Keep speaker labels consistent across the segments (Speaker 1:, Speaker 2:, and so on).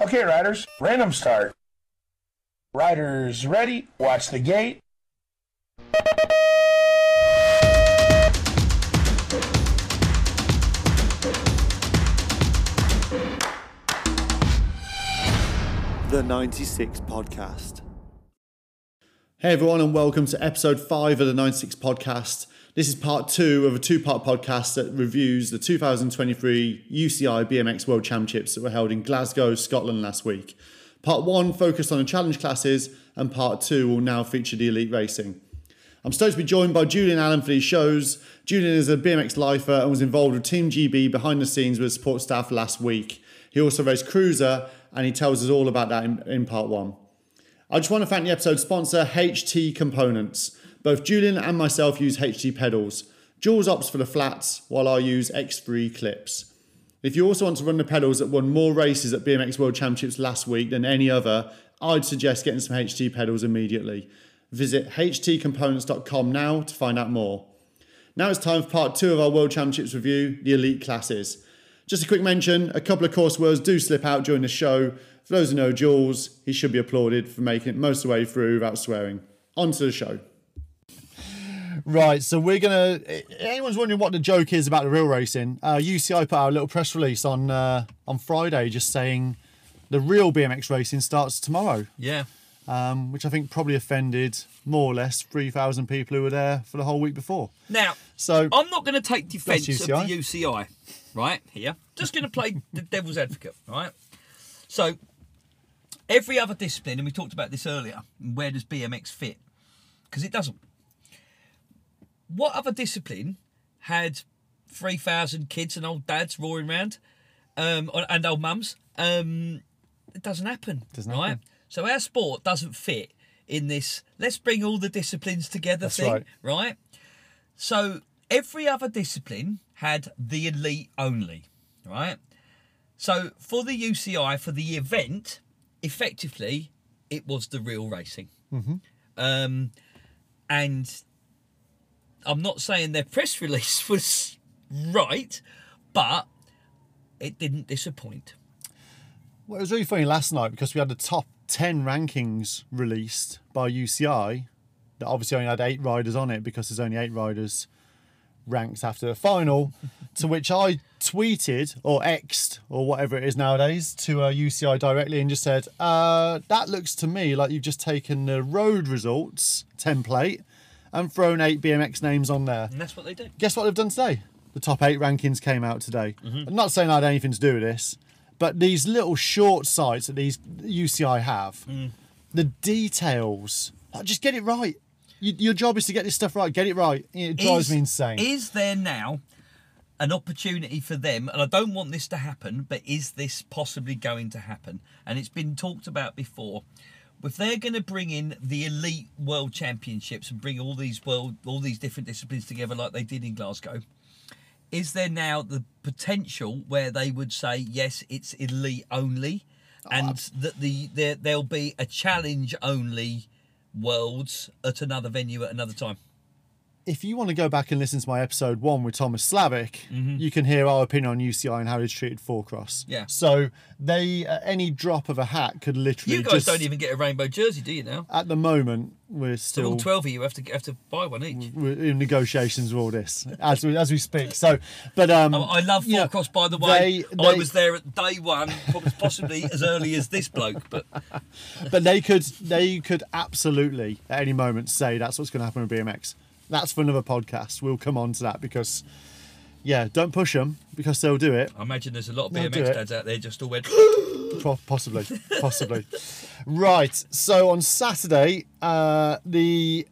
Speaker 1: Okay, riders, random start. Riders ready, watch the gate.
Speaker 2: The 96 Podcast.
Speaker 3: Hey everyone, and welcome to episode five of the 96 podcast. This is part two of a two part podcast that reviews the 2023 UCI BMX World Championships that were held in Glasgow, Scotland last week. Part one focused on the challenge classes, and part two will now feature the elite racing. I'm stoked to be joined by Julian Allen for these shows. Julian is a BMX lifer and was involved with Team GB behind the scenes with support staff last week. He also raced Cruiser, and he tells us all about that in, in part one. I just want to thank the episode sponsor, HT Components. Both Julian and myself use HT pedals. Jules opts for the flats, while I use X3 clips. If you also want to run the pedals that won more races at BMX World Championships last week than any other, I'd suggest getting some HT pedals immediately. Visit htcomponents.com now to find out more. Now it's time for part two of our World Championships review, the elite classes. Just a quick mention, a couple of course words do slip out during the show. For those who know Jules, he should be applauded for making it most of the way through without swearing. On to the show. Right, so we're gonna. Anyone's wondering what the joke is about the real racing? Uh, UCI put out a little press release on uh, on Friday, just saying the real BMX racing starts tomorrow,
Speaker 4: Yeah.
Speaker 3: um, which I think probably offended more or less three thousand people who were there for the whole week before.
Speaker 4: Now,
Speaker 3: So
Speaker 4: I'm not going to take defence
Speaker 3: That's
Speaker 4: of
Speaker 3: UCI.
Speaker 4: the UCI, right? Here, just going to play the devil's advocate, right? So, every other discipline, and we talked about this earlier, where does BMX fit? Because it doesn't. What other discipline had 3,000 kids and old dads roaring round um, and old mums? Um, it doesn't happen.
Speaker 3: Doesn't
Speaker 4: right?
Speaker 3: happen.
Speaker 4: So, our sport doesn't fit in this let's bring all the disciplines together
Speaker 3: That's
Speaker 4: thing,
Speaker 3: right.
Speaker 4: right? So every other discipline had the elite only, right? So for the UCI, for the event, effectively, it was the real racing.
Speaker 3: Mm-hmm.
Speaker 4: Um, and I'm not saying their press release was right, but it didn't disappoint.
Speaker 3: Well, it was really funny last night because we had the top 10 rankings released by UCI that obviously only had eight riders on it because there's only eight riders ranked after the final. to which I tweeted or X'd or whatever it is nowadays to uh, UCI directly and just said, uh, That looks to me like you've just taken the road results template and thrown eight BMX names on there
Speaker 4: And that's what they did.
Speaker 3: guess what they've done today? The top eight rankings came out today.
Speaker 4: Mm-hmm.
Speaker 3: I'm not saying I had anything to do with this, but these little short sites that these UCI have,
Speaker 4: Mm.
Speaker 3: the details, like, just get it right. You, your job is to get this stuff right. Get it right. It drives
Speaker 4: is,
Speaker 3: me insane.
Speaker 4: Is there now an opportunity for them? And I don't want this to happen, but is this possibly going to happen? And it's been talked about before. If they're going to bring in the elite world championships and bring all these world, all these different disciplines together like they did in Glasgow, is there now the potential where they would say yes, it's elite only, and that the there, there'll be a challenge only worlds at another venue at another time?
Speaker 3: if you want to go back and listen to my episode one with Thomas Slavic, you can hear our opinion on UCI and how they treated four cross.
Speaker 4: Mm-hmm. Yeah.
Speaker 3: So they, uh, any drop of a hat could literally.
Speaker 4: You guys
Speaker 3: just-
Speaker 4: don't even get a rainbow jersey, do you now?
Speaker 3: At the moment, we're
Speaker 4: So
Speaker 3: still
Speaker 4: all twelve of you have to have to buy one each.
Speaker 3: we're in negotiations with all this as we, as we speak. So, but um,
Speaker 4: Oh, I I love
Speaker 3: you know,
Speaker 4: Four Cross, by the way.
Speaker 3: they-
Speaker 4: I
Speaker 3: they-
Speaker 4: was there at day one, prob- possibly as early as this bloke, but
Speaker 3: but they could they could absolutely at any moment say that's what's going to happen with BMX. That's for another podcast. We'll come on to that because, yeah, don't push them because they'll do it.
Speaker 4: I imagine there's a lot of
Speaker 3: No, do
Speaker 4: BMX
Speaker 3: it.
Speaker 4: dads out there just all went.
Speaker 3: Po- possibly, possibly. right. So on Saturday, uh, the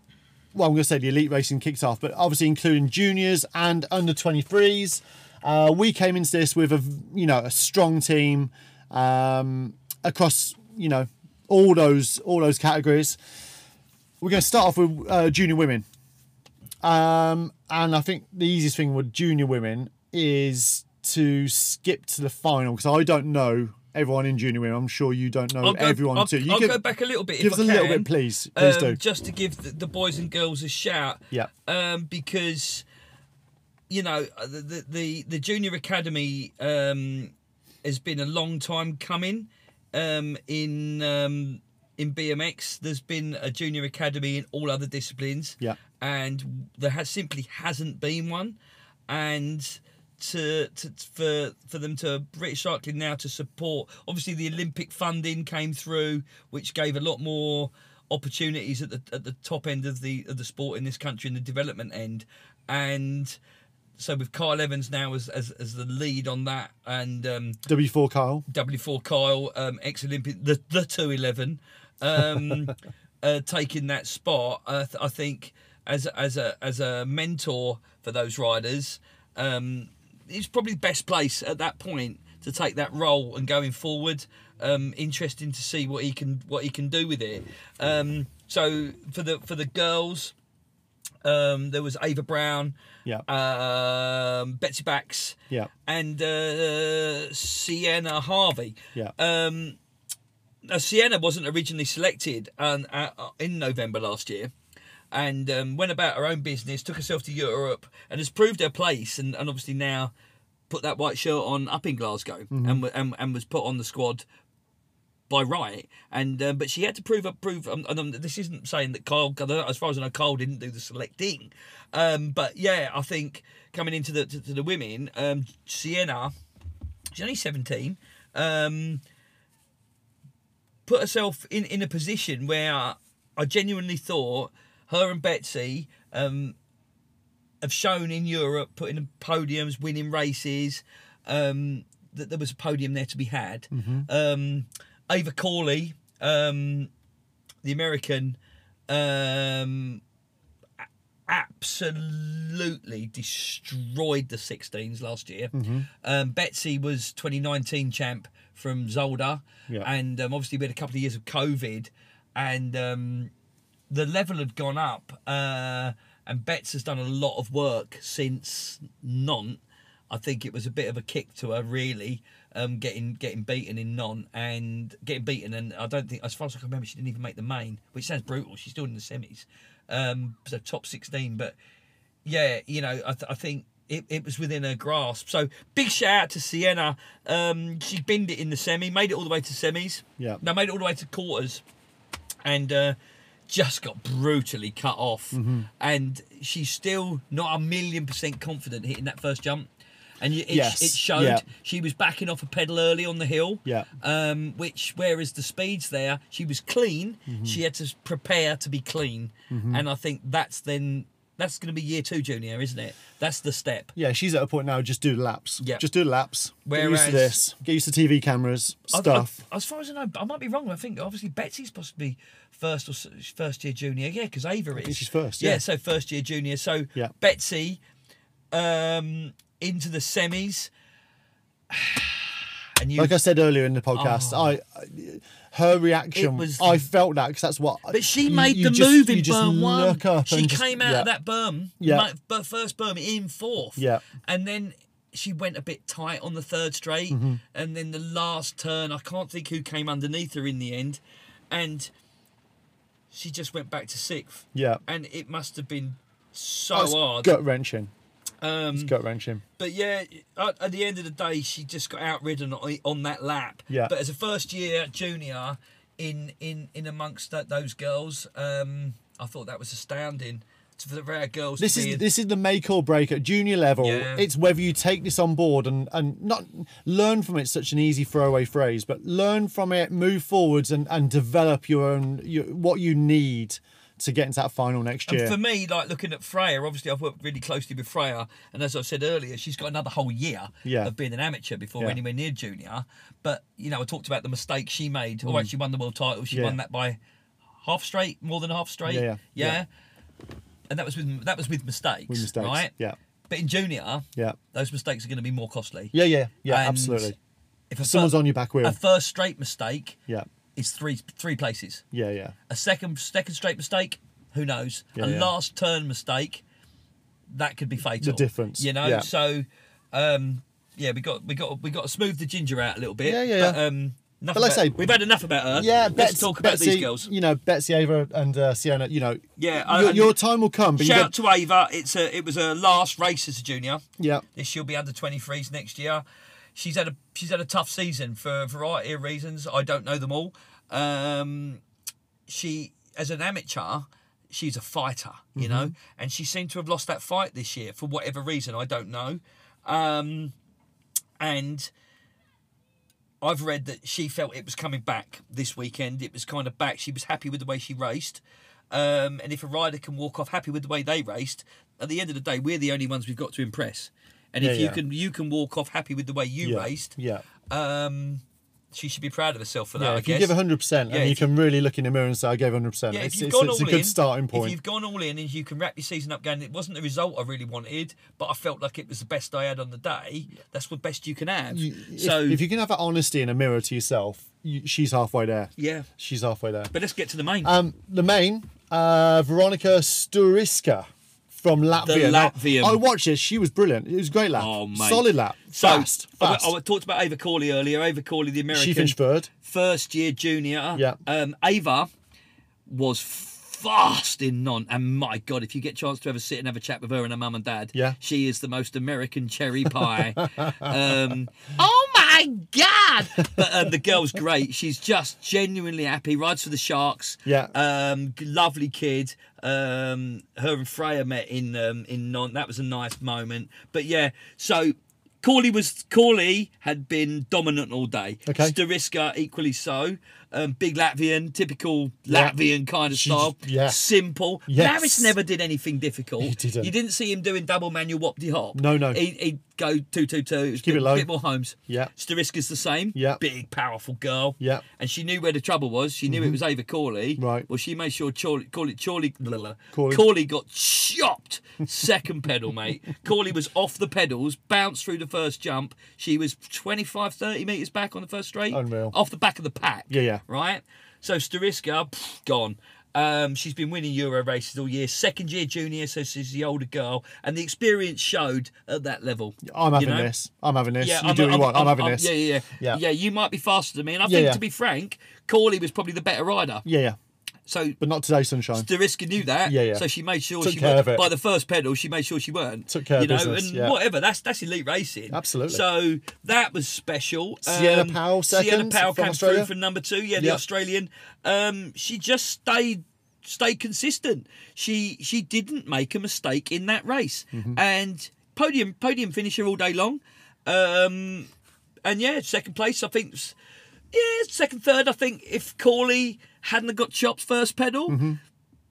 Speaker 3: well, I'm going to say the elite racing kicked off, but obviously including juniors and under 23s. Uh, we came into this with a you know a strong team um, across you know all those all those categories. We're going to start off with uh, junior women. Um, and I think the easiest thing with junior women is to skip to the final because I don't know everyone in junior women. I'm sure you don't know
Speaker 4: I'll go,
Speaker 3: everyone
Speaker 4: I'll,
Speaker 3: too. You
Speaker 4: I'll
Speaker 3: give-
Speaker 4: go back a little bit.
Speaker 3: give
Speaker 4: if
Speaker 3: us
Speaker 4: I
Speaker 3: a little
Speaker 4: can,
Speaker 3: bit, please. Please
Speaker 4: um,
Speaker 3: do.
Speaker 4: Just to give the, the boys and girls a shout.
Speaker 3: Yeah.
Speaker 4: Um, because you know uh, the the the, the junior academy um, has been a long time coming. um, in um, in BMX. There's been a junior academy in all other disciplines.
Speaker 5: Yeah.
Speaker 4: And there has simply hasn't been one, and to, to for for them to British cycling now to support. Obviously, the Olympic funding came through, which gave a lot more opportunities at the at the top end of the of the sport in this country in the development end, and. So with Kyle Evans now as, as, as the lead on that, and um,
Speaker 5: W4 Kyle.
Speaker 4: W4 Kyle, um, ex Olympic, the, the 211, um, uh, taking that spot. I th- I think as a- as a as a mentor for those riders, um, it's probably the best place at that point to take that role and going forward. Um, interesting to see what he can what he can do with it. Um, so for the for the girls, um, there was Ava Brown,
Speaker 5: Yeah.
Speaker 4: Uh, um, Betsy Bax,
Speaker 5: Yeah.
Speaker 4: and uh, Sienna Harvey.
Speaker 5: Yeah.
Speaker 4: Um, now, Sienna wasn't originally selected um, uh, uh, in November last year and um, went about her own business, took herself to Europe and has proved her place and, and obviously now put that white shirt on up in Glasgow and, wa- and, and was put on the squad by right. And um, but she had to prove up, prove. Um, and um, this isn't saying that Kyle, 'cause as far as I know, Kyle didn't do the selecting. Um, but yeah, I think coming into the to, to the women, um, Sienna, she's only seventeen. Um, put herself in in a position where I genuinely thought her and Betsy um, have shown in Europe, putting in podiums, winning races, um, that there was a podium there to be had. Um, Ava Corley, um, the American, um, a- absolutely destroyed the 16s last year. Um, Betsy was 2019 champ from Zolder,
Speaker 5: Yeah.
Speaker 4: and um, obviously we had a couple of years of COVID, and um, the level had gone up, uh, and Betts has done a lot of work since Nantes. I think it was a bit of a kick to her, really, um, getting getting beaten in Nantes and getting beaten. And I don't think, as far as I can remember, she didn't even make the main, which sounds brutal. She's still in the semis, um, so top sixteen. But yeah, you know, I, th- I think it, it was within her grasp. So big shout out to Sienna. Um, she binned it in the semi, made it all the way to semis.
Speaker 5: Yeah.
Speaker 4: no, made it all the way to quarters and uh, just got brutally cut off.
Speaker 5: Mm-hmm.
Speaker 4: And she's still not a million percent confident hitting that first jump. And y- it,
Speaker 5: Yes,
Speaker 4: it showed
Speaker 5: yeah.
Speaker 4: she was backing off a pedal early on the hill.
Speaker 5: Yeah.
Speaker 4: Um, which, whereas the speeds there, she was clean.
Speaker 5: Mm-hmm.
Speaker 4: She had to prepare to be clean. And I think that's then, that's going to be year two, junior, isn't it? That's the step.
Speaker 5: Yeah, she's at a point now. Just do laps.
Speaker 4: Yeah.
Speaker 5: Just do laps. Get used to
Speaker 4: Whereas-
Speaker 5: this. Get used to TV cameras
Speaker 4: I- I-
Speaker 5: stuff.
Speaker 4: as far as I know, I might be wrong. I think obviously Betsy's possibly first or s- first year junior. Yeah, because Ava is.
Speaker 5: she's first, yeah.
Speaker 4: so first year junior. So
Speaker 5: Yeah.
Speaker 4: Betsy um, into the semis. And you,
Speaker 5: like I said earlier in the podcast, I I- her reaction.
Speaker 4: Oh. It was-
Speaker 5: I felt that because that's what.
Speaker 4: but she
Speaker 5: you-
Speaker 4: made
Speaker 5: you
Speaker 4: the
Speaker 5: just-
Speaker 4: move in
Speaker 5: you just
Speaker 4: berm one.
Speaker 5: look up
Speaker 4: She
Speaker 5: and just-
Speaker 4: came out
Speaker 5: yeah.
Speaker 4: of that berm,
Speaker 5: Yeah.
Speaker 4: ma- but first berm in fourth.
Speaker 5: Yeah.
Speaker 4: and then she went a bit tight on the third straight,
Speaker 5: Mm-hmm.
Speaker 4: and then the last turn. I can't think who came underneath her in the end, and she just went back to sixth.
Speaker 5: Yeah.
Speaker 4: and it must have been so
Speaker 5: That's
Speaker 4: hard.
Speaker 5: Gut wrenching.
Speaker 4: Um,
Speaker 5: It's gut wrenching.
Speaker 4: but yeah, at, at the end of the day, she just got outridden on, on that lap.
Speaker 5: Yeah.
Speaker 4: But as a first year junior, in in in amongst that, those girls, um, I thought that was astounding for the rare girls.
Speaker 5: This
Speaker 4: to be
Speaker 5: is
Speaker 4: in-
Speaker 5: this is the make or break at junior level.
Speaker 4: Yeah.
Speaker 5: It's whether you take this on board and and not learn from it. Such an easy throwaway phrase, but learn from it, move forwards, and and develop your own your, what you need to get into that final next year.
Speaker 4: And for me, like looking at Freya, obviously I've worked really closely with Freya, and as I said earlier, she's got another whole year
Speaker 5: Yeah.
Speaker 4: of being an amateur before
Speaker 5: Yeah.
Speaker 4: anywhere near junior. But you know, I talked about the mistake she made. Although she won the world title, she
Speaker 5: Mm. Yeah.
Speaker 4: won that by half straight, more than half straight.
Speaker 5: Yeah, yeah, yeah.
Speaker 4: And that was with that was with mistakes,
Speaker 5: With mistakes,
Speaker 4: right?
Speaker 5: yeah.
Speaker 4: But in junior,
Speaker 5: yeah,
Speaker 4: those mistakes are going to be more costly.
Speaker 5: yeah, yeah, yeah.
Speaker 4: And
Speaker 5: absolutely.
Speaker 4: If a
Speaker 5: Someone's
Speaker 4: fir-
Speaker 5: on your back wheel.
Speaker 4: a first straight mistake
Speaker 5: yeah,
Speaker 4: is three three places
Speaker 5: yeah, yeah.
Speaker 4: a second second straight mistake, who knows?
Speaker 5: Yeah,
Speaker 4: a
Speaker 5: yeah.
Speaker 4: last turn mistake, that could be
Speaker 5: The
Speaker 4: fatal.
Speaker 5: difference,
Speaker 4: you know.
Speaker 5: yeah.
Speaker 4: So, um, yeah, we got we got we got to smooth the ginger out a little bit.
Speaker 5: Yeah, yeah,
Speaker 4: But,
Speaker 5: yeah.
Speaker 4: um, enough
Speaker 5: But let's
Speaker 4: about-
Speaker 5: say-
Speaker 4: we've had enough about her.
Speaker 5: Yeah,
Speaker 4: let's
Speaker 5: Bets-
Speaker 4: talk about
Speaker 5: Betsy,
Speaker 4: these girls.
Speaker 5: You know, Betsy Ava and uh, Sienna. You know,
Speaker 4: Yeah,
Speaker 5: your,
Speaker 4: and-
Speaker 5: your time will come. But you
Speaker 4: Shout
Speaker 5: got,
Speaker 4: out to Ava. It's a it was her last race as a junior.
Speaker 5: yeah,
Speaker 4: She'll be under 23s next year. she's had a she's had a tough season for a variety of reasons. I don't know them all. Um, she as an amateur, she's a fighter, you know, and she seemed to have lost that fight this year for whatever reason. I don't know. Um, and I've read that she felt it was coming back this weekend. It was kind of back. She was happy with the way she raced. Um, and if a rider can walk off happy with the way they raced, at the end of the day, we're the only ones we've got to impress. And if
Speaker 6: Yeah,
Speaker 4: you
Speaker 6: yeah.
Speaker 4: can you can walk off happy with the way you
Speaker 6: Yeah.
Speaker 4: raced,
Speaker 6: Yeah.
Speaker 4: um, she should be proud of herself for that.
Speaker 3: Yeah,
Speaker 4: I
Speaker 3: Oh, if
Speaker 4: guess.
Speaker 3: you give 100%
Speaker 4: Yeah,
Speaker 3: and you
Speaker 4: if you-
Speaker 3: can really look in the mirror and say, I gave 100%,
Speaker 4: Yeah,
Speaker 3: it's,
Speaker 4: if you've
Speaker 3: it's,
Speaker 4: gone
Speaker 3: it's a
Speaker 4: all
Speaker 3: good
Speaker 4: in,
Speaker 3: starting
Speaker 4: If
Speaker 3: point.
Speaker 4: you've gone all in and you can wrap your season up, going, it wasn't the result I really wanted, but I felt like it was the best I had on the day. That's the best you can have.
Speaker 3: If-
Speaker 4: so
Speaker 3: if, you can have that honesty in a mirror to yourself, you, she's halfway there.
Speaker 4: yeah,
Speaker 3: She's halfway there.
Speaker 4: but let's get to the main.
Speaker 3: Um, the main, uh, Veronica Sturiska from Latvia. Now,
Speaker 4: Latvian.
Speaker 3: I watched it. She was brilliant. It was a great lap.
Speaker 4: Oh, mate.
Speaker 3: Solid lap.
Speaker 4: so
Speaker 3: fast.
Speaker 4: I-
Speaker 3: Fast.
Speaker 4: I, talked about Ava Corley earlier. Ava Corley, the American,
Speaker 3: she finished third.
Speaker 4: first year junior.
Speaker 3: Yeah.
Speaker 4: Um, Ava was fast in non, and my God, if you get a chance to ever sit and have a chat with her and her mum and dad,
Speaker 3: Yeah.
Speaker 4: she is the most American cherry pie. um, oh my God! But um, the girl's great. She's just genuinely happy. Rides for the Sharks.
Speaker 3: Yeah.
Speaker 4: Um, g- lovely kid. Um, her and Freya met in um, in non. That was a nice moment. But yeah, so. Corley was Corley had been dominant all day.
Speaker 3: Okay.
Speaker 4: Stariska equally so. Um, big Latvian, typical
Speaker 3: Yeah.
Speaker 4: Latvian kind of
Speaker 3: She
Speaker 4: style.
Speaker 3: just- yeah.
Speaker 4: Simple.
Speaker 3: Yes.
Speaker 4: Maris never did anything difficult.
Speaker 3: He didn't.
Speaker 4: You didn't see him doing double manual wop de hop.
Speaker 3: No, no.
Speaker 4: He, he'd go two two two. It was
Speaker 3: keep
Speaker 4: a bit,
Speaker 3: it low.
Speaker 4: bit more homes.
Speaker 3: Yeah.
Speaker 4: Stariska's the same.
Speaker 3: Yeah.
Speaker 4: Big powerful girl.
Speaker 3: Yeah. Mm-hmm.
Speaker 4: And she knew where the trouble was. She knew it was Ava Corley.
Speaker 3: Right.
Speaker 4: Well, she made sure Chorley, Corley, Chorley, blah, blah.
Speaker 3: Corley.
Speaker 4: Corley got chopped second pedal, mate. Corley was off the pedals, bounced through the first jump. She was 25, 30 metres back on the first straight.
Speaker 3: Unreal.
Speaker 4: Off the back of the pack.
Speaker 3: Yeah, yeah.
Speaker 4: Right? So Stariska, pff, gone. Um, she's been winning Euro races all year. Second year junior, so she's the older girl. And the experience showed at that level.
Speaker 3: I'm having
Speaker 4: you know?
Speaker 3: this. I'm having this.
Speaker 4: Yeah,
Speaker 3: you
Speaker 4: I'm,
Speaker 3: do what
Speaker 4: I'm-
Speaker 3: you want. I'm,
Speaker 4: I'm-
Speaker 3: having
Speaker 4: I'm-
Speaker 3: this.
Speaker 4: Yeah, yeah, yeah.
Speaker 3: Yeah.
Speaker 4: Yeah, you might be faster than me. And I
Speaker 3: Yeah,
Speaker 4: think,
Speaker 3: yeah.
Speaker 4: to be frank, Corley was probably the better rider.
Speaker 3: yeah, yeah.
Speaker 4: So
Speaker 3: But not today, sunshine.
Speaker 4: Deriska knew that.
Speaker 3: Yeah, yeah.
Speaker 4: So she made sure
Speaker 3: Took
Speaker 4: she
Speaker 3: care
Speaker 4: wa-
Speaker 3: of it.
Speaker 4: by the first pedal, she made sure she weren't.
Speaker 3: Took care of
Speaker 4: you know,
Speaker 3: business,
Speaker 4: and
Speaker 3: yeah.
Speaker 4: whatever. That's that's elite racing.
Speaker 3: Absolutely.
Speaker 4: So that was special.
Speaker 3: Sienna Powell
Speaker 4: Sienna
Speaker 3: second
Speaker 4: Powell
Speaker 3: from
Speaker 4: came
Speaker 3: Australia.
Speaker 4: through for number two. Yeah, the
Speaker 3: Yeah.
Speaker 4: Australian. Um, she just stayed stayed consistent. She she didn't make a mistake in that race.
Speaker 3: Mm-hmm.
Speaker 4: And podium podium finisher all day long. Um, and yeah, second place. I think, s- yeah, second, third. I think if Corley hadn't have got chopped first pedal,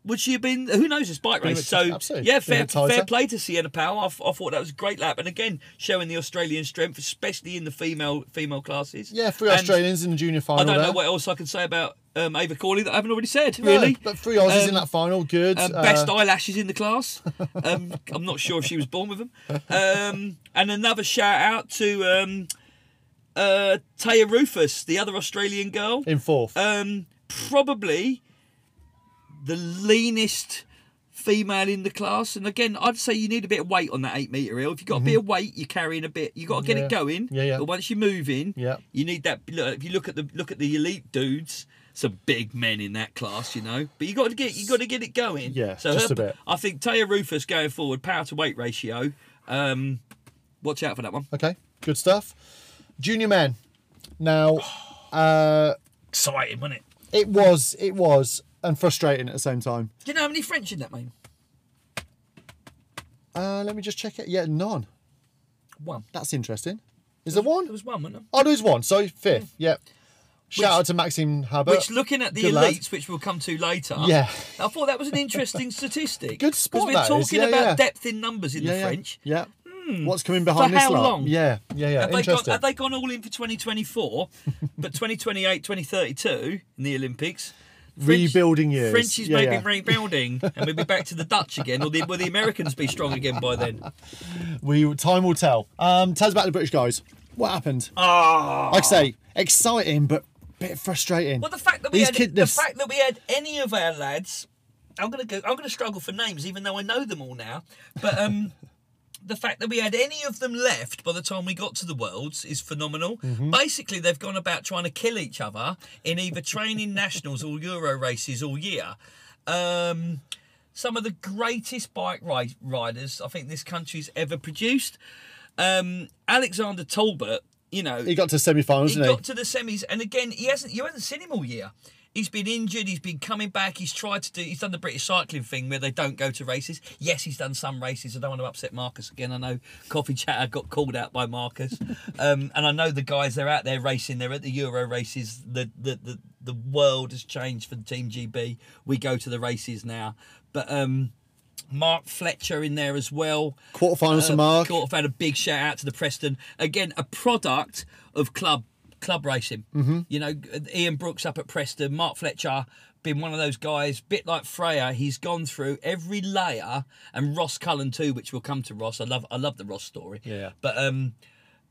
Speaker 4: would she have been? Who knows? It's bike
Speaker 3: Mm-hmm. Been a
Speaker 4: race.
Speaker 3: bit-
Speaker 4: So
Speaker 3: absolutely.
Speaker 4: yeah,
Speaker 3: Been a
Speaker 4: fair,
Speaker 3: bit tighter.
Speaker 4: fair play to Sienna Powell. I, f- I thought that was a great lap, and again showing the Australian strength, especially in the female female classes.
Speaker 3: Yeah, three
Speaker 4: And
Speaker 3: Australians in the junior final.
Speaker 4: I don't
Speaker 3: there.
Speaker 4: know what else I can say about um, Ava Corley that I haven't already said. Really,
Speaker 3: No, but three Aussies in
Speaker 4: Um,
Speaker 3: that final. Good.
Speaker 4: um,
Speaker 3: Uh,
Speaker 4: best eyelashes in the class. Um, I'm not sure if she was born with them. Um, and another shout out to um, uh, Taya Rufus, the other Australian girl.
Speaker 3: in fourth.
Speaker 4: Um, probably the leanest female in the class. And again, I'd say you need a bit of weight on that eight meter hill. If you've got a bit of weight, you're carrying a bit. You got to get it
Speaker 3: Mm-hmm. Yeah.
Speaker 4: going.
Speaker 3: Yeah, yeah.
Speaker 4: But once you're moving,
Speaker 3: Yeah.
Speaker 4: you need that. Look, if you look at the look at the elite dudes. Some big men in that class, you know, but you got to get you got to get it going.
Speaker 3: Yeah, just a bit.
Speaker 4: I think Taya Rufus going forward, power to weight ratio. Um, watch out for that one.
Speaker 3: Okay, good stuff. Junior men. Now, uh,
Speaker 4: Exciting, wasn't it?
Speaker 3: it was, it was, and frustrating at the same time.
Speaker 4: Do you know how many French in that man?
Speaker 3: Uh, let me just check it. Yeah, none.
Speaker 4: One.
Speaker 3: That's interesting. Is there
Speaker 4: There
Speaker 3: one?
Speaker 4: was one, wasn't there?
Speaker 3: Oh, there's one. So fifth. Yep. Shout out to Maxime Haber.
Speaker 4: Hmm. Which, looking at the
Speaker 3: Good
Speaker 4: elites,
Speaker 3: lad.
Speaker 4: which we'll come to later,
Speaker 3: Yeah.
Speaker 4: I thought that was an interesting statistic.
Speaker 3: Good spot,
Speaker 4: Because
Speaker 3: that
Speaker 4: we're
Speaker 3: is.
Speaker 4: talking
Speaker 3: Yeah,
Speaker 4: about
Speaker 3: yeah.
Speaker 4: depth in numbers in
Speaker 3: yeah,
Speaker 4: the
Speaker 3: yeah,
Speaker 4: French. Hmm.
Speaker 3: Yeah. What's coming behind this
Speaker 4: how
Speaker 3: lot?
Speaker 4: long?
Speaker 3: Yeah, yeah, yeah.
Speaker 4: Have they, gone,
Speaker 3: Interesting.
Speaker 4: have they gone all in for 2024, but 2028, 2032 in the Olympics?
Speaker 3: Rebuilding years.
Speaker 4: French is
Speaker 3: Yeah,
Speaker 4: maybe
Speaker 3: yeah.
Speaker 4: rebuilding, and we'll be back to the Dutch again, or the, will the Americans be strong again by then?
Speaker 3: We time will tell. Um, tell us about the British guys. What happened?
Speaker 4: Ah.
Speaker 3: Like I say, exciting but bit frustrating.
Speaker 4: Well, the fact that we
Speaker 3: These
Speaker 4: had
Speaker 3: kid-
Speaker 4: the
Speaker 3: this-
Speaker 4: fact that we had any of our lads, I'm gonna go. I'm gonna struggle for names, even though I know them all now. But um, the fact that we had any of them left by the time we got to the worlds is phenomenal.
Speaker 3: Mm-hmm.
Speaker 4: Basically, they've gone about trying to kill each other in either training nationals or Euro races all year. Um, some of the greatest bike ri- riders I think this country's ever produced. Um, Alexander Talbot you know,
Speaker 3: He got to semi-finals,
Speaker 4: he
Speaker 3: didn't
Speaker 4: got to the semis, and again, he hasn't. You haven't seen him all year. He's been injured. He's been coming back. He's tried to do. He's done the British cycling thing where they don't go to races. Yes, he's done some races. I don't want to upset Marcus again. I know Coffee Chatter got called out by Marcus, um, and I know the guys. They're out there racing. They're at the Euro races. The the the, the world has changed for Team GB. We go to the races now, but. um Mark Fletcher in there as well.
Speaker 3: he? Quarterfinals for
Speaker 4: Uh,
Speaker 3: Mark.
Speaker 4: Sort of had a big shout out to the Preston. Again, a product of club club racing. You know, Ian Brooks up at Preston, Mark Fletcher been one of those guys, bit like Freya, he's gone through every layer and Ross Cullen too, which will come to Ross. I love I love the Ross story.
Speaker 3: Yeah.
Speaker 4: But um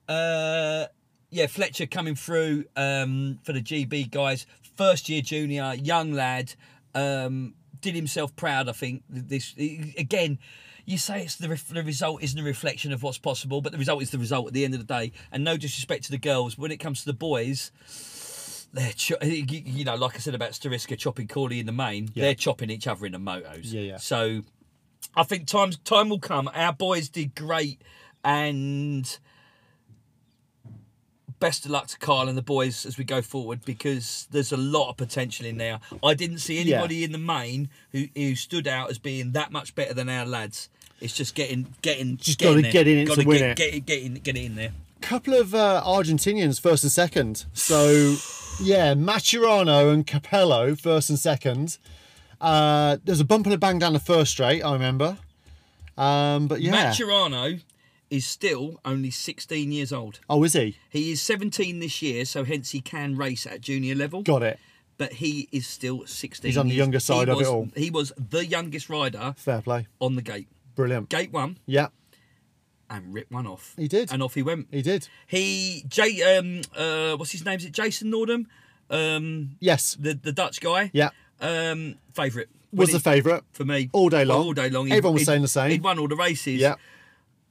Speaker 4: uh yeah, Fletcher coming through um, for the GB guys. First year junior, young lad, um, did himself proud. I think this again. You say it's the, ref- the result isn't a reflection of what's possible, but the result is the result at the end of the day. And no disrespect to the girls, when it comes to the boys, they're cho- you know, like I said about Stariska chopping Corley in the main, they're chopping each other in the motos.
Speaker 3: Yeah, yeah.
Speaker 4: So I think times time will come. Our boys did great, and best of luck to Kyle and the boys as we go forward because there's a lot of potential in there. I didn't see anybody in the main who, who stood out as being that much better than our lads. It's just getting getting just
Speaker 3: gotta
Speaker 4: getting there.
Speaker 3: get in it to
Speaker 4: Gotta
Speaker 3: win
Speaker 4: get,
Speaker 3: it.
Speaker 4: Get, get in get it in there.
Speaker 3: couple of uh, Argentinians first and second. So yeah, Maturano and Capello first and second. Uh, there's a bump and a bang down the first straight, I remember. Um, but yeah,
Speaker 4: Maturano is still only 16 years old.
Speaker 3: oh, is he?
Speaker 4: He is 17 this year, so hence he can race at junior level.
Speaker 3: Got it.
Speaker 4: But he is still 16.
Speaker 3: He's on the
Speaker 4: He is-
Speaker 3: younger side
Speaker 4: he
Speaker 3: of it
Speaker 4: was-
Speaker 3: all.
Speaker 4: He was the youngest rider
Speaker 3: Fair play.
Speaker 4: on the gate.
Speaker 3: Brilliant.
Speaker 4: Gate one
Speaker 3: Yeah,
Speaker 4: and ripped one off.
Speaker 3: He did.
Speaker 4: And off he went.
Speaker 3: he did.
Speaker 4: He Jay um uh what's his name? Is it Jason Nordham? Um
Speaker 3: Yes.
Speaker 4: the the Dutch guy.
Speaker 3: Yeah.
Speaker 4: Um favourite.
Speaker 3: Was
Speaker 4: Winning
Speaker 3: the favourite.
Speaker 4: for me.
Speaker 3: all day long.
Speaker 4: All day long.
Speaker 3: Everyone was
Speaker 4: he'd-
Speaker 3: saying the same.
Speaker 4: He'd won all the races.
Speaker 3: Yeah.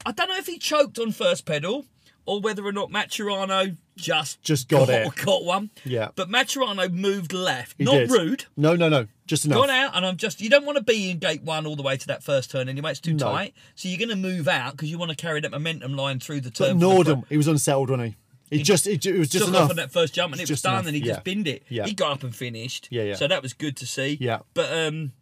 Speaker 4: I don't know if he choked on first pedal or whether or not Maturano just
Speaker 3: Just got it.
Speaker 4: Caught one.
Speaker 3: Yeah.
Speaker 4: But Maturano moved left.
Speaker 3: He
Speaker 4: not
Speaker 3: did.
Speaker 4: rude.
Speaker 3: No, no, no. Just enough.
Speaker 4: Gone out, and I'm just. You don't want to be in gate one all the way to that first turn anyway. It's too
Speaker 3: No.
Speaker 4: tight. So you're going to move out because you want to carry that momentum line through the
Speaker 3: But
Speaker 4: turn. for the front.
Speaker 3: Nordham, he was unsettled, wasn't he? He just, it, it was just
Speaker 4: took
Speaker 3: enough.
Speaker 4: off on that first jump and it
Speaker 3: It's
Speaker 4: was
Speaker 3: just
Speaker 4: done
Speaker 3: enough,
Speaker 4: and he just
Speaker 3: yeah.
Speaker 4: binned it.
Speaker 3: Yeah.
Speaker 4: He got up and finished.
Speaker 3: Yeah, yeah.
Speaker 4: So that was good to see.
Speaker 3: Yeah.
Speaker 4: But um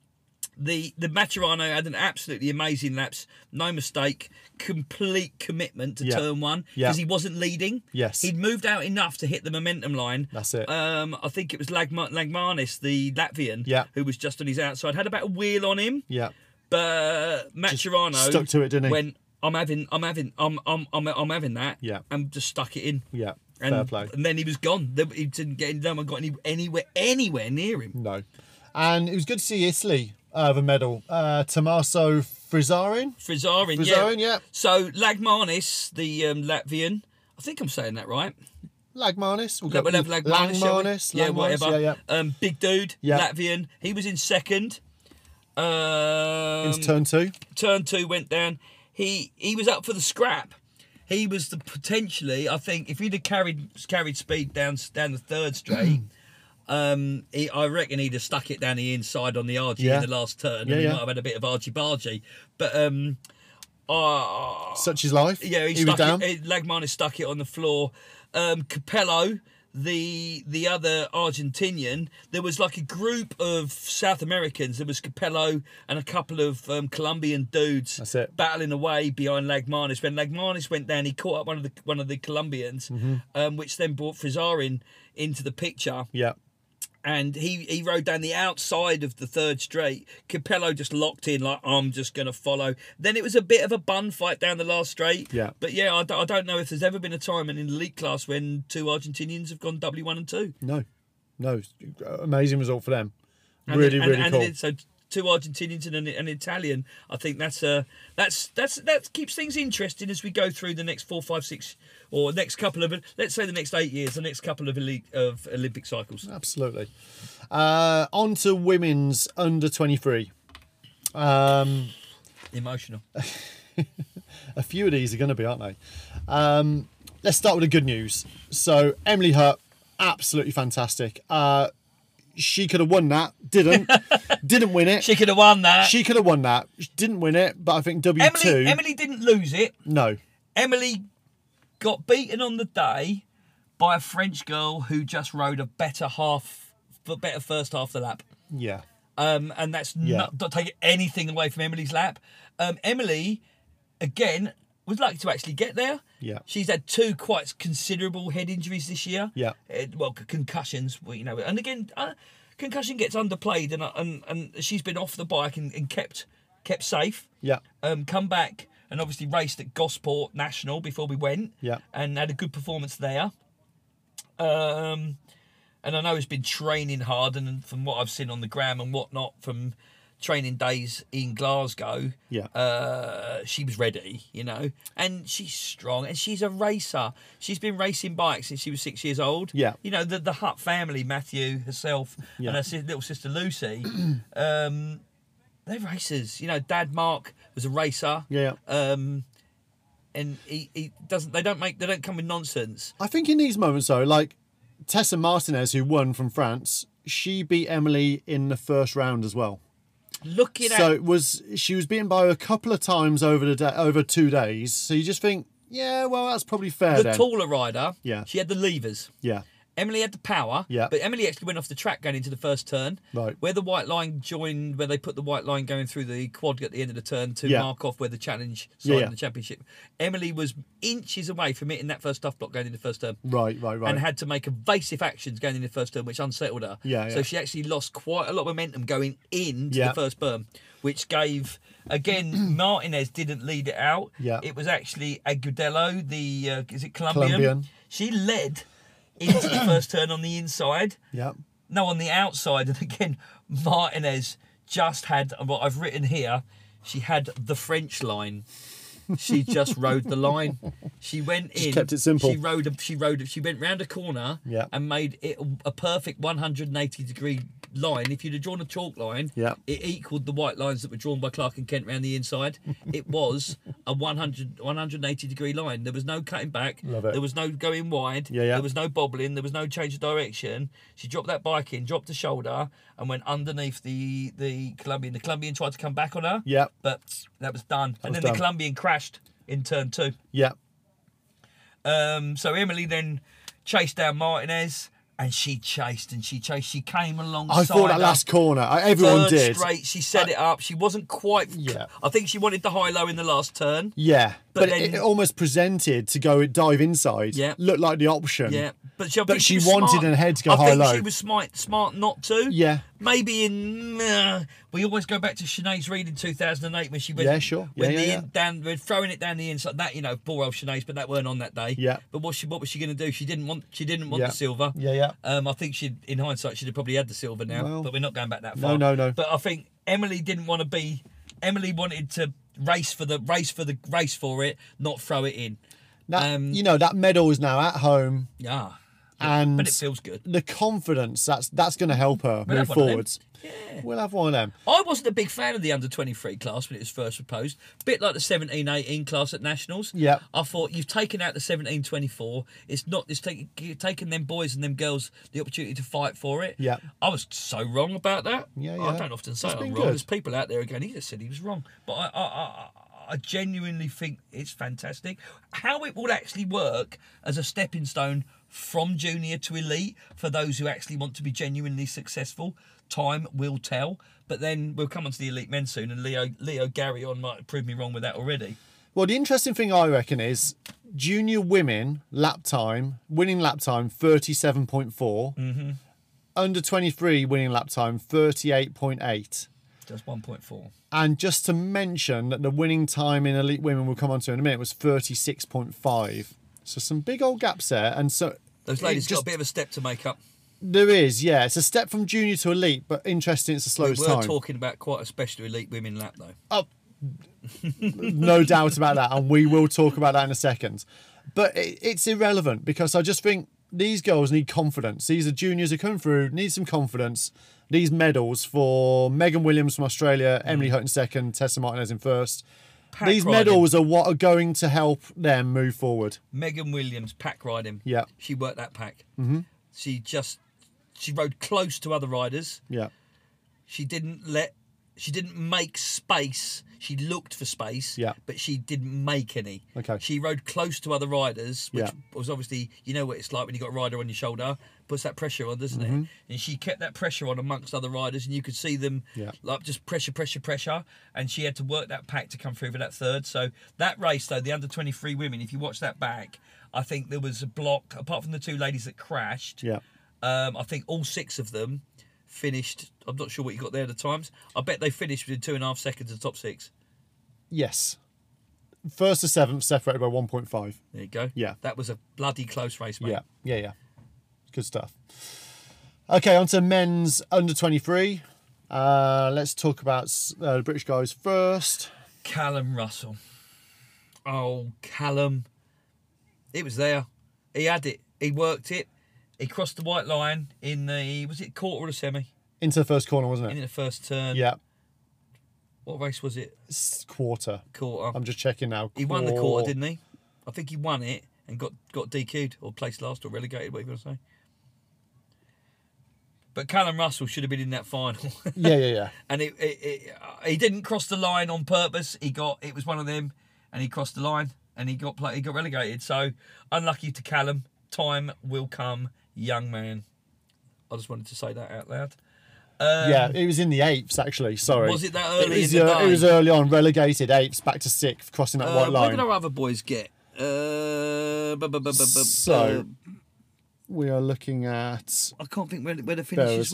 Speaker 4: the the Maturano had an absolutely amazing laps, no mistake, complete commitment to
Speaker 3: Yeah.
Speaker 4: turn one
Speaker 3: Yeah.
Speaker 4: because he wasn't leading.
Speaker 3: Yes.
Speaker 4: He'd moved out enough to hit the momentum line.
Speaker 3: That's it.
Speaker 4: Um I think it was Lagma- Lagmanis, the Latvian,
Speaker 3: Yeah.
Speaker 4: who was just on his outside, had about a wheel on him.
Speaker 3: Yeah.
Speaker 4: But Maturano
Speaker 3: stuck to it, didn't he?
Speaker 4: When I'm having, I'm having, I'm, I'm, I'm, I'm having that.
Speaker 3: Yeah.
Speaker 4: And just stuck it in.
Speaker 3: Yeah.
Speaker 4: And,
Speaker 3: Fair play.
Speaker 4: and then he was gone. There- He didn't get. No one got any, anywhere anywhere near him.
Speaker 3: No. And it was good to see Italy uh, have a medal. Uh, Tommaso Frizzarin.
Speaker 4: Frizarin,
Speaker 3: Frizzarin, yeah.
Speaker 4: So Lagmanis, the um, Latvian. I think I'm saying that right.
Speaker 3: Lagmanis. We'll
Speaker 4: Lag- we'll have Lagmanis, shall we?
Speaker 3: Langmanis.
Speaker 4: Yeah,
Speaker 3: Langmanis,
Speaker 4: whatever.
Speaker 3: Yeah, yeah.
Speaker 4: Um, big dude,
Speaker 3: Yeah.
Speaker 4: Latvian. He was in second. Um,
Speaker 3: Into turn two.
Speaker 4: turn two went down. He he was up for the scrap. He was the potentially. I think if he'd have carried carried speed down down the third straight, um, he, I reckon he'd have stuck it down the inside on the RG
Speaker 3: Yeah.
Speaker 4: in the last turn.
Speaker 3: Yeah,
Speaker 4: and he
Speaker 3: yeah.
Speaker 4: might have had a bit of argy bargy. But um, uh,
Speaker 3: Such is life.
Speaker 4: yeah, he,
Speaker 3: he was
Speaker 4: stuck
Speaker 3: down.
Speaker 4: It, Lagmanis stuck it on the floor. Um, Capello, the the other Argentinian, there was like a group of South Americans. There was Capello and a couple of um, Colombian dudes
Speaker 3: That's it.
Speaker 4: battling away behind Lagmanis. When Lagmanis went down, he caught up one of the one of the Colombians,
Speaker 3: Mm-hmm.
Speaker 4: um, which then brought Frizarin into the picture
Speaker 3: Yeah.
Speaker 4: and he he rode down the outside of the third straight. Capello just locked in like I'm just gonna follow. Then it was a bit of a bun fight down the last straight.
Speaker 3: Yeah.
Speaker 4: But yeah, I, don't- I don't know if there's ever been a time in an elite class when two Argentinians have gone W one and two.
Speaker 3: No. No. Amazing result for them.
Speaker 4: And
Speaker 3: really,
Speaker 4: and-
Speaker 3: really
Speaker 4: and
Speaker 3: cool.
Speaker 4: it- so two Argentinians and an, an Italian. I think that's uh that's that's that keeps things interesting as we go through the next four, five, six, or next couple of let's say the next eight years, the next couple of elite of Olympic cycles.
Speaker 3: Absolutely. Uh, on to women's under 23. Um,
Speaker 4: Emotional.
Speaker 3: a few of these are going to be, aren't they? Um, let's start with the good news. So Emily Hurt, absolutely fantastic. Uh, she could have won that, didn't? didn't win it.
Speaker 4: She could have won that.
Speaker 3: She could have won that. She didn't win it, but I think W
Speaker 4: Emily
Speaker 3: two.
Speaker 4: Emily didn't lose it.
Speaker 3: No,
Speaker 4: Emily got beaten on the day by a French girl who just rode a better half, a better first half of the lap.
Speaker 3: Yeah.
Speaker 4: Um, and that's
Speaker 3: Yeah.
Speaker 4: not, not taking anything away from Emily's lap. Um, Emily, again, was lucky to actually get there.
Speaker 3: Yeah.
Speaker 4: She's had two quite considerable head injuries this year.
Speaker 3: Yeah.
Speaker 4: Uh, well, c- concussions, well, you know. And again, uh, concussion gets underplayed, and, uh, and and she's been off the bike and, and kept kept safe.
Speaker 3: Yeah.
Speaker 4: Um, come back and obviously raced at Gosport National before we went.
Speaker 3: Yeah.
Speaker 4: And had a good performance there. Um, and I know he's been training hard, and from what I've seen on the gram and whatnot from training days in Glasgow,
Speaker 3: Yeah.
Speaker 4: uh, she was ready, you know, and she's strong and she's a racer. She's been racing bikes since she was six years old.
Speaker 3: Yeah.
Speaker 4: You know, the, the Hutt family, Matthew, herself,
Speaker 3: Yeah.
Speaker 4: and her si- little sister Lucy, um, they're racers. You know, Dad Mark was a racer.
Speaker 3: Yeah.
Speaker 4: Um, and he, he doesn't, they don't make, they don't come with nonsense.
Speaker 3: I think in these moments though, like Tessa Martinez, who won from France, she beat Emily in the first round as well.
Speaker 4: Looking at
Speaker 3: so it was she was beaten by her a couple of times over the day, over two days. So you just think, yeah, well, that's probably fair
Speaker 4: the
Speaker 3: then.
Speaker 4: taller rider,
Speaker 3: Yeah.
Speaker 4: she had the levers.
Speaker 3: yeah,
Speaker 4: Emily had the power,
Speaker 3: Yeah.
Speaker 4: but Emily actually went off the track going into the first turn.
Speaker 3: Right.
Speaker 4: Where the white line joined, where they put the white line going through the quad at the end of the turn to
Speaker 3: Yeah.
Speaker 4: mark off where the challenge side
Speaker 3: Yeah, yeah.
Speaker 4: of the championship. Emily was inches away from hitting that first tough block going into the first turn.
Speaker 3: right, right, right.
Speaker 4: And had to make evasive actions going into the first turn, which unsettled her.
Speaker 3: Yeah,
Speaker 4: So
Speaker 3: yeah.
Speaker 4: she actually lost quite a lot of momentum going into
Speaker 3: Yeah.
Speaker 4: the first berm, which gave, again, Martinez didn't lead it out.
Speaker 3: Yeah.
Speaker 4: It was actually Agudelo, the, uh, is it
Speaker 3: Colombian.
Speaker 4: she led into the first turn on the inside.
Speaker 3: yeah,
Speaker 4: No, on the outside. And again, Martinez just had what I've written here. She had the French line. She just rode the line. She went in.
Speaker 3: kept it simple.
Speaker 4: She rode. a- She rode. She went round a corner.
Speaker 3: Yeah.
Speaker 4: And made it a perfect 180 degree line. If you'd have drawn a chalk line,
Speaker 3: Yeah.
Speaker 4: it equaled the white lines that were drawn by Clark and Kent round the inside. It was a 100 180 degree line. There was no cutting back.
Speaker 3: Love it.
Speaker 4: There was no going wide.
Speaker 3: Yeah, yeah.
Speaker 4: There was no bobbling. There was no change of direction. She dropped that bike in, dropped the shoulder, and went underneath the the Colombian. The Colombian tried to come back on her.
Speaker 3: Yeah.
Speaker 4: But that was done. and
Speaker 3: was
Speaker 4: then
Speaker 3: done.
Speaker 4: the Colombian crashed in turn two.
Speaker 3: yeah,
Speaker 4: Um, so Emily then chased down Martinez, and she chased and she chased. She came alongside.
Speaker 3: I thought that
Speaker 4: her.
Speaker 3: last corner. I, everyone
Speaker 4: Third
Speaker 3: did.
Speaker 4: straight, she set it up. She wasn't quite.
Speaker 3: Yeah.
Speaker 4: I think she wanted the high low in the last turn.
Speaker 3: Yeah,
Speaker 4: But
Speaker 3: but,
Speaker 4: then-
Speaker 3: it, it almost presented to go dive inside.
Speaker 4: Yeah.
Speaker 3: looked like the option.
Speaker 4: Yeah, but she, I
Speaker 3: But
Speaker 4: think
Speaker 3: she
Speaker 4: was
Speaker 3: wanted
Speaker 4: smart.
Speaker 3: her head to go
Speaker 4: I think
Speaker 3: high-low.
Speaker 4: She was smart, smart not to.
Speaker 3: Yeah.
Speaker 4: Maybe in uh, we always go back to Sinead's read in two thousand and eight when she went.
Speaker 3: Yeah, sure.
Speaker 4: When
Speaker 3: Yeah,
Speaker 4: the
Speaker 3: yeah,
Speaker 4: in,
Speaker 3: yeah.
Speaker 4: down, we're throwing it down the inside. That you know, poor old Sinead's, but that weren't on that day.
Speaker 3: Yeah.
Speaker 4: But what she what was she going to do? She didn't want she didn't want
Speaker 3: Yeah.
Speaker 4: the silver.
Speaker 3: Yeah, yeah.
Speaker 4: Um, I think she in hindsight she'd have probably had the silver now,
Speaker 3: Well,
Speaker 4: but we're not going back that
Speaker 3: no,
Speaker 4: far.
Speaker 3: no, no.
Speaker 4: But I think Emily didn't want to be. Emily wanted to race for the race for the race for it, not throw it in.
Speaker 3: That,
Speaker 4: Um,
Speaker 3: you know that medal is now at home,
Speaker 4: Yeah.
Speaker 3: and
Speaker 4: But it feels good.
Speaker 3: the confidence that's that's going to help her
Speaker 4: We'll
Speaker 3: move
Speaker 4: have one of them.
Speaker 3: forwards. We'll have one of them.
Speaker 4: I wasn't a big fan of the under 23 class when it was first proposed. Bit like the 17 18 class at Nationals.
Speaker 3: Yeah.
Speaker 4: I thought you've taken out the 17 24. It's not, it's taking you're taking them boys and them girls the opportunity to fight for it.
Speaker 3: Yeah.
Speaker 4: I was so wrong about that.
Speaker 3: Yeah,
Speaker 4: I
Speaker 3: yeah.
Speaker 4: don't often say
Speaker 3: It's
Speaker 4: I'm
Speaker 3: been
Speaker 4: wrong.
Speaker 3: good.
Speaker 4: There's people out there again, he just said he was wrong. But I, I, I, I genuinely think it's fantastic. How it will actually work as a stepping stone from junior to elite for those who actually want to be genuinely successful, time will tell. But then we'll come on to the elite men soon, and Leo Leo Gary on might prove me wrong with that already.
Speaker 3: Well, the interesting thing I reckon is junior women lap time, winning lap time 37.4,
Speaker 4: Mm-hmm.
Speaker 3: under 23 winning lap time 38.8.
Speaker 4: Just 1.4.
Speaker 3: And just to mention that the winning time in elite women we'll come on to in a minute was 36.5. So some big old gaps there. And so
Speaker 4: Those
Speaker 3: it
Speaker 4: ladies
Speaker 3: just-
Speaker 4: got a bit of a step to make up.
Speaker 3: there is, yeah. It's a step from junior to elite, but interesting, it's the
Speaker 4: We
Speaker 3: slowest
Speaker 4: were
Speaker 3: time.
Speaker 4: talking about quite a special elite women lap though.
Speaker 3: Oh. no doubt about that, and we will talk about that in a second. But it, it's irrelevant because I just think these girls need confidence. These are juniors who come through, need some confidence. These medals for Megan Williams from Australia, Emily Hutton second, Tessa Martinez in first.
Speaker 4: Pack
Speaker 3: these
Speaker 4: riding.
Speaker 3: medals are what are going to help them move forward.
Speaker 4: Megan Williams pack riding.
Speaker 3: Yeah.
Speaker 4: She worked that pack. Mm-hmm. She just she rode close to other riders.
Speaker 3: Yeah,
Speaker 4: She didn't let she didn't make space. She looked for space,
Speaker 3: Yeah.
Speaker 4: but she didn't make any.
Speaker 3: Okay.
Speaker 4: She rode close to other riders, which
Speaker 3: Yeah.
Speaker 4: was obviously you know what it's like when you got a rider on your shoulder, puts that pressure on, doesn't
Speaker 3: Mm-hmm.
Speaker 4: it? And she kept that pressure on amongst other riders, and you could see them
Speaker 3: Yeah.
Speaker 4: like just pressure, pressure, pressure. And she had to work that pack to come through for that third. So that race though, the under twenty three women, if you watch that back, I think there was a block apart from the two ladies that crashed.
Speaker 3: Yeah.
Speaker 4: Um, I think all six of them finished. I'm not sure what you got there at the times. I bet they finished within two and a half seconds of top six.
Speaker 3: Yes. First to seventh separated by 1.5.
Speaker 4: There you go.
Speaker 3: Yeah.
Speaker 4: That was a bloody close race, mate.
Speaker 3: Yeah, yeah, yeah. Good stuff. Okay, on to men's under 23. Uh, let's talk about uh, the British guys first.
Speaker 4: Callum Russell. Oh, Callum. It was there. He had it. He worked it. He crossed the white line in the was it quarter or the semi?
Speaker 3: Into the first corner, wasn't
Speaker 4: In
Speaker 3: it?
Speaker 4: the first turn.
Speaker 3: Yeah,
Speaker 4: What race was it?
Speaker 3: s- quarter.
Speaker 4: Quarter.
Speaker 3: I'm just checking now.
Speaker 4: he won the quarter, didn't he? I think he won it and got got DQ'd or placed last or relegated, whatever you want to say. But Callum Russell should have been in that final.
Speaker 3: Yeah, yeah, yeah.
Speaker 4: and it, it, it uh, he didn't cross the line on purpose. He got it was one of them, and he crossed the line and he got pla- he got relegated. So unlucky to Callum. Time will come, young man. I just wanted to say that out loud.
Speaker 3: yeah, it was in the eighths, actually. Sorry.
Speaker 4: Um, Was it that early
Speaker 3: It was,
Speaker 4: in the
Speaker 3: uh, it
Speaker 4: day?
Speaker 3: was early on, relegated eighths, back to sixth, crossing that white
Speaker 4: Uh, what
Speaker 3: line.
Speaker 4: did our other boys get? Uh, bu- bu- bu- bu- bu-
Speaker 3: So, we are looking at.
Speaker 4: uh, I can't think where, where the finishes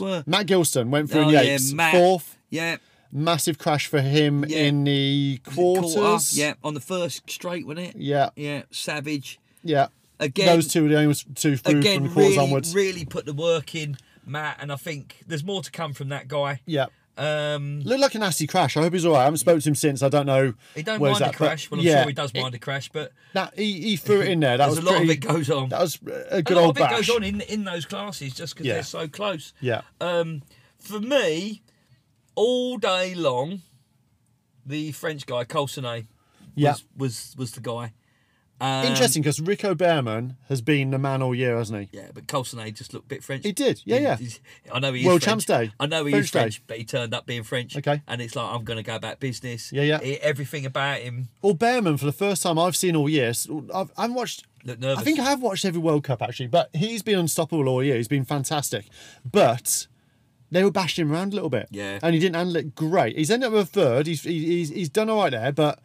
Speaker 3: bearers.
Speaker 4: were.
Speaker 3: Matt Gilston went through
Speaker 4: Oh,
Speaker 3: in the
Speaker 4: yeah,
Speaker 3: eighths.
Speaker 4: Matt.
Speaker 3: Fourth,
Speaker 4: Yeah,
Speaker 3: massive crash for him
Speaker 4: Yeah.
Speaker 3: in the quarters.
Speaker 4: quarter. Yeah, on the first straight, wasn't it?
Speaker 3: Yeah,
Speaker 4: Yeah, savage.
Speaker 3: yeah.
Speaker 4: Again,
Speaker 3: Those two were the only two through from the
Speaker 4: again,
Speaker 3: quarters
Speaker 4: really,
Speaker 3: onwards.
Speaker 4: really put the work in, Matt, and I think there's more to come from that guy.
Speaker 3: yeah.
Speaker 4: Um,
Speaker 3: Looked like a nasty crash. I hope he's all right. I haven't spoken to him since. I don't know.
Speaker 4: he don't
Speaker 3: where's
Speaker 4: mind a
Speaker 3: that, but
Speaker 4: crash. Well, I'm
Speaker 3: yeah,
Speaker 4: sure he does mind a crash, but
Speaker 3: That, he, he threw it in there. That
Speaker 4: there's
Speaker 3: was
Speaker 4: a lot
Speaker 3: pretty-
Speaker 4: of it goes on.
Speaker 3: That was a
Speaker 4: a
Speaker 3: good
Speaker 4: lot
Speaker 3: old
Speaker 4: of it
Speaker 3: bash.
Speaker 4: goes on in in those classes just because
Speaker 3: Yeah.
Speaker 4: they're so close.
Speaker 3: Yeah,
Speaker 4: Um, for me, all day long, the French guy Colsonet
Speaker 3: yeah.
Speaker 4: was, was was the guy. Um,
Speaker 3: Interesting because Rico Behrman has been the man all year, hasn't he?
Speaker 4: Yeah, but Colsonet just looked a bit French.
Speaker 3: He did. Yeah, yeah.
Speaker 4: he's- I know he is
Speaker 3: World
Speaker 4: French.
Speaker 3: Champs Day.
Speaker 4: I know he
Speaker 3: French
Speaker 4: is
Speaker 3: Day.
Speaker 4: French, but he turned up being French.
Speaker 3: Okay.
Speaker 4: And it's like I'm going to go back business.
Speaker 3: Yeah, yeah.
Speaker 4: He- everything about him
Speaker 3: Or Behrman for the first time I've seen all year. s- I've, I've watched.
Speaker 4: looked nervous.
Speaker 3: I think I have watched every World Cup actually, but he's been unstoppable all year. He's been fantastic, but they were bashing him around a little bit.
Speaker 4: Yeah.
Speaker 3: and he didn't handle it great. He's ended up with a third. He's he- he's, he's done all right there, but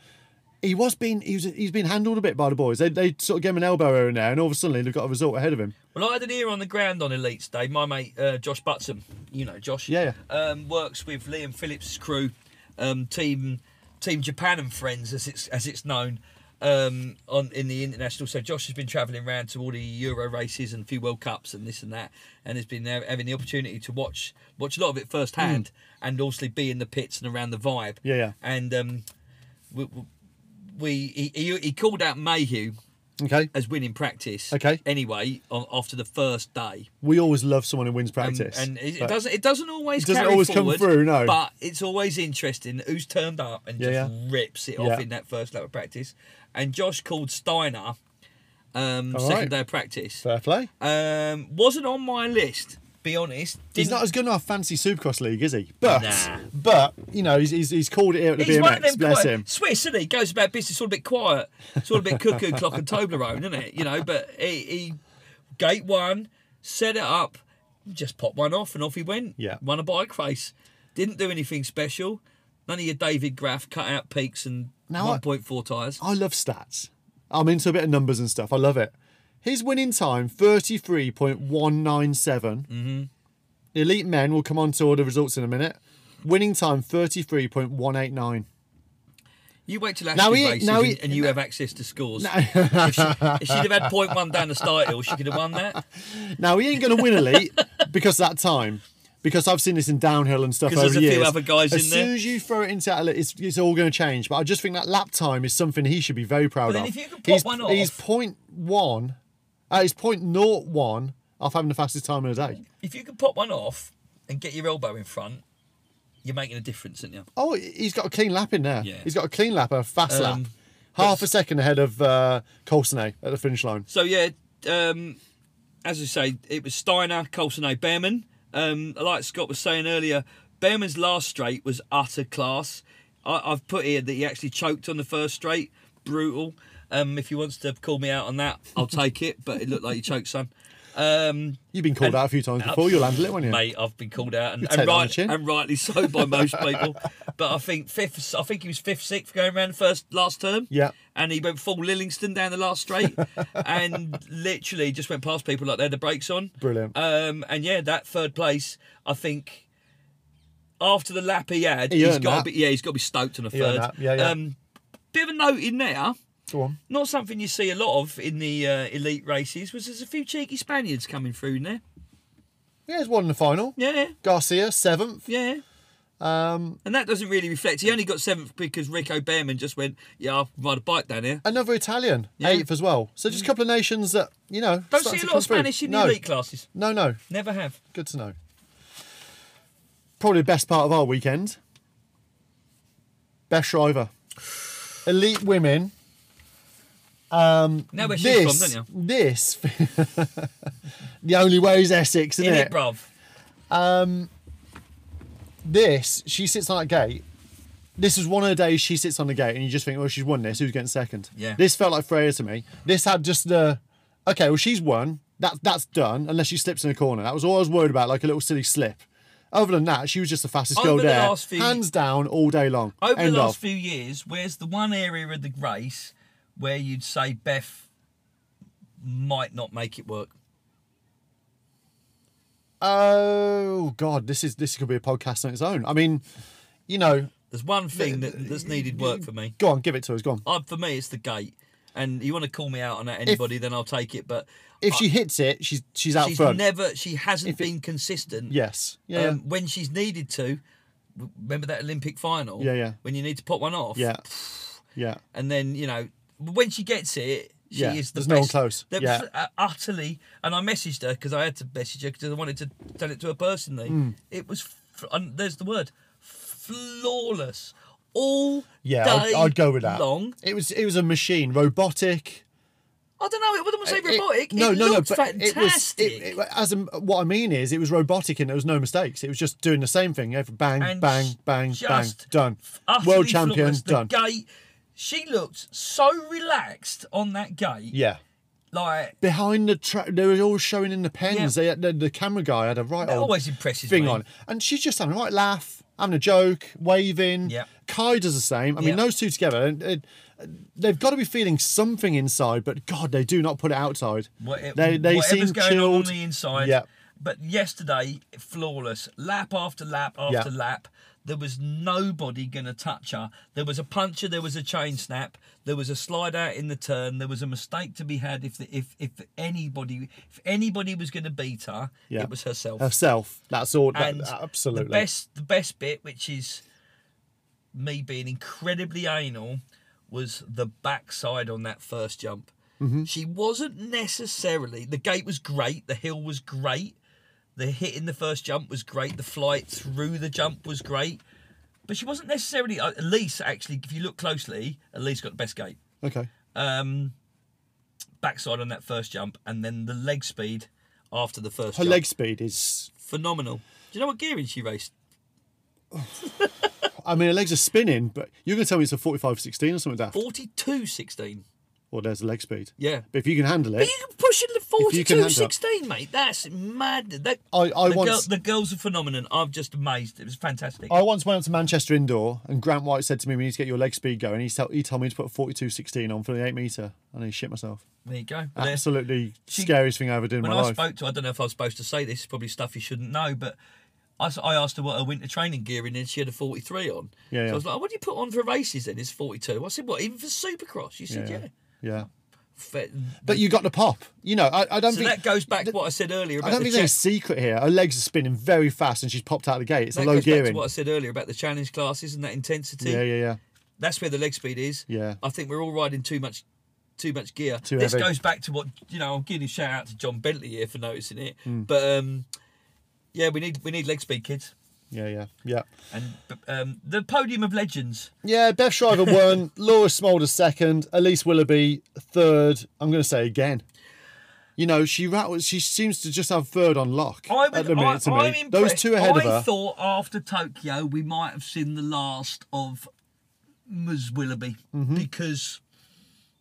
Speaker 3: he was being he was, he's been handled a bit by the boys. They, they sort of gave him an elbow here and there, and all of a sudden they've got a result ahead of him.
Speaker 4: Well, I had an ear on the ground on Elites Day. My mate uh, Josh Butson, you know Josh,
Speaker 3: Yeah,
Speaker 4: Um, works with Liam Phillips' crew, um, team Team Japan and friends, as it's as it's known, um, on in the international. So Josh has been travelling around to all the Euro races and a few World Cups and this and that, and has been ha- having the opportunity to watch watch a lot of it firsthand and also be in the pits and around the vibe.
Speaker 3: Mm. Yeah, yeah.
Speaker 4: And um, we, we he, he he called out Mayhew
Speaker 3: Okay,
Speaker 4: as winning practice.
Speaker 3: Okay.
Speaker 4: Anyway, on, after the first day,
Speaker 3: we always love someone who wins
Speaker 4: and,
Speaker 3: practice,
Speaker 4: and it, it
Speaker 3: but-
Speaker 4: doesn't it doesn't always
Speaker 3: It doesn't
Speaker 4: carry
Speaker 3: always come
Speaker 4: forward,
Speaker 3: through, no.
Speaker 4: But it's always interesting who's turned up and
Speaker 3: Yeah,
Speaker 4: just
Speaker 3: yeah.
Speaker 4: rips it
Speaker 3: Yeah.
Speaker 4: off in that first lap of practice. And Josh called Steiner um,
Speaker 3: All
Speaker 4: second
Speaker 3: right.
Speaker 4: day of practice.
Speaker 3: fair play.
Speaker 4: Um, wasn't on my list. Be honest.
Speaker 3: He's
Speaker 4: Didn't-
Speaker 3: not as good in our fancy Supercross league, is he? But
Speaker 4: Nah.
Speaker 3: but you know he's, he's he's called it here at the
Speaker 4: He's
Speaker 3: BMX.
Speaker 4: one of them
Speaker 3: Bless
Speaker 4: quiet,
Speaker 3: him.
Speaker 4: Swiss, isn't he? Goes about business, all a bit quiet. It's all a bit cuckoo clock and Toblerone, isn't it? You know, but he, he gate one, set it up, just popped one off, and off he went.
Speaker 3: Yeah.
Speaker 4: won a bike race. Didn't do anything special. None of your David Graff cut out peaks and
Speaker 3: Now I-
Speaker 4: 1.4 tyres.
Speaker 3: I love stats. I'm into a bit of numbers and stuff. I love it. His winning time, 33.197.
Speaker 4: Mm-hmm.
Speaker 3: The elite men will come on to all the results in a minute. Winning time, 33.189.
Speaker 4: You wait till
Speaker 3: Now
Speaker 4: Ashley
Speaker 3: he-
Speaker 4: races
Speaker 3: now he-
Speaker 4: and, and you have access to scores. if, she, if she'd have had point one down the start hill, she could have won that.
Speaker 3: Now, he ain't going to win elite because of that time. Because I've seen this in downhill and stuff over
Speaker 4: 'Cause there's a
Speaker 3: years.
Speaker 4: few other guys
Speaker 3: as
Speaker 4: in
Speaker 3: soon
Speaker 4: there.
Speaker 3: as you throw it into elite, it's, it's all going to change. But I just think that lap time is something he should be very proud
Speaker 4: then
Speaker 3: of.
Speaker 4: if you could pop
Speaker 3: he's,
Speaker 4: one
Speaker 3: he's
Speaker 4: off-
Speaker 3: point one, uh, he's point naught one off having the fastest time of the day.
Speaker 4: If you could pop one off and get your elbow in front, you're making a difference, aren't you?
Speaker 3: Oh, he's got a clean lap in there.
Speaker 4: Yeah.
Speaker 3: He's got a clean lap, a fast
Speaker 4: Um,
Speaker 3: lap. Half a second ahead of uh, Colsonay at the finish line.
Speaker 4: So yeah, um, as I say, it was Steiner, Colson, A. Behrman. Um, like Scott was saying earlier, Behrman's last straight was utter class. I, I've put here that he actually choked on the first straight. Brutal. Um, if he wants to call me out on that, I'll take it. But it looked like he choked some. Um,
Speaker 3: You've been called out a few times before. You'll handle it, won't you?
Speaker 4: Mate, I've been called out and,
Speaker 3: take
Speaker 4: and,
Speaker 3: that on
Speaker 4: right-
Speaker 3: the chin.
Speaker 4: and rightly so by most people. But I think fifth, I think he was fifth, sixth going around first last term.
Speaker 3: Yeah.
Speaker 4: and he went full Lillingston down the last straight, and literally just went past people like they had the brakes on.
Speaker 3: Brilliant.
Speaker 4: Um, and yeah, that third place, I think. After the lap he had,
Speaker 3: He
Speaker 4: has
Speaker 3: earned
Speaker 4: got
Speaker 3: that.
Speaker 4: to be yeah, he's got to be stoked on a
Speaker 3: He earned
Speaker 4: third.
Speaker 3: that. Yeah, yeah.
Speaker 4: Um, bit of a note in there
Speaker 3: Go on.
Speaker 4: not something you see a lot of in the uh, elite races was there's a few cheeky Spaniards coming through in there.
Speaker 3: Yeah, he's won in the final.
Speaker 4: Yeah,
Speaker 3: Garcia, seventh.
Speaker 4: yeah. Um, and that doesn't really reflect. He only got seventh because Rico Behrman just went, yeah, I'll ride a bike down here.
Speaker 3: Another Italian,
Speaker 4: Yeah.
Speaker 3: eighth as well. So just a couple of nations that, you know.
Speaker 4: Don't
Speaker 3: starting
Speaker 4: see
Speaker 3: to
Speaker 4: a
Speaker 3: come
Speaker 4: lot of
Speaker 3: through.
Speaker 4: Spanish in
Speaker 3: no.
Speaker 4: the elite classes.
Speaker 3: No, no.
Speaker 4: Never have.
Speaker 3: Good to know. Probably the best part of our weekend. Best driver. Elite women.
Speaker 4: Now where she's from,
Speaker 3: This,
Speaker 4: don't you?
Speaker 3: this, the only way is Essex, isn't
Speaker 4: In
Speaker 3: it?
Speaker 4: it, bruv.
Speaker 3: This, she sits on that gate. This is one of the days she sits on the gate, and you just think, well, she's won this. Who's getting second?
Speaker 4: Yeah.
Speaker 3: This felt like Freya to me. This had just the, okay, well, she's won. That that's done. Unless she slips in a corner. That was all I was worried about, like a little silly slip. Other than that, she was just the fastest
Speaker 4: Over
Speaker 3: girl
Speaker 4: the
Speaker 3: there,
Speaker 4: last few-
Speaker 3: hands down, all day long.
Speaker 4: Over
Speaker 3: End
Speaker 4: the last
Speaker 3: of.
Speaker 4: few years, where's the one area of the race where you'd say Beth might not make it work?
Speaker 3: Oh God, this is this could be a podcast on its own. I mean, you know,
Speaker 4: There's one thing that, that's needed work for me.
Speaker 3: go on, give it to us. Go on.
Speaker 4: I, for me, it's the gate. And you want to call me out on that, anybody, then I'll take it. But
Speaker 3: If she hits it, she's she's out
Speaker 4: she's
Speaker 3: front.
Speaker 4: never, she hasn't been consistent.
Speaker 3: yes. Yeah. yeah.
Speaker 4: Um, when she's needed to, w- remember that Olympic final?
Speaker 3: Yeah, yeah.
Speaker 4: When you need to pop one off.
Speaker 3: yeah. Yeah.
Speaker 4: And then, you know, when she gets it, she
Speaker 3: Yeah,
Speaker 4: is the
Speaker 3: there's
Speaker 4: best.
Speaker 3: no one close.
Speaker 4: That
Speaker 3: Yeah.
Speaker 4: was, uh, utterly. And I messaged her because I had to message her because I wanted to tell it to her personally.
Speaker 3: Hmm.
Speaker 4: It was, f- and there's the word, flawless. All
Speaker 3: Yeah, I'd,
Speaker 4: day
Speaker 3: I'd go with that.
Speaker 4: long.
Speaker 3: It was it was a machine, robotic.
Speaker 4: I don't know. I wouldn't say
Speaker 3: It-
Speaker 4: robotic.
Speaker 3: no,
Speaker 4: it
Speaker 3: no, no.
Speaker 4: looked
Speaker 3: But it was
Speaker 4: fantastic.
Speaker 3: it, it- as in- what I mean is, it was robotic and there was no mistakes. It was just doing the same thing. Every bang,
Speaker 4: And
Speaker 3: bang,
Speaker 4: s-
Speaker 3: bang, bang,
Speaker 4: just
Speaker 3: done.
Speaker 4: utterly
Speaker 3: World champion,
Speaker 4: flawless. The
Speaker 3: done.
Speaker 4: Gate. She looked so relaxed on that gate.
Speaker 3: Yeah.
Speaker 4: Like
Speaker 3: behind the track. They were all showing in the pens. They had, the, the camera guy had a right
Speaker 4: That
Speaker 3: old
Speaker 4: always impresses
Speaker 3: thing
Speaker 4: me.
Speaker 3: Oh, on, and she's just having a right laugh, having a joke, waving.
Speaker 4: Yeah.
Speaker 3: Kai does the same. I mean,
Speaker 4: Yeah.
Speaker 3: those two together, and it, they've got to be feeling something inside, but God, they do not put it outside.
Speaker 4: what, it,
Speaker 3: they they
Speaker 4: whatever's
Speaker 3: seem
Speaker 4: going on on
Speaker 3: chilled.
Speaker 4: the inside.
Speaker 3: Yeah.
Speaker 4: But yesterday, flawless. Lap after lap after
Speaker 3: Yeah.
Speaker 4: lap. There was nobody gonna touch her. There was a puncher. There was a chain snap. There was a slide out in the turn. There was a mistake to be had. If the, if if anybody if anybody was gonna beat her,
Speaker 3: Yeah.
Speaker 4: it was herself.
Speaker 3: Herself. That's all. That,
Speaker 4: and
Speaker 3: absolutely.
Speaker 4: the best the best bit which is me being incredibly anal was the backside on that first jump
Speaker 3: Mm-hmm.
Speaker 4: she wasn't necessarily the gate was great the hill was great the hit in the first jump was great the flight through the jump was great but she wasn't necessarily uh, elise actually if you look closely elise got the best gate
Speaker 3: Okay.
Speaker 4: um backside on that first jump and then the leg speed after the first
Speaker 3: Her
Speaker 4: jump
Speaker 3: leg speed is.
Speaker 4: phenomenal. Do you know what gearing she raced?
Speaker 3: I mean, her legs are spinning, but you're going to tell me it's a 45 16 or something like that.
Speaker 4: Forty-two sixteen.
Speaker 3: Well, there's the leg speed.
Speaker 4: Yeah.
Speaker 3: But if you can handle
Speaker 4: But
Speaker 3: it,
Speaker 4: you can push it to
Speaker 3: you can handle
Speaker 4: forty-two
Speaker 3: it.
Speaker 4: sixteen, mate. That's mad. That,
Speaker 3: I- I
Speaker 4: the,
Speaker 3: once-
Speaker 4: girl, the girl's a phenomenon. I'm just amazed. It was fantastic.
Speaker 3: I once went up to Manchester Indoor and Grant White said to me, We need to get your leg speed going. He, tell, he told me to put a 42.16 on for the 8 metre and I shit myself.
Speaker 4: there you go. Well, there's-
Speaker 3: Absolutely
Speaker 4: Uh, She-
Speaker 3: scariest thing I ever did in
Speaker 4: When
Speaker 3: my
Speaker 4: I
Speaker 3: life.
Speaker 4: spoke to, her, I don't know if I was supposed to say this. it's Probably stuff you shouldn't know, but. I s- I asked her what her winter training gear in, and she had a 43 on.
Speaker 3: Yeah,
Speaker 4: so
Speaker 3: yeah.
Speaker 4: I was like, "What do you put on for races then? It's 42." I said, "What? Even for Supercross?" She said, "Yeah."
Speaker 3: yeah.
Speaker 4: Fe-
Speaker 3: But you got the pop. You know, I, I don't
Speaker 4: so
Speaker 3: think.
Speaker 4: that goes back to what I said earlier about
Speaker 3: I don't
Speaker 4: the
Speaker 3: think there's a
Speaker 4: chest.
Speaker 3: secret here. Her legs are spinning very fast and she's popped out of the gate. It's a
Speaker 4: That
Speaker 3: low
Speaker 4: goes back to
Speaker 3: gearing.
Speaker 4: what I said earlier about the challenge classes and that intensity.
Speaker 3: Yeah, yeah, yeah.
Speaker 4: That's where the leg speed is.
Speaker 3: Yeah.
Speaker 4: I think we're all riding too much too much gear.
Speaker 3: Too
Speaker 4: this
Speaker 3: heavy.
Speaker 4: goes back to what you know, I'm giving a shout out to John Bentley here for noticing it.
Speaker 3: Hmm.
Speaker 4: But um yeah, we need we need leg speed kids.
Speaker 3: Yeah, yeah, yeah.
Speaker 4: And b- um, the podium of legends.
Speaker 3: Yeah, Beth Shriver won, Laura Smolder second, Elise Willoughby third. I'm going to say again. You know, she rat- she seems to just have third on lock
Speaker 4: I
Speaker 3: at
Speaker 4: was,
Speaker 3: the minute
Speaker 4: I,
Speaker 3: to
Speaker 4: I'm
Speaker 3: me.
Speaker 4: impressed.
Speaker 3: Those two ahead
Speaker 4: I
Speaker 3: of her.
Speaker 4: thought after Tokyo we might have seen the last of Ms. Willoughby
Speaker 3: Mm-hmm.
Speaker 4: because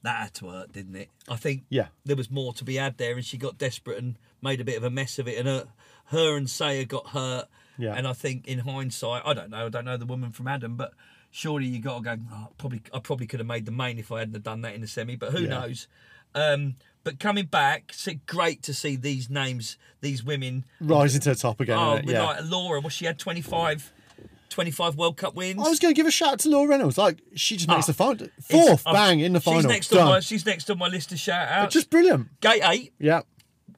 Speaker 4: that had to hurt, didn't it? I think
Speaker 3: Yeah.
Speaker 4: there was more to be had there, and she got desperate and made a bit of a mess of it, and her, her and Saya got hurt.
Speaker 3: Yeah.
Speaker 4: And I think in hindsight, I don't know, I don't know the woman from Adam, but surely you got to go. "Oh, probably, I probably could have made the main if I hadn't have done that in the semi, but who
Speaker 3: Yeah.
Speaker 4: knows? Um, but coming back, it's great to see these names, these women
Speaker 3: rising to the top again.
Speaker 4: Oh,
Speaker 3: innit?
Speaker 4: with
Speaker 3: Uh, yeah.
Speaker 4: like Laura, well, she had 25, 25 World Cup wins.
Speaker 3: I was going to give a shout out to Laura Reynolds. Like she just makes
Speaker 4: Ah,
Speaker 3: the final
Speaker 4: It's-
Speaker 3: fourth,
Speaker 4: I've-
Speaker 3: bang in the final.
Speaker 4: She's next on
Speaker 3: Done.
Speaker 4: my she's next on my list to shout out.
Speaker 3: just brilliant.
Speaker 4: Gate eight.
Speaker 3: Yeah,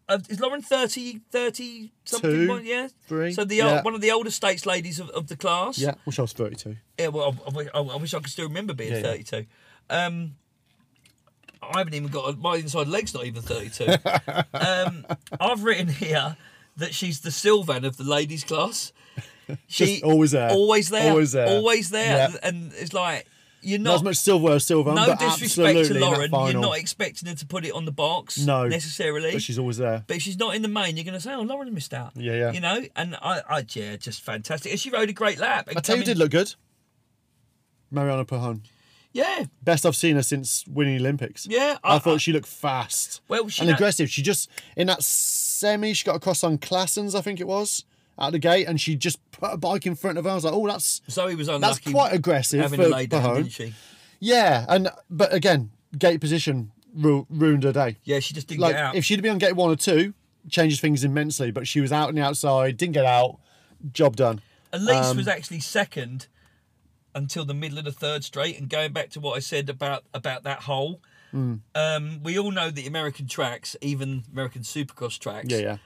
Speaker 4: Uh, is Lauren 30, 30 something?
Speaker 3: Two,
Speaker 4: like- yeah,
Speaker 3: three,
Speaker 4: So the
Speaker 3: yeah.
Speaker 4: old, one of the older states ladies of, of the class.
Speaker 3: yeah. Well, she was thirty-two.
Speaker 4: Yeah, well, I, I wish- I, I wish I could still remember being
Speaker 3: Yeah, yeah.
Speaker 4: 32. Um, I haven't even got a, my inside leg's not even 32. um, I've written here that she's the Sylvan of the ladies' class. She
Speaker 3: Just always there.
Speaker 4: always there,
Speaker 3: Always there.
Speaker 4: always there,
Speaker 3: Yeah.
Speaker 4: and it's like you're
Speaker 3: Not,
Speaker 4: not.
Speaker 3: as much silver as silver,
Speaker 4: no
Speaker 3: but
Speaker 4: disrespect to
Speaker 3: absolutely in that
Speaker 4: Lauren, you're
Speaker 3: final.
Speaker 4: not expecting her to put it on the box
Speaker 3: No,
Speaker 4: necessarily.
Speaker 3: But she's always there.
Speaker 4: But if she's not in the main, you're going to say, "Oh, Lauren missed out."
Speaker 3: Yeah, yeah.
Speaker 4: You know, and I, I, yeah, just fantastic. And she rode a great lap. And
Speaker 3: I tell you, who
Speaker 4: coming-
Speaker 3: did look good. Mariana Pajon.
Speaker 4: Yeah,
Speaker 3: Best I've seen her since winning the Olympics.
Speaker 4: Yeah,
Speaker 3: I,
Speaker 4: I-
Speaker 3: thought
Speaker 4: I-
Speaker 3: she looked fast.
Speaker 4: Well, she
Speaker 3: and
Speaker 4: kno-
Speaker 3: aggressive. She just in that semi, she got across on Classens, I think it was, out the gate, and she just put a bike in front of her. I was like, oh, that's
Speaker 4: Zoe was unlucky.
Speaker 3: that's quite aggressive
Speaker 4: Having
Speaker 3: for
Speaker 4: a lay down,
Speaker 3: Pajon.
Speaker 4: didn't she?
Speaker 3: Yeah, and but again, gate position ru- ruined her day.
Speaker 4: Yeah, she just didn't
Speaker 3: Like
Speaker 4: get out.
Speaker 3: if she'd been on gate one or two, changes things immensely. But she was out on the outside, didn't get out. Job done.
Speaker 4: Elise
Speaker 3: um,
Speaker 4: was actually second until the middle of the third straight. And going back to what I said about about that hole,
Speaker 3: Hmm.
Speaker 4: um, we all know the American tracks, even American Supercross tracks,
Speaker 3: Yeah, yeah.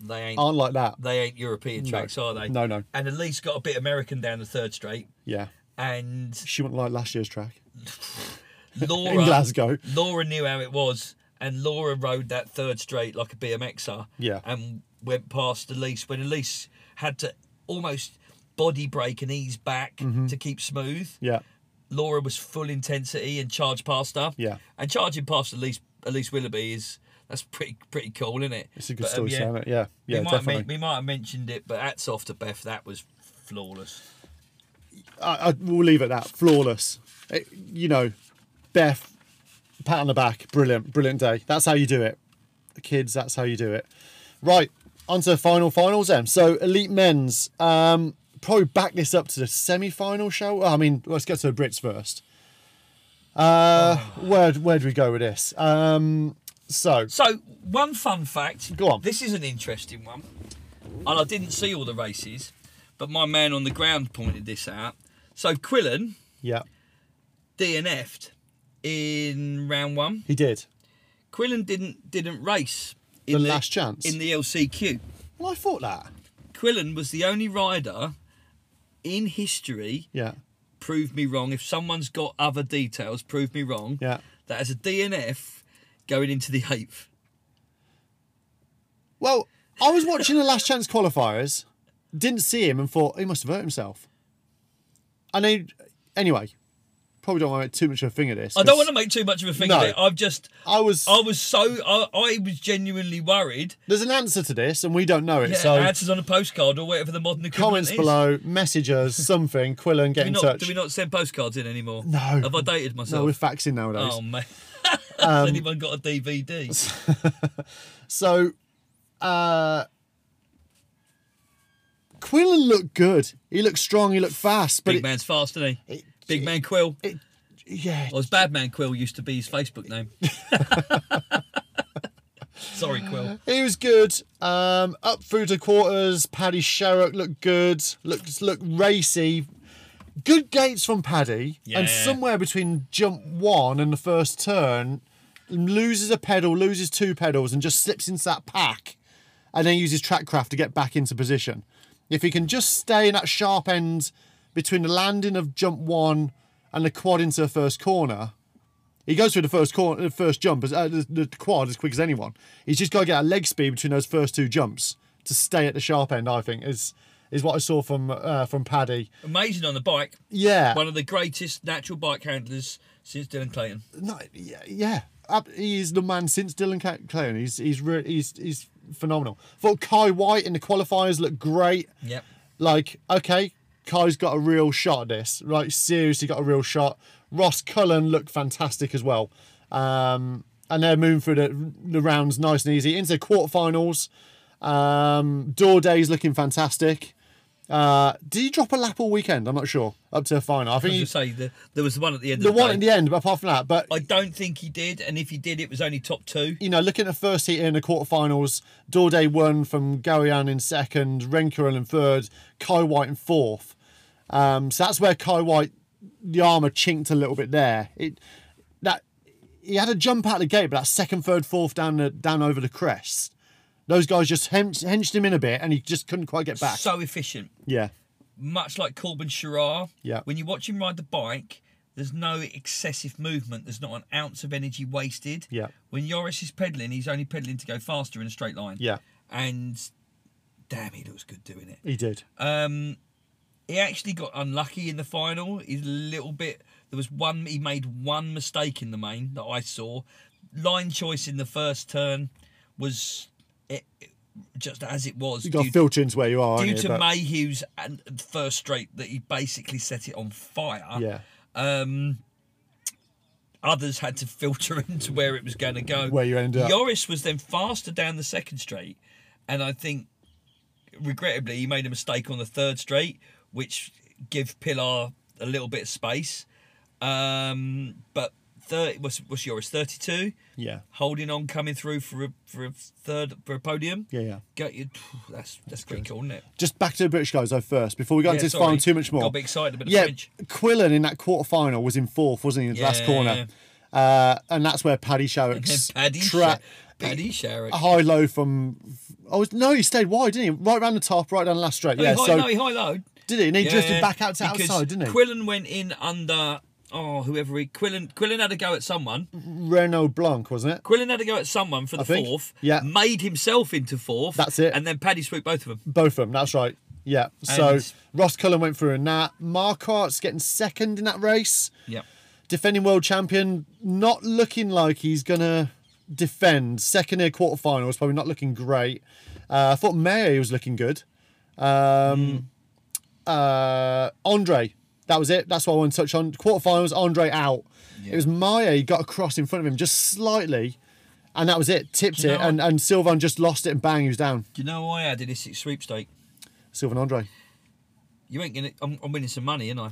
Speaker 4: they ain't
Speaker 3: Aren't like that.
Speaker 4: they ain't European tracks, are they?
Speaker 3: No, no.
Speaker 4: And Elise got a bit American down the third straight,
Speaker 3: Yeah,
Speaker 4: and
Speaker 3: she wouldn't like last year's track
Speaker 4: Laura
Speaker 3: in Glasgow.
Speaker 4: Laura knew how it was, and Laura rode that third straight like a BMXer.
Speaker 3: Yeah.
Speaker 4: And went past Elise when Elise had to almost body brake and ease back
Speaker 3: Mm-hmm.
Speaker 4: to keep smooth.
Speaker 3: Yeah,
Speaker 4: Laura was full intensity and charged past her.
Speaker 3: Yeah.
Speaker 4: And charging past Elise Elise Willoughby is that's pretty pretty cool, isn't it?
Speaker 3: it's a good
Speaker 4: But, um,
Speaker 3: story, isn't it? Yeah, yeah,
Speaker 4: we, might have,
Speaker 3: definitely.
Speaker 4: men- we might have mentioned it, but hats off to Beth. That was flawless.
Speaker 3: I, I, we'll leave it at that. Flawless. It- you know, Beth, pat on the back. Brilliant, brilliant day. That's how you do it. Kids, that's how you do it. Right, on to the final finals then. So, Elite Men's. Um, probably back this up to the semi final show. I mean, let's get to the Brits first. Uh, where, where do we go with this? Um, so,
Speaker 4: So, one fun fact.
Speaker 3: Go on.
Speaker 4: This is an interesting one. And I didn't see all the races, but my man on the ground pointed this out. So, Quillen
Speaker 3: yeah,
Speaker 4: DNF'd in round one.
Speaker 3: he did.
Speaker 4: Quillen didn't didn't race in
Speaker 3: The last chance?
Speaker 4: in the LCQ.
Speaker 3: Well, I thought that.
Speaker 4: Quillen was the only rider in history.
Speaker 3: Yeah,
Speaker 4: Prove me wrong. If someone's got other details, prove me wrong.
Speaker 3: yeah.
Speaker 4: That has a DNF going into the eighth.
Speaker 3: Well, I was watching the last chance qualifiers, didn't see him, and thought he must have hurt himself. And then, anyway, probably don't want to make too much of a thing of this.
Speaker 4: I don't Oh.
Speaker 3: 'cause
Speaker 4: want to make too much of a thing
Speaker 3: No.
Speaker 4: of it. I've just
Speaker 3: I was.
Speaker 4: I was so I, I was genuinely worried.
Speaker 3: there's an answer to this, and we don't know it.
Speaker 4: Yeah,
Speaker 3: so
Speaker 4: answers on a postcard or whatever the modern equivalent
Speaker 3: comments
Speaker 4: is.
Speaker 3: below, message us something. Quillan, get
Speaker 4: Do we,
Speaker 3: in
Speaker 4: not,
Speaker 3: touch.
Speaker 4: do we not send postcards in anymore?
Speaker 3: No.
Speaker 4: Have I dated myself?
Speaker 3: no, we're Um, faxing nowadays.
Speaker 4: oh man. Has anyone got a DVD?
Speaker 3: So, uh, Quillan looked good. He looked strong. He looked fast. But
Speaker 4: Big
Speaker 3: it,
Speaker 4: man's fast, isn't he?
Speaker 3: it-
Speaker 4: Big man Quill.
Speaker 3: it- yeah,
Speaker 4: Or as Bad Man Quill used to be his Facebook name. Sorry, Quill.
Speaker 3: He was good. Um, up through to quarters. Paddy Sherrock looked good. Looked looked racy. Good gates from Paddy.
Speaker 4: Yeah.
Speaker 3: And somewhere between jump one and the first turn, loses a pedal, loses two pedals, and just slips into that pack, and then uses trackcraft to get back into position. If he can just stay in that sharp end between the landing of jump one and the quad into the first corner, he goes through the first corner, the first jump, as uh, the, the quad as quick as anyone. He's just got to get a leg speed between those first two jumps to stay at the sharp end. I think is is what I saw from uh, from Paddy.
Speaker 4: Amazing on the bike.
Speaker 3: Yeah,
Speaker 4: One of the greatest natural bike handlers since Dylan Clayton.
Speaker 3: no, yeah, yeah. ab- he is the man since Dylan Ca- Clayton. He's he's re- he's he's phenomenal. Thought Kai White in the qualifiers looked great.
Speaker 4: Yep.
Speaker 3: Like okay, Kai's got a real shot at this. Like seriously, got a real shot. Ross Cullen looked fantastic as well. Um, and they're moving through the, the rounds nice and easy into the quarterfinals. Um, Day's looking fantastic. Uh, did he drop a lap all weekend? I'm not sure. Up to the final, I think
Speaker 4: As
Speaker 3: he-
Speaker 4: you say, the, there was the one at the end.
Speaker 3: the
Speaker 4: of the
Speaker 3: one
Speaker 4: day.
Speaker 3: at the end. But apart from that, but
Speaker 4: I don't think he did, and if he did, it was only top two.
Speaker 3: you know, looking at the first heat in the quarterfinals, Dorday won from Garian in second, Renkerel in third, Kai White in fourth. Um, so that's where Kai White, the armour chinked a little bit there. It that he had a jump out the gate, but that second, third, fourth down the down over the crest, those guys just henched, henched him in a bit, and he just couldn't quite get back.
Speaker 4: So efficient,
Speaker 3: yeah,
Speaker 4: much like Corbin Shirar.
Speaker 3: Yeah.
Speaker 4: When you watch him ride the bike, there's no excessive movement. There's not an ounce of energy wasted.
Speaker 3: Yeah.
Speaker 4: When Yoris is pedaling, he's only pedaling to go faster in a straight line.
Speaker 3: Yeah.
Speaker 4: And damn, he looks good doing it.
Speaker 3: he did.
Speaker 4: Um, he actually got unlucky in the final. He's a little bit. There was one. He made one mistake in the main that I saw. Line choice in the first turn was it, it- just as it was.
Speaker 3: You got to
Speaker 4: due-
Speaker 3: filter into where you are.
Speaker 4: due
Speaker 3: aren't you?
Speaker 4: to
Speaker 3: But-
Speaker 4: Mayhew's and first straight that he basically set it on fire.
Speaker 3: Yeah.
Speaker 4: Um, others had to filter into where it was going to go.
Speaker 3: Where you ended up.
Speaker 4: Yoris was then faster down the second straight, and I think regrettably he made a mistake on the third straight, which give Pilar a little bit of space. Um, but thirty was was Yoris thirty two.
Speaker 3: Yeah.
Speaker 4: Holding on, coming through for a for a third for a podium.
Speaker 3: Yeah, yeah.
Speaker 4: Get you. That's that's pretty cool, isn't it?
Speaker 3: Just back to the British guys though first before we go into this final too much more.
Speaker 4: Got a bit excited about the
Speaker 3: yeah,
Speaker 4: French.
Speaker 3: Quillen in that quarter final was in fourth, wasn't he? In the last
Speaker 4: Yeah.
Speaker 3: corner, uh, and that's where Paddy Sharrock's
Speaker 4: Paddy, Sha-
Speaker 3: trap
Speaker 4: Paddy Sharrock.
Speaker 3: a high low from. Oh was, no, he stayed wide, didn't he? Right round the top, right down the last straight.
Speaker 4: Oh,
Speaker 3: yeah,
Speaker 4: he high,
Speaker 3: so
Speaker 4: no, he high low.
Speaker 3: did he? And he
Speaker 4: Yeah,
Speaker 3: drifted back out to
Speaker 4: because
Speaker 3: outside, didn't he?
Speaker 4: Quillen went in under oh whoever he Quillen Quillen had a go at someone.
Speaker 3: Renault Blanc, wasn't it?
Speaker 4: Quillen had a go at someone for the
Speaker 3: think,
Speaker 4: fourth.
Speaker 3: yeah.
Speaker 4: made himself into fourth.
Speaker 3: That's it.
Speaker 4: And then Paddy swooped both of them.
Speaker 3: Both of them. That's right. Yeah. So
Speaker 4: And-
Speaker 3: Ross Cullen went through in that. Marquardt's getting second in that race.
Speaker 4: Yep.
Speaker 3: defending world champion, not looking like he's gonna defend. Second year quarterfinals, probably not looking great. Uh, I thought Mayo was looking good. Um,
Speaker 4: Hmm.
Speaker 3: uh, Andre, that was it. That's what I want to touch on. Quarterfinals, Andre out. It was Mayo got across in front of him just slightly, and that was it. Tipped
Speaker 4: Do you
Speaker 3: it,
Speaker 4: know
Speaker 3: and, and Sylvan just lost it and bang, he was down.
Speaker 4: Do you know why I did this sweepstake?
Speaker 3: Sylvan Andre.
Speaker 4: You ain't gonna. I'm, I'm winning some money, ain't I?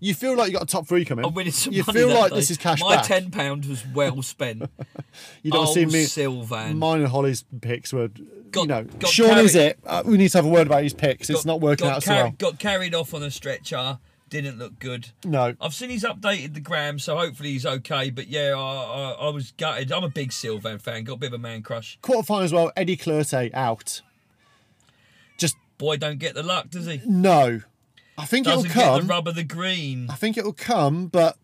Speaker 3: You feel like you got a top three coming.
Speaker 4: I'm winning some
Speaker 3: you
Speaker 4: money.
Speaker 3: feel
Speaker 4: that
Speaker 3: like
Speaker 4: day.
Speaker 3: this is cash
Speaker 4: My
Speaker 3: back.
Speaker 4: ten pound was well spent.
Speaker 3: You don't
Speaker 4: Oh,
Speaker 3: see me.
Speaker 4: Sylvan.
Speaker 3: Mine and Holly's picks were, you
Speaker 4: Got-
Speaker 3: know,
Speaker 4: got
Speaker 3: Sean is
Speaker 4: carried-
Speaker 3: it. Uh, we need to have a word about his picks. it's
Speaker 4: Got-
Speaker 3: not working
Speaker 4: got
Speaker 3: out
Speaker 4: carri-
Speaker 3: so well.
Speaker 4: Got carried off on a stretcher. Didn't look good.
Speaker 3: No.
Speaker 4: I've seen he's updated the gram, so hopefully he's okay. But yeah, I, I, I was gutted. I'm a big Sylvan fan. Got a bit of a man crush.
Speaker 3: Quarterfinal as well. Eddie Clerte out. Just
Speaker 4: Boy, don't get the luck, does he?
Speaker 3: no. I think
Speaker 4: Doesn't
Speaker 3: it'll
Speaker 4: get the
Speaker 3: come.
Speaker 4: rub of the green.
Speaker 3: I think it'll come, but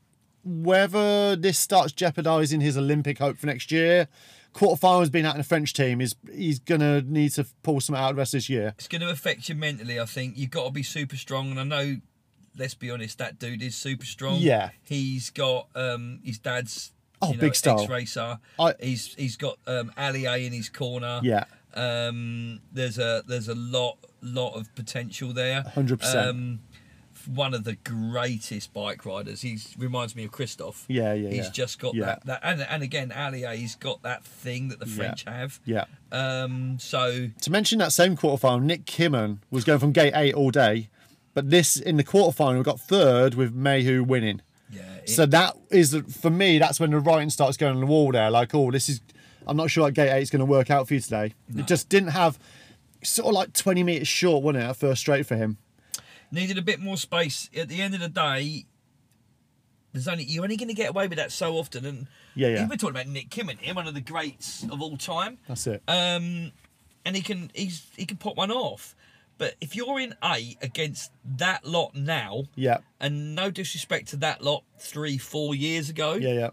Speaker 3: whether this starts jeopardising his Olympic hope for next year, quarterfinals being out in the French team is he's gonna need to pull some out the rest of this year.
Speaker 4: It's going to affect you mentally. I think you've got to be super strong. And I know, let's be honest, that dude is super strong.
Speaker 3: Yeah.
Speaker 4: He's got um his dad's.
Speaker 3: Oh,
Speaker 4: you know,
Speaker 3: big style.
Speaker 4: Ex-racer.
Speaker 3: I-
Speaker 4: He's he's got um Ali A in his corner.
Speaker 3: Yeah.
Speaker 4: Um, there's a there's a lot lot of potential there.
Speaker 3: 100%.
Speaker 4: Um, one of the greatest bike riders. He reminds me of Christophe.
Speaker 3: Yeah, yeah,
Speaker 4: He's
Speaker 3: yeah.
Speaker 4: just got
Speaker 3: Yeah.
Speaker 4: that, that and and again Ali A. He's got that thing that the French have.
Speaker 3: Yeah.
Speaker 4: Um. So
Speaker 3: To mention that same quarterfinal, Nick Kimmon was going from gate eight all day, but this in the quarterfinal got third with Mayhew winning.
Speaker 4: yeah. it-
Speaker 3: So that is the- for me. That's when the writing starts going on the wall. There, like, oh, this is. I'm not sure that gate eight's going to work out for you today. It just didn't have sort of like 20 meters short, wasn't it? At first straight for him.
Speaker 4: needed a bit more space. At the end of the day, there's only you're only going to get away with that so often. And
Speaker 3: Yeah, yeah.
Speaker 4: we're talking about Nick Kimmon, him one of the greats of all time.
Speaker 3: That's it.
Speaker 4: Um, and he can he's he can pop one off. But if you're in eight against that lot now,
Speaker 3: Yeah.
Speaker 4: and no disrespect to that lot three four years ago,
Speaker 3: Yeah, yeah,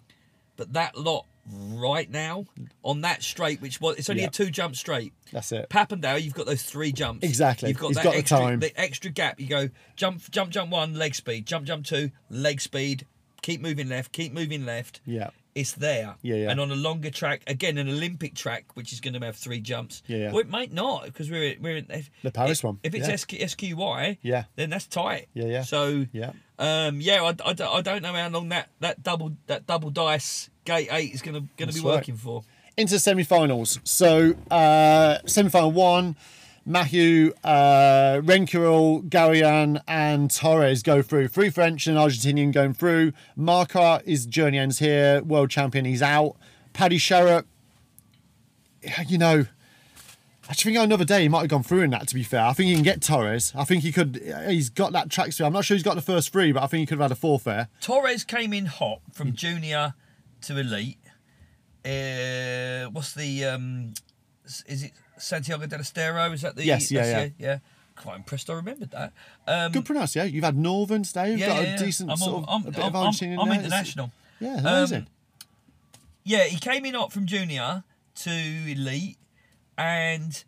Speaker 4: but that lot right now on that straight, which was it's only
Speaker 3: Yeah.
Speaker 4: a two jump straight.
Speaker 3: that's it.
Speaker 4: Papendale, you've got those three jumps.
Speaker 3: Exactly.
Speaker 4: You've got
Speaker 3: He's
Speaker 4: that
Speaker 3: got the
Speaker 4: extra,
Speaker 3: time.
Speaker 4: extra gap. You go jump, jump, jump one, leg speed. Jump, jump two, leg speed. Keep moving left. Keep moving left.
Speaker 3: Yeah.
Speaker 4: It- it's there.
Speaker 3: Yeah, yeah.
Speaker 4: And on a longer track, again, an Olympic track, which is going to have three jumps.
Speaker 3: Yeah, yeah.
Speaker 4: Well, it might not because we're we're in if,
Speaker 3: The Paris
Speaker 4: if-
Speaker 3: one,
Speaker 4: If it's
Speaker 3: yeah.
Speaker 4: SQ, SQY,
Speaker 3: Yeah.
Speaker 4: then that's tight.
Speaker 3: Yeah, yeah.
Speaker 4: So
Speaker 3: Yeah.
Speaker 4: um, yeah. I, I, don't- I don't know how long that, that double that double dice gate eight is going to going to be
Speaker 3: That's right.
Speaker 4: working for.
Speaker 3: into semi-finals. So uh, semi-final one, Matthew, uh, Renkeril, Garian, and Torres go through. Three French and Argentinian going through. Marquardt, his journey ends here. World champion, he's out. Paddy Sherritt, you know, I just think on another day he might have gone through in that. To be fair, I think he can get Torres. I think he could. He's got that track speed. I'm not sure he's got the first three, but I think he could have had a fourth there.
Speaker 4: Torres came in hot from junior to elite. Uh, what's the um, s- is it Santiago del Estero? Is that the
Speaker 3: Yes, yeah,
Speaker 4: that's the- yeah. Quite impressed. I remembered that. Um,
Speaker 3: Good pronounce, yeah. You've had Northern today. You've got a decent
Speaker 4: I'm
Speaker 3: sort
Speaker 4: all-
Speaker 3: of
Speaker 4: I'm-
Speaker 3: a bit
Speaker 4: I'm-
Speaker 3: of
Speaker 4: I'm-
Speaker 3: Argentinian there.
Speaker 4: I'm
Speaker 3: It's-
Speaker 4: international.
Speaker 3: Yeah,
Speaker 4: Um,
Speaker 3: amazing.
Speaker 4: Yeah, he came in hot from junior to elite, and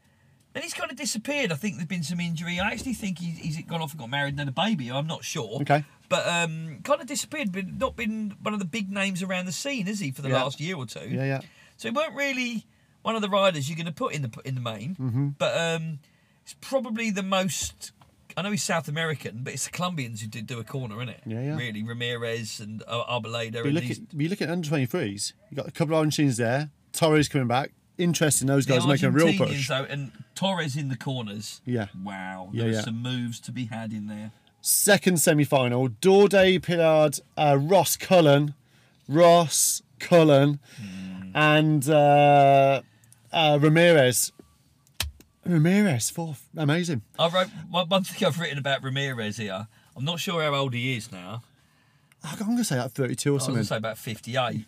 Speaker 4: then he's kind of disappeared. I think there's been some injury. I actually think he's, he's gone off and got married and had a baby. I'm not sure.
Speaker 3: Okay.
Speaker 4: But um, kind of disappeared, but not been one of the big names around the scene, is he, for the
Speaker 3: Yeah.
Speaker 4: last year or two?
Speaker 3: yeah, yeah.
Speaker 4: So he weren't really one of the riders you're going to put in the in the main.
Speaker 3: Mm-hmm.
Speaker 4: But um, it's probably the most. I know he's South American, but it's the Colombians who did do a corner, isn't it?
Speaker 3: Yeah, yeah.
Speaker 4: Really, Ramirez and uh, Arboleda.
Speaker 3: But you
Speaker 4: And
Speaker 3: look
Speaker 4: these,
Speaker 3: at you look at under twenty threes. You got a couple of Argentines there. Torres coming back. Interesting. Those
Speaker 4: the
Speaker 3: guys making a real
Speaker 4: Argentinians,
Speaker 3: push.
Speaker 4: though, and Torres in the corners.
Speaker 3: Yeah.
Speaker 4: Wow.
Speaker 3: Yeah,
Speaker 4: There are
Speaker 3: yeah.
Speaker 4: some moves to be had in there.
Speaker 3: Second semi final. Dorday Pillard, uh, Ross Cullen, Ross Cullen,
Speaker 4: Hmm.
Speaker 3: and uh, uh, Ramirez. Ramirez fourth. Amazing.
Speaker 4: I wrote one, one thing I've written about Ramirez here. I'm not sure how old he is now.
Speaker 3: I'm gonna say that thirty two or
Speaker 4: I was
Speaker 3: something.
Speaker 4: going to say about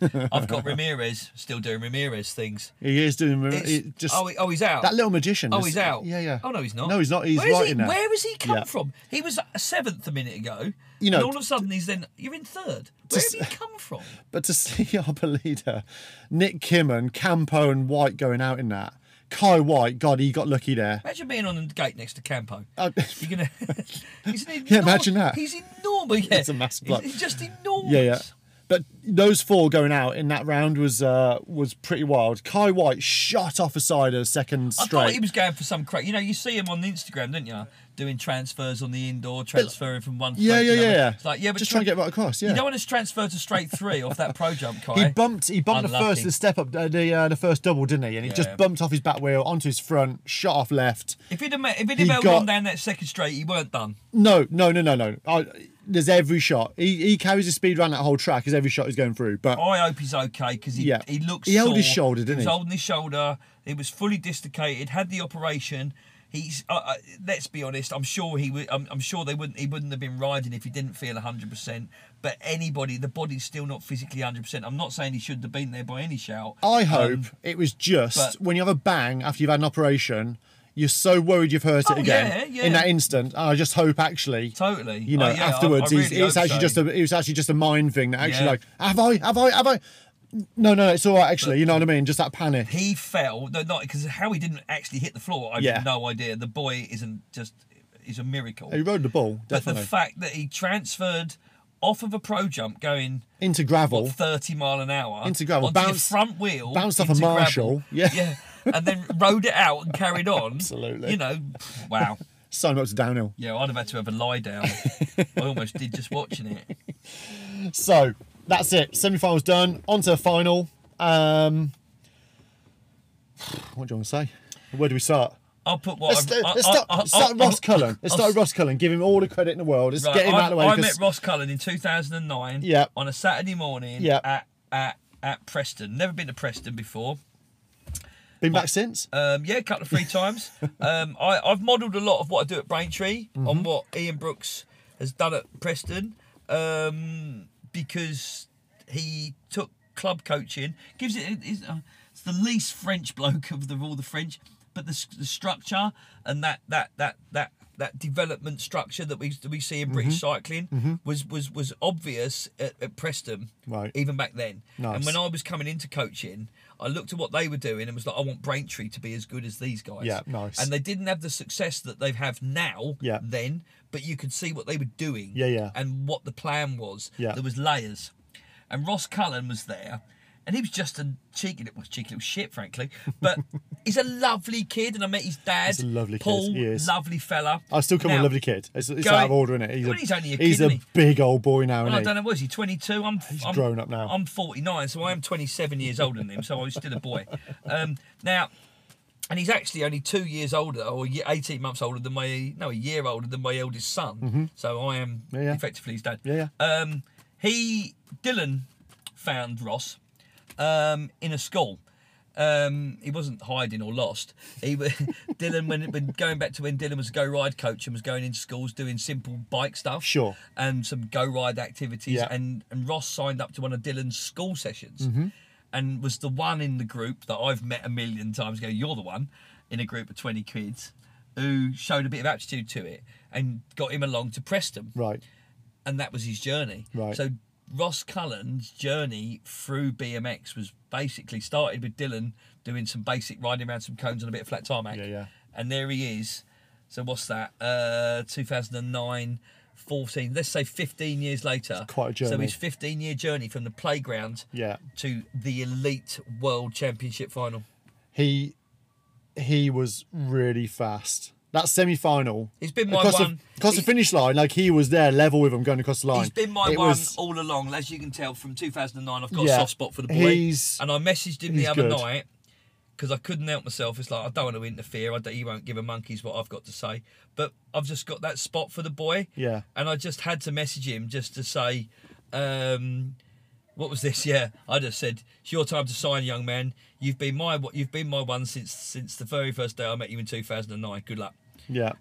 Speaker 4: 58. I've got Ramirez still doing Ramirez things.
Speaker 3: He is doing Ramir-
Speaker 4: It's-
Speaker 3: it just
Speaker 4: oh, he- oh, he's out.
Speaker 3: that little magician.
Speaker 4: Oh,
Speaker 3: is-
Speaker 4: he's out.
Speaker 3: Yeah, yeah.
Speaker 4: Oh no, he's not.
Speaker 3: No, he's not. He's
Speaker 4: Where is
Speaker 3: right
Speaker 4: he,
Speaker 3: in there.
Speaker 4: Where has he come
Speaker 3: Yeah.
Speaker 4: from? He was seventh a minute ago.
Speaker 3: You know,
Speaker 4: and all of a sudden he's then you're in third. Where
Speaker 3: Just-
Speaker 4: have you come from?
Speaker 3: But to see our leader, Nick Kimmon, Campo, and White going out in that. Kai White, God, he got lucky there.
Speaker 4: Imagine being on the gate next to Campo.
Speaker 3: Uh,
Speaker 4: You're gonna. he's an
Speaker 3: Yeah, imagine
Speaker 4: enorm-
Speaker 3: that.
Speaker 4: He's enormous. Yeah.
Speaker 3: It's a massive bloke.
Speaker 4: He's, he's just enormous.
Speaker 3: yeah, yeah. But those four going out in that round was uh, was pretty wild. Kai White shot off a side of second
Speaker 4: I
Speaker 3: straight.
Speaker 4: thought he was going for some crack. You know, you see him on Instagram, don't you? Doing transfers on the indoor, transferring from one.
Speaker 3: yeah,
Speaker 4: plate
Speaker 3: yeah,
Speaker 4: to
Speaker 3: yeah,
Speaker 4: another.
Speaker 3: yeah.
Speaker 4: It's like, yeah, but
Speaker 3: just trying to get right across. Yeah.
Speaker 4: You don't want to transfer to straight three off that pro jump, Kai.
Speaker 3: he bumped. He bumped the
Speaker 4: Unlucky.
Speaker 3: first the step up uh, the uh, the first double, didn't he? And he
Speaker 4: Yeah,
Speaker 3: just
Speaker 4: yeah.
Speaker 3: bumped off his back wheel onto his front, shot off left.
Speaker 4: If he'd have, ma- if he'd
Speaker 3: He
Speaker 4: have held
Speaker 3: got-
Speaker 4: on down that second straight, he weren't done.
Speaker 3: No, no, no, no, no. I, there's every shot. He, he carries his speed around that whole track. His every shot is going through. But
Speaker 4: I hope he's okay because he,
Speaker 3: Yeah.
Speaker 4: he looks.
Speaker 3: He held his
Speaker 4: sore.
Speaker 3: shoulder, didn't
Speaker 4: he?
Speaker 3: he?
Speaker 4: was holding his shoulder. It was fully dislocated. Had the operation. He's. Uh, uh, let's be honest. I'm sure he. would. I'm, I'm sure they wouldn't. He wouldn't have been riding if he didn't feel 100. percent But anybody, the body's still not physically 100. percent I'm not saying he shouldn't have been there by any shout.
Speaker 3: I hope
Speaker 4: Um,
Speaker 3: it was just
Speaker 4: but-
Speaker 3: when you have a bang after you've had an operation, you're so worried you've hurt
Speaker 4: Oh,
Speaker 3: it again
Speaker 4: yeah, yeah.
Speaker 3: in that instant. And I just hope actually,
Speaker 4: totally.
Speaker 3: you know,
Speaker 4: Oh, yeah, I-
Speaker 3: afterwards,
Speaker 4: I
Speaker 3: he's-
Speaker 4: really
Speaker 3: it's
Speaker 4: hope
Speaker 3: actually
Speaker 4: so.
Speaker 3: just a it was actually just a mind thing that actually
Speaker 4: Yeah.
Speaker 3: like have I have I have I. No, no, it's all right. Actually, you know what I mean. Just that panic.
Speaker 4: he fell. No, not because how he didn't actually hit the floor. I've
Speaker 3: Yeah.
Speaker 4: no idea. The boy isn't just. Is a miracle.
Speaker 3: He rode the ball
Speaker 4: But
Speaker 3: definitely
Speaker 4: the fact that he transferred off of a pro jump going
Speaker 3: into gravel.
Speaker 4: what, 30 mile an hour
Speaker 3: Into gravel,
Speaker 4: onto your
Speaker 3: bounced-
Speaker 4: front wheel
Speaker 3: bounced off a
Speaker 4: into gravel,
Speaker 3: marshal, yeah.
Speaker 4: yeah and then rode it out and carried on
Speaker 3: Absolutely.
Speaker 4: you know wow
Speaker 3: Sign him up to downhill.
Speaker 4: yeah I'd have had to have a lie down I almost did just watching it
Speaker 3: So that's it. Semi-finals done. On to the final. Um, what do you want to say? Where do we start?
Speaker 4: I'll put what
Speaker 3: Let's,
Speaker 4: I, I,
Speaker 3: let's
Speaker 4: I-
Speaker 3: start,
Speaker 4: I-
Speaker 3: let's start
Speaker 4: I-
Speaker 3: Ross
Speaker 4: I-
Speaker 3: Cullen. Let's start
Speaker 4: I'll-
Speaker 3: Ross Cullen. Give him all the credit in the world. Let's
Speaker 4: Right,
Speaker 3: get him
Speaker 4: I,
Speaker 3: out of the way.
Speaker 4: I
Speaker 3: 'cause-
Speaker 4: met Ross Cullen in 2009
Speaker 3: Yeah.
Speaker 4: on a Saturday morning
Speaker 3: Yeah.
Speaker 4: at, at, at Preston. Never been to Preston before.
Speaker 3: Been back since.
Speaker 4: Um, yeah, a couple of three times. Um, I, I've modelled a lot of what I do at Braintree on what Ian Brooks has done at Preston um, because he took club coaching. Gives it it's, uh, it's the least French bloke of the all the French, but the, s- the structure and that that that that that development structure that we that we see in British cycling was was was obvious at, at Preston
Speaker 3: Right.
Speaker 4: even back then.
Speaker 3: Nice.
Speaker 4: And when I was coming into coaching, I looked at what they were doing and was like, I want Braintree to be as good as these guys.
Speaker 3: Yeah, nice.
Speaker 4: And they didn't have the success that they have now
Speaker 3: Yeah.
Speaker 4: then, but you could see what they were doing
Speaker 3: Yeah, yeah.
Speaker 4: and what the plan was.
Speaker 3: Yeah.
Speaker 4: There was layers. And Ross Cullen was there and he was just a cheeky, little- well, cheeky little shit, frankly. But he's a lovely kid, and I met his dad,
Speaker 3: He's a lovely kid,
Speaker 4: Paul,
Speaker 3: he is.
Speaker 4: lovely fella.
Speaker 3: I still call him a
Speaker 4: Now-
Speaker 3: lovely kid. It's, it's
Speaker 4: Guy-
Speaker 3: out of order, isn't it?
Speaker 4: Well, he's only a
Speaker 3: he's
Speaker 4: kid,
Speaker 3: a
Speaker 4: isn't he?
Speaker 3: big old boy now,
Speaker 4: Well, I
Speaker 3: isn't
Speaker 4: don't
Speaker 3: he?
Speaker 4: know. Was he 22? I'm he's I'm,
Speaker 3: grown up now.
Speaker 4: I'm 49, so I am 27 years older than him. So I was still a boy. Um, now, and he's actually only two years older, or ye- 18 months older than my no, a year older than my eldest son. So I am
Speaker 3: Mm-hmm. Yeah, yeah.
Speaker 4: effectively his dad.
Speaker 3: Yeah,
Speaker 4: Um, he Dylan found Ross um, in a school. Um, he wasn't hiding or lost. He wa- Dylan when, when going back to when Dylan was a go ride coach and was going into schools doing simple bike stuff
Speaker 3: Sure.
Speaker 4: and some go ride activities
Speaker 3: Yeah. Mm-hmm.
Speaker 4: and and Ross signed up to one of Dylan's school sessions and was the one in the group that I've met a million times go you're the one in a group of 20 kids who showed a bit of aptitude to it and got him along to Preston
Speaker 3: Right.
Speaker 4: and that was his journey
Speaker 3: Right.
Speaker 4: so Ross Cullen's journey through BMX was basically started with Dylan doing some basic riding around some cones on a bit of flat tarmac
Speaker 3: Yeah, yeah.
Speaker 4: and there he is. So what's that? Uh, 2009, 14. Let's say 15 years later.
Speaker 3: quite a
Speaker 4: So
Speaker 3: journey.
Speaker 4: his 15 year journey from the playground
Speaker 3: Yeah.
Speaker 4: to the elite world championship final.
Speaker 3: He he was really fast. That semi final.
Speaker 4: He's been my
Speaker 3: across
Speaker 4: one.
Speaker 3: The, across the
Speaker 4: He's-
Speaker 3: finish line, like he was there level with him going across the line.
Speaker 4: He's been my
Speaker 3: It
Speaker 4: one
Speaker 3: was-
Speaker 4: all along. As you can tell from 2009, I've got a
Speaker 3: Yeah.
Speaker 4: soft spot for the boy.
Speaker 3: He's-
Speaker 4: and I messaged him the
Speaker 3: he's
Speaker 4: other
Speaker 3: good.
Speaker 4: night because I couldn't help myself. It's like I don't want to interfere. I don't, he won't give a monkey's what I've got to say. But I've just got that spot for the boy.
Speaker 3: Yeah.
Speaker 4: And I just had to message him just to say, um, what was this? Yeah, I just said it's your time to sign, young man. You've been my you've been my one since since the very first day I met you in 2009. Good luck
Speaker 3: yeah.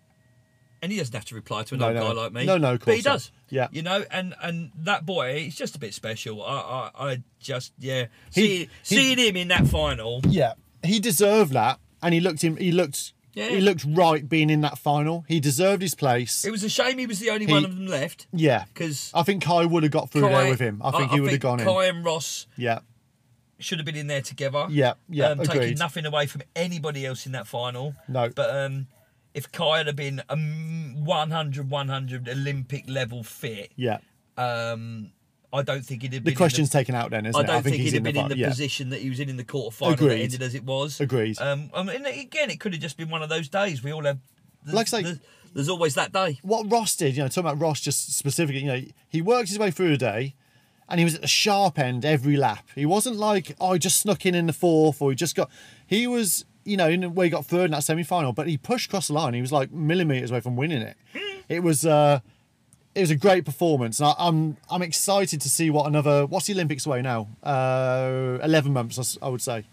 Speaker 4: and he doesn't have to reply to an
Speaker 3: No,
Speaker 4: old
Speaker 3: no.
Speaker 4: guy like me.
Speaker 3: No, no, of
Speaker 4: but he
Speaker 3: course not.
Speaker 4: does.
Speaker 3: Yeah.
Speaker 4: you know, and and that boy, he's just a bit special. I, I, I just, yeah,
Speaker 3: He-
Speaker 4: See, seeing him in that final,
Speaker 3: Yeah, he deserved that, and he looked him. He looked.
Speaker 4: Yeah.
Speaker 3: He looked right being in that final. He deserved his place.
Speaker 4: it was a shame he was the only
Speaker 3: He-
Speaker 4: one of them left.
Speaker 3: yeah,
Speaker 4: 'Cause
Speaker 3: I think Kai would have got through there with him. I think he would have gone in.
Speaker 4: Kai and Ross
Speaker 3: Yeah,
Speaker 4: should have been in there together.
Speaker 3: Yeah, yeah,
Speaker 4: um, taking
Speaker 3: agreed.
Speaker 4: nothing away from anybody else in that final.
Speaker 3: No.
Speaker 4: but um, if Kai had have been a m- 100, 100 Olympic level fit,
Speaker 3: yeah.
Speaker 4: um, I don't think he'd have
Speaker 3: The
Speaker 4: been. in
Speaker 3: question's taken out then, isn't
Speaker 4: I
Speaker 3: it?
Speaker 4: don't think,
Speaker 3: he's
Speaker 4: he'd have been in
Speaker 3: fi-
Speaker 4: the
Speaker 3: yeah.
Speaker 4: position that he was in in the quarterfinal that
Speaker 3: Agreed.
Speaker 4: ended as it was.
Speaker 3: Agreed.
Speaker 4: Um, I mean, and again, it could have just been one of those days. We all have. There's,
Speaker 3: Like I say-
Speaker 4: there's, there's always that day.
Speaker 3: What Ross did, you know, talking about Ross just specifically, you know, he worked his way through the day, and he was at the sharp end every lap. He wasn't like, oh, he just snuck in in the fourth, or he just got. He was, you know, in where he got third in that semi final, but he pushed across the line. He was like millimeters away from winning it. It was. uh it was a great performance. And I, I'm I'm excited to see what another what's the Olympics away now? Uh, Eleven months, I s- I would say.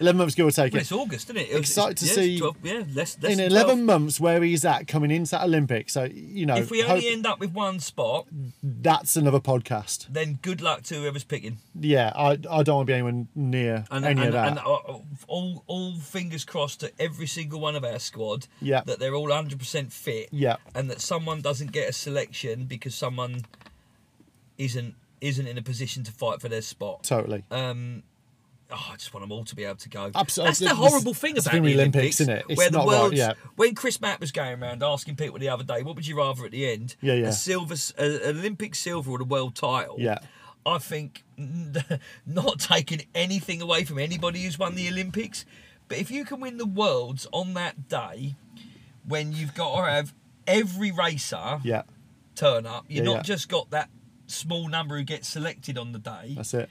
Speaker 3: Eleven months, give or take.
Speaker 4: Well,
Speaker 3: it.
Speaker 4: it's August, isn't it? It was-
Speaker 3: Excited to
Speaker 4: yeah, it's
Speaker 3: see
Speaker 4: 12 yeah, less, less
Speaker 3: in
Speaker 4: than
Speaker 3: 11
Speaker 4: 12.
Speaker 3: months where he's at coming into that Olympics. So, you know,
Speaker 4: If we
Speaker 3: hope-
Speaker 4: only end up with one spot,
Speaker 3: that's another podcast.
Speaker 4: then good luck to whoever's picking.
Speaker 3: Yeah, I, I don't want to be anywhere near
Speaker 4: And,
Speaker 3: any
Speaker 4: and,
Speaker 3: of that.
Speaker 4: and uh, all, all fingers crossed to every single one of our squad
Speaker 3: Yeah.
Speaker 4: that they're all 100% fit
Speaker 3: Yeah.
Speaker 4: and that someone doesn't get a selection because someone isn't isn't in a position to fight for their spot.
Speaker 3: totally.
Speaker 4: um, oh, I just want them all to be able to go.
Speaker 3: Absolutely.
Speaker 4: That's the
Speaker 3: This-
Speaker 4: horrible thing
Speaker 3: it's
Speaker 4: about
Speaker 3: been
Speaker 4: the
Speaker 3: the
Speaker 4: Olympics,
Speaker 3: Olympics, innit? It's
Speaker 4: where the
Speaker 3: not right,
Speaker 4: world,
Speaker 3: yeah.
Speaker 4: when Chris Matt was going around asking people the other day, "What would you rather at the end?
Speaker 3: Yeah, yeah.
Speaker 4: A silver, s- a- an Olympic silver or the world title?"
Speaker 3: Yeah.
Speaker 4: I think not taking anything away from anybody who's won the Olympics, but if you can win the worlds on that day, when you've got to have every racer
Speaker 3: yeah,
Speaker 4: turn up, you've
Speaker 3: Yeah,
Speaker 4: not
Speaker 3: yeah.
Speaker 4: just got that small number who gets selected on the day.
Speaker 3: that's it.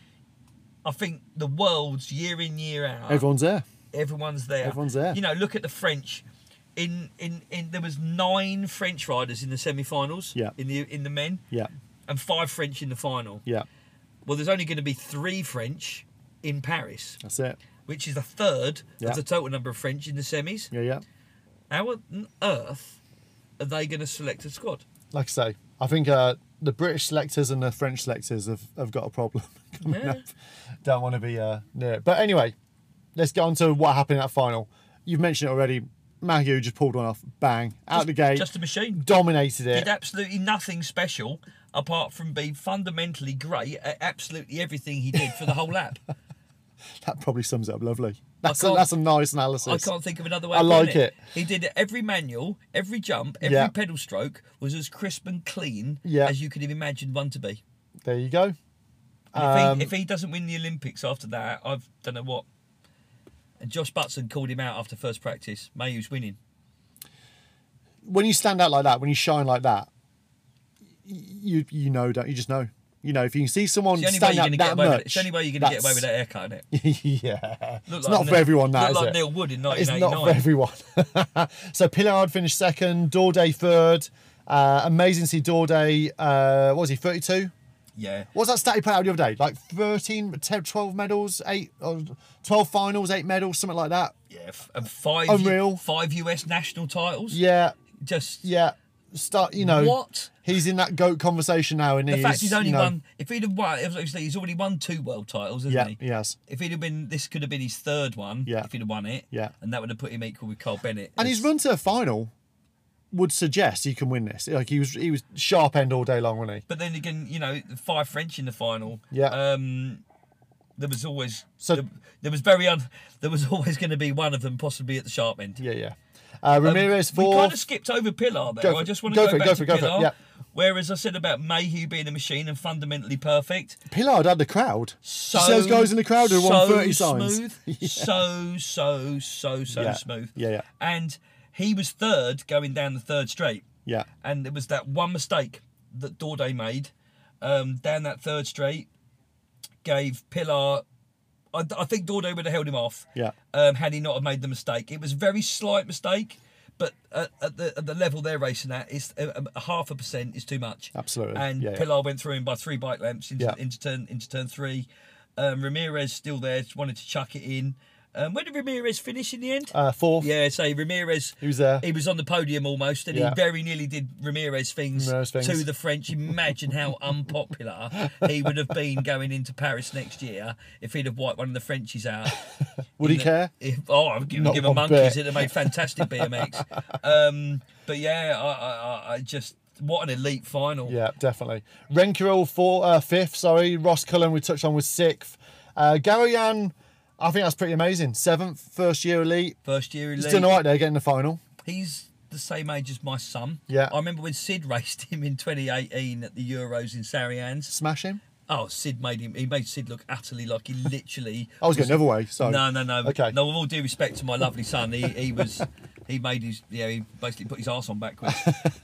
Speaker 4: I think the world's year in year out.
Speaker 3: Everyone's there.
Speaker 4: everyone's there.
Speaker 3: Everyone's there.
Speaker 4: You know, look at the French. In in in there was nine French riders in the semi-finals.
Speaker 3: Yeah.
Speaker 4: In the in the men.
Speaker 3: Yeah,
Speaker 4: And five French in the final.
Speaker 3: yeah,
Speaker 4: Well, there's only going to be three French in Paris,
Speaker 3: that's it.
Speaker 4: which is a third
Speaker 3: Yeah.
Speaker 4: of the total number of French in the semis.
Speaker 3: Yeah, yeah.
Speaker 4: How on earth are they going to select a squad?
Speaker 3: Like I say, I think uh, the British selectors and the French selectors have, have got a problem coming
Speaker 4: Yeah.
Speaker 3: up. Don't want to be uh, near it. But anyway, let's get on to what happened in that final. You've mentioned it already. Magu just pulled one off, bang, out the gate,
Speaker 4: Just a machine.
Speaker 3: dominated it.
Speaker 4: did absolutely nothing special apart from being fundamentally great at absolutely everything he did for the whole lap.
Speaker 3: That probably sums it up lovely. That's a,
Speaker 4: can't-
Speaker 3: that's a nice analysis.
Speaker 4: I can't think of another way.
Speaker 3: I
Speaker 4: of putting
Speaker 3: like it.
Speaker 4: He did every manual, every jump, every
Speaker 3: Yeah.
Speaker 4: pedal stroke was as crisp and clean
Speaker 3: Yeah.
Speaker 4: as you could have imagined one to be.
Speaker 3: There you go.
Speaker 4: And if, he, if he doesn't win the Olympics after that, I've don't know what. And Josh Butson called him out after first practice. Mayhew's winning.
Speaker 3: when you stand out like that, when you shine like that, you you know, don't you? Just know, you know, if you can see someone
Speaker 4: It's the
Speaker 3: stand
Speaker 4: only way you're
Speaker 3: out
Speaker 4: going to get
Speaker 3: that
Speaker 4: away
Speaker 3: much,
Speaker 4: with it. It's the only way you're going to get away with that haircut, isn't it?
Speaker 3: that's- yeah,
Speaker 4: Look
Speaker 3: it's
Speaker 4: like
Speaker 3: not
Speaker 4: Neil-
Speaker 3: for everyone. That
Speaker 4: look
Speaker 3: is
Speaker 4: like
Speaker 3: it?
Speaker 4: Neil Wood in
Speaker 3: It's not for
Speaker 4: 1989.
Speaker 3: everyone. so Pillard finished second, Dorday third. Uh, amazing to see Dorday. Uh, what was he? Thirty-two.
Speaker 4: Yeah.
Speaker 3: What was that stat he put out the other day? Like 13, 10, 12 medals, eight, or 12 finals, eight medals, something like that.
Speaker 4: Yeah. f- And five.
Speaker 3: Unreal.
Speaker 4: Five US national titles.
Speaker 3: Yeah,
Speaker 4: Just
Speaker 3: yeah. Start, you know.
Speaker 4: What?
Speaker 3: He's in that goat conversation now, and
Speaker 4: the
Speaker 3: he's
Speaker 4: fact he's only
Speaker 3: you know,
Speaker 4: won. If he'd have won, obviously he's already won two world titles, hasn't
Speaker 3: Yeah,
Speaker 4: he?
Speaker 3: he has.
Speaker 4: If he'd have been, this could have been his third one.
Speaker 3: Yeah.
Speaker 4: If he'd have won it.
Speaker 3: Yeah.
Speaker 4: And that would have put him equal with Carl Bennett.
Speaker 3: and his run to a final would suggest he can win this. Like he was, he was sharp end all day long, wasn't he?
Speaker 4: But then again, you know, the five French in the final.
Speaker 3: Yeah.
Speaker 4: Um, there was always
Speaker 3: So-
Speaker 4: there, there was very un, there was always going to be one of them possibly at the sharp end.
Speaker 3: Yeah, yeah. Uh,
Speaker 4: Um,
Speaker 3: Ramirez
Speaker 4: We
Speaker 3: fourth.
Speaker 4: kind of skipped over Pilar there.
Speaker 3: Go for
Speaker 4: I
Speaker 3: it,
Speaker 4: just want to
Speaker 3: go
Speaker 4: go,
Speaker 3: for it,
Speaker 4: back
Speaker 3: go
Speaker 4: to
Speaker 3: for it, go for it,
Speaker 4: Pilar.
Speaker 3: yeah.
Speaker 4: Whereas I said about Mayhew being a machine and fundamentally perfect,
Speaker 3: Pillard had the crowd.
Speaker 4: so
Speaker 3: Just those guys in the crowd who won
Speaker 4: so
Speaker 3: thirty signs.
Speaker 4: smooth, so so so so
Speaker 3: Yeah.
Speaker 4: smooth.
Speaker 3: Yeah, yeah.
Speaker 4: And he was third going down the third straight.
Speaker 3: Yeah,
Speaker 4: and it was that one mistake that Dorday made um, down that third straight gave Pilar. I, I think Dorday would have held him off.
Speaker 3: Yeah.
Speaker 4: Um, had he not have made the mistake, it was a very slight mistake, but at, at the at the level they're racing at, it's uh, um, a, a half a percent is too much.
Speaker 3: Absolutely.
Speaker 4: And
Speaker 3: Yeah, yeah.
Speaker 4: Pilar went through him by three bike lengths into,
Speaker 3: Yeah.
Speaker 4: into turn into turn three. Um, Ramirez still there, just wanted to chuck it in. Um, where did Ramirez finish in the end?
Speaker 3: uh, fourth.
Speaker 4: Yeah, so Ramirez.
Speaker 3: He was there.
Speaker 4: He was on the podium almost, and
Speaker 3: Yeah.
Speaker 4: he very nearly did Ramirez things,
Speaker 3: Ramirez things.
Speaker 4: to the French. Imagine how unpopular he would have been going into Paris next year if he'd have wiped one of the Frenchies out.
Speaker 3: Would he care?
Speaker 4: If, oh, I'd give,
Speaker 3: Not
Speaker 4: give
Speaker 3: one
Speaker 4: a monkeys.
Speaker 3: bit.
Speaker 4: It'd have made fantastic BMX. um, but yeah, I, I, I- I just what an elite final.
Speaker 3: Yeah, definitely. Renkeril four, uh, fifth. Sorry, Ross Cullen we touched on was sixth. Uh, Garoyan, I think that's pretty amazing. Seventh, first year elite.
Speaker 4: First year elite.
Speaker 3: He's doing all right there, getting the final.
Speaker 4: He's the same age as my son.
Speaker 3: Yeah.
Speaker 4: I remember when Sid raced him in 2018 at the Euros in Sarrians.
Speaker 3: Smash him.
Speaker 4: Oh, Sid made him. He made Sid look utterly like he literally.
Speaker 3: I was going the other way. So
Speaker 4: No, no, no.
Speaker 3: Okay.
Speaker 4: No, with all due respect to my lovely son, he, he was, he made his, yeah, he basically put his arse on backwards.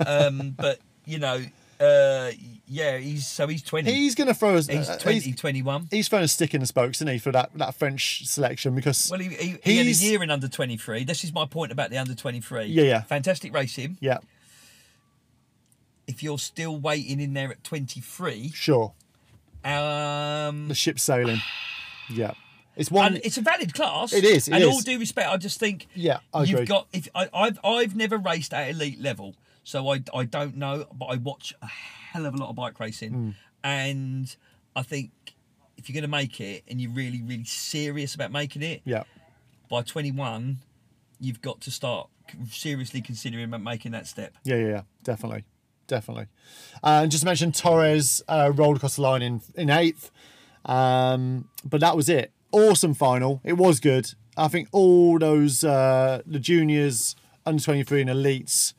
Speaker 4: um, but you know, uh, yeah, he's so he's twenty.
Speaker 3: He's going to throw his.
Speaker 4: he's
Speaker 3: uh,
Speaker 4: 20,
Speaker 3: He's,
Speaker 4: 21.
Speaker 3: he's throwing a stick in the spokes, isn't he, for that, that French selection? Because
Speaker 4: Well, he, he, he had a
Speaker 3: he's-
Speaker 4: year in under twenty three. This is my point about the under twenty three.
Speaker 3: Yeah, yeah.
Speaker 4: Fantastic racing.
Speaker 3: yeah,
Speaker 4: If you're still waiting in there at twenty three,
Speaker 3: sure,
Speaker 4: um,
Speaker 3: the ship's sailing. Yeah, it's one.
Speaker 4: and it's a valid class.
Speaker 3: It is, it
Speaker 4: and
Speaker 3: is.
Speaker 4: all due respect, I just think
Speaker 3: Yeah, I
Speaker 4: you've
Speaker 3: agree.
Speaker 4: got. If I, I've I've never raced at elite level, so I I don't know, but I watch a hell of a lot of bike racing,
Speaker 3: Hmm.
Speaker 4: and I think if you're going to make it and you're really really serious about making it,
Speaker 3: yeah,
Speaker 4: by 21, you've got to start seriously considering about making that step.
Speaker 3: yeah, yeah, yeah, definitely, definitely. Uh, and just mentioned Torres uh, rolled across the line in in eighth, um, but that was it. Awesome final. It was good. I think all those uh, the juniors, under twenty three, and elites,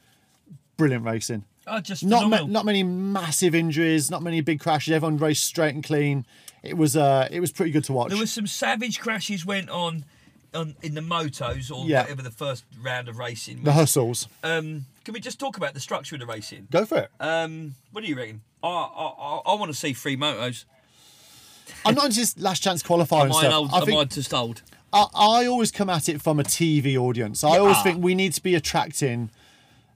Speaker 3: brilliant racing.
Speaker 4: Oh, just
Speaker 3: not ma-
Speaker 4: phenomenal.
Speaker 3: not many massive injuries, not many big crashes. Everyone raced straight and clean. It was uh, it was pretty good to watch.
Speaker 4: There were some savage crashes went on, on in the motos or
Speaker 3: Yeah.
Speaker 4: whatever the first round of racing.
Speaker 3: the
Speaker 4: was.
Speaker 3: hustles.
Speaker 4: Um, can we just talk about the structure of the racing?
Speaker 3: Go for it.
Speaker 4: Um, what do you reckon? I I, I, I want to see three motos.
Speaker 3: I'm not into this last chance qualifying
Speaker 4: Am I, an
Speaker 3: stuff.
Speaker 4: old,
Speaker 3: I
Speaker 4: am
Speaker 3: think
Speaker 4: I just old?
Speaker 3: I, I always come at it from a TV audience. I always
Speaker 4: Yeah.
Speaker 3: think we need to be attracting.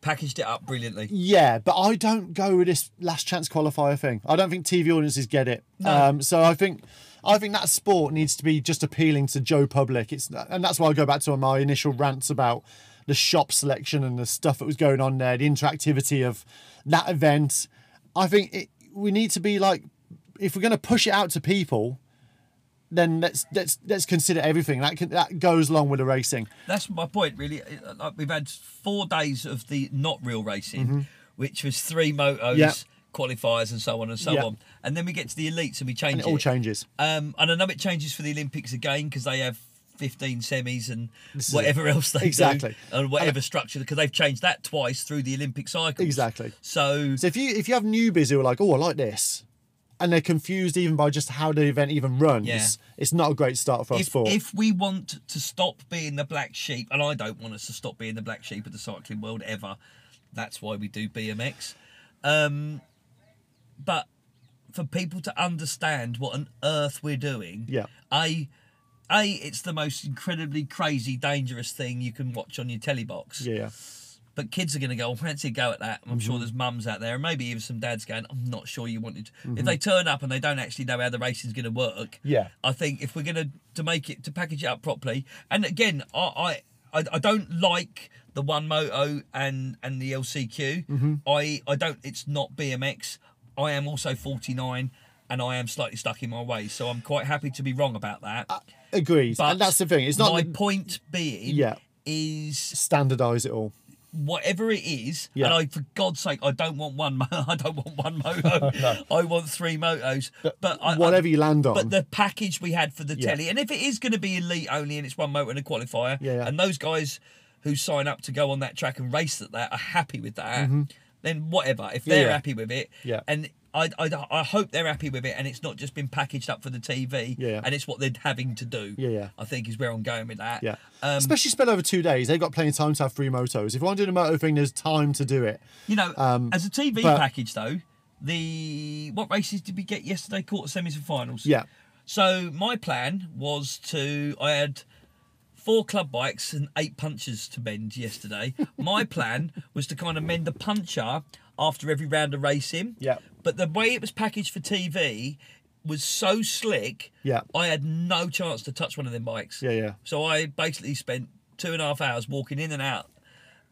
Speaker 4: Packaged it up brilliantly.
Speaker 3: Yeah, but I don't go with this last chance qualifier thing. I don't think TV audiences get it. Um, so I think I think that sport needs to be just appealing to Joe public. It's and that's why I go back to my initial rants about the shop selection and the stuff that was going on there, the interactivity of that event. I think it, we need to be like, if we're going to push it out to people, then let's let's let's consider everything that can, that goes along with the racing.
Speaker 4: That's my point, really. Like we've had four days of the not real racing, which was three motos,
Speaker 3: Mm-hmm. Yeah.
Speaker 4: qualifiers, and so on and so
Speaker 3: Yeah.
Speaker 4: on. And then we get to the elites and we change
Speaker 3: And it all changes.
Speaker 4: Um, and I know it changes for the Olympics again because they have 15 semis and
Speaker 3: is
Speaker 4: whatever else they
Speaker 3: Exactly.
Speaker 4: do and whatever structure because they've changed that twice through the Olympic cycle.
Speaker 3: Exactly.
Speaker 4: So
Speaker 3: So if you if you have newbies who are like, oh, I like this, and they're confused even by just how the event even runs.
Speaker 4: Yeah.
Speaker 3: It's not a great start for us
Speaker 4: If,
Speaker 3: four.
Speaker 4: if we want to stop being the black sheep, and I don't want us to stop being the black sheep of the cycling world ever, that's why we do BMX. Um, but for people to understand what on earth we're doing,
Speaker 3: Yeah.
Speaker 4: a, a, it's the most incredibly crazy, dangerous thing you can watch on your telly box.
Speaker 3: yeah, yeah.
Speaker 4: But kids are going to go, I fancy a go at that. And I'm
Speaker 3: Mm-hmm.
Speaker 4: sure there's mums out there, and maybe even some dads going, I'm not sure you wanted. If they turn up and they don't actually know how the racing's going to work,
Speaker 3: Mm-hmm. Yeah.
Speaker 4: I think if we're going to to make it to package it up properly, and again, I I, I, I don't like the one moto and and the LCQ.
Speaker 3: Mm-hmm.
Speaker 4: I I don't. It's not BMX. I am also 49, and I am slightly stuck in my ways, so I'm quite happy to be wrong about that.
Speaker 3: Agreed.
Speaker 4: but
Speaker 3: Uh, and that's the thing. It's not
Speaker 4: my
Speaker 3: the-
Speaker 4: point being.
Speaker 3: Yeah.
Speaker 4: Is
Speaker 3: standardize it all.
Speaker 4: whatever it is,
Speaker 3: Yeah.
Speaker 4: and I, for God's sake, I don't want one. mo- I don't want one moto. I want three motos. But I,
Speaker 3: Whatever
Speaker 4: I,
Speaker 3: you land on.
Speaker 4: Um, But the package we had for the
Speaker 3: Yeah.
Speaker 4: telly, and if it is going to be elite only, and it's one moto and a qualifier,
Speaker 3: Yeah, yeah.
Speaker 4: and those guys who sign up to go on that track and race at that are happy with that, then whatever. If
Speaker 3: Mm-hmm. Yeah,
Speaker 4: they're
Speaker 3: yeah.
Speaker 4: happy with it,
Speaker 3: Yeah.
Speaker 4: and. I, I, I hope they're happy with it and it's not just been packaged up for the TV
Speaker 3: Yeah, yeah.
Speaker 4: and it's what they're having to do.
Speaker 3: Yeah, yeah.
Speaker 4: I think is where I'm going with that.
Speaker 3: Yeah.
Speaker 4: Um,
Speaker 3: Especially spread over two days. They've got plenty of time to have three motos. If you want to do the moto thing, there's time to do it.
Speaker 4: You know,
Speaker 3: Um,
Speaker 4: as a TV
Speaker 3: but-
Speaker 4: package though, the what races did we get yesterday? Quarter semis and finals.
Speaker 3: Yeah.
Speaker 4: So my plan was to I had four club bikes and eight punches to mend yesterday. my plan was to kind of mend the puncher after every round of racing.
Speaker 3: Yeah.
Speaker 4: But the way it was packaged for TV was so slick.
Speaker 3: Yeah.
Speaker 4: I had no chance to touch one of them bikes.
Speaker 3: Yeah, yeah.
Speaker 4: So I basically spent two and a half hours walking in and out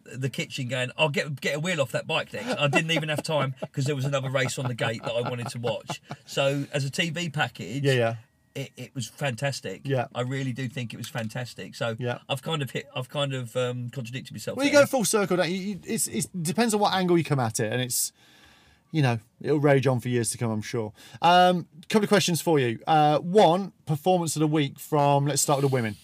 Speaker 4: the kitchen going, I'll get get a wheel off that bike next. I didn't even have time because there was another race on the gate that I wanted to watch. So as a TV package,
Speaker 3: Yeah, yeah.
Speaker 4: It, it was fantastic.
Speaker 3: Yeah.
Speaker 4: I really do think it was fantastic. So
Speaker 3: Yeah.
Speaker 4: I've kind of hit, I've kind of um, contradicted myself.
Speaker 3: Well, you
Speaker 4: there.
Speaker 3: go full circle. Don't you? you it's, it's, it depends on what angle you come at it, and it's, you know, it'll rage on for years to come, I'm sure. Um, couple of questions for you. Uh, one performance of the week from let's start with the women.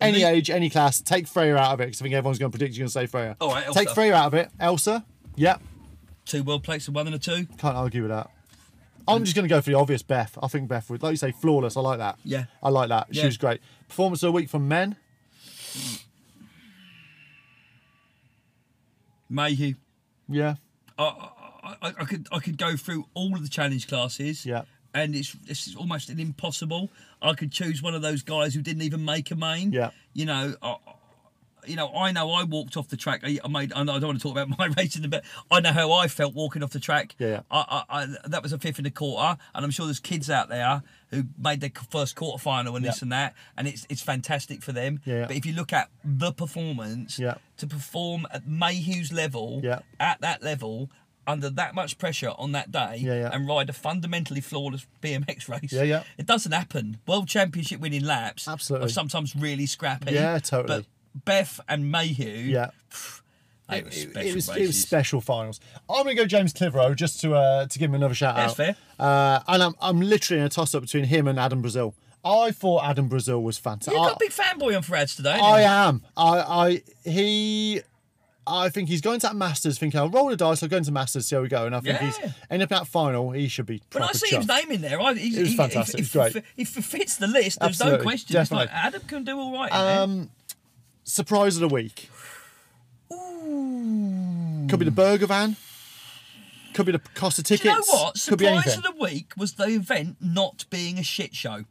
Speaker 3: Any
Speaker 4: Me-
Speaker 3: age, any class. Take Freya out of it because I think everyone's going to predict you're going to say Freya.
Speaker 4: All right,
Speaker 3: Take
Speaker 4: Elsa.
Speaker 3: Freya out of it. Elsa. Yeah,
Speaker 4: two world plates, a one and a two.
Speaker 3: can't argue with that. I'm just going to go for the obvious Beth. I think Beth would, like you say, flawless. I like that.
Speaker 4: Yeah.
Speaker 3: I like that. She
Speaker 4: Yeah.
Speaker 3: was great. Performance of the week from men.
Speaker 4: Mayhew.
Speaker 3: Yeah.
Speaker 4: I, I, I could I could go through all of the challenge classes.
Speaker 3: Yeah.
Speaker 4: And it's this is almost an impossible. I could choose one of those guys who didn't even make a main.
Speaker 3: Yeah.
Speaker 4: You know, I, you know, I know I walked off the track. I, I made. I know- I don't want to talk about my race in a bit. I know how I felt walking off the track.
Speaker 3: Yeah, yeah.
Speaker 4: I, I, I that was a fifth and a quarter, and I'm sure there's kids out there who made their first quarter final and this
Speaker 3: Yeah.
Speaker 4: and that, and it's it's fantastic for them.
Speaker 3: Yeah, yeah.
Speaker 4: But if you look at the performance,
Speaker 3: Yeah.
Speaker 4: to perform at Mayhew's level,
Speaker 3: Yeah.
Speaker 4: at that level under that much pressure on that day
Speaker 3: Yeah, yeah.
Speaker 4: and ride a fundamentally flawless BMX race.
Speaker 3: Yeah, yeah.
Speaker 4: It doesn't happen. World championship winning laps
Speaker 3: Absolutely.
Speaker 4: are sometimes really scrappy.
Speaker 3: Yeah, totally.
Speaker 4: But Beth and Mayhew,
Speaker 3: Yeah.
Speaker 4: they
Speaker 3: It,
Speaker 4: were
Speaker 3: it- it
Speaker 4: special
Speaker 3: was, it was
Speaker 4: races.
Speaker 3: special finals. I'm gonna go James Clivero just to uh, to give him another shout
Speaker 4: That's
Speaker 3: out.
Speaker 4: fair.
Speaker 3: Uh, and I'm I'm literally in a toss up between him and Adam Brazil. I thought Adam Brazil was fantastic.
Speaker 4: You've got
Speaker 3: I-
Speaker 4: a big fanboy on for ads today. haven't
Speaker 3: I
Speaker 4: you?
Speaker 3: am. I I he I think he's going to that Masters thinking I'll roll the dice, I'll go into Masters, see how we go. And I think
Speaker 4: Yeah.
Speaker 3: he's end up in that final, he should be
Speaker 4: When I
Speaker 3: proper
Speaker 4: see
Speaker 3: chuffed.
Speaker 4: his name in there, I, he's,
Speaker 3: It was
Speaker 4: he,
Speaker 3: fantastic,
Speaker 4: He,
Speaker 3: it was great.
Speaker 4: he, fits the list. There's
Speaker 3: Absolutely,
Speaker 4: no question. It's like,
Speaker 3: definitely.
Speaker 4: Adam can do all right. in there.
Speaker 3: Um Surprise of the week. Could be the burger van. Could be the cost of tickets.
Speaker 4: Do you know what?
Speaker 3: Could be
Speaker 4: Surprise
Speaker 3: anything.
Speaker 4: of the week was the event not being a shit show.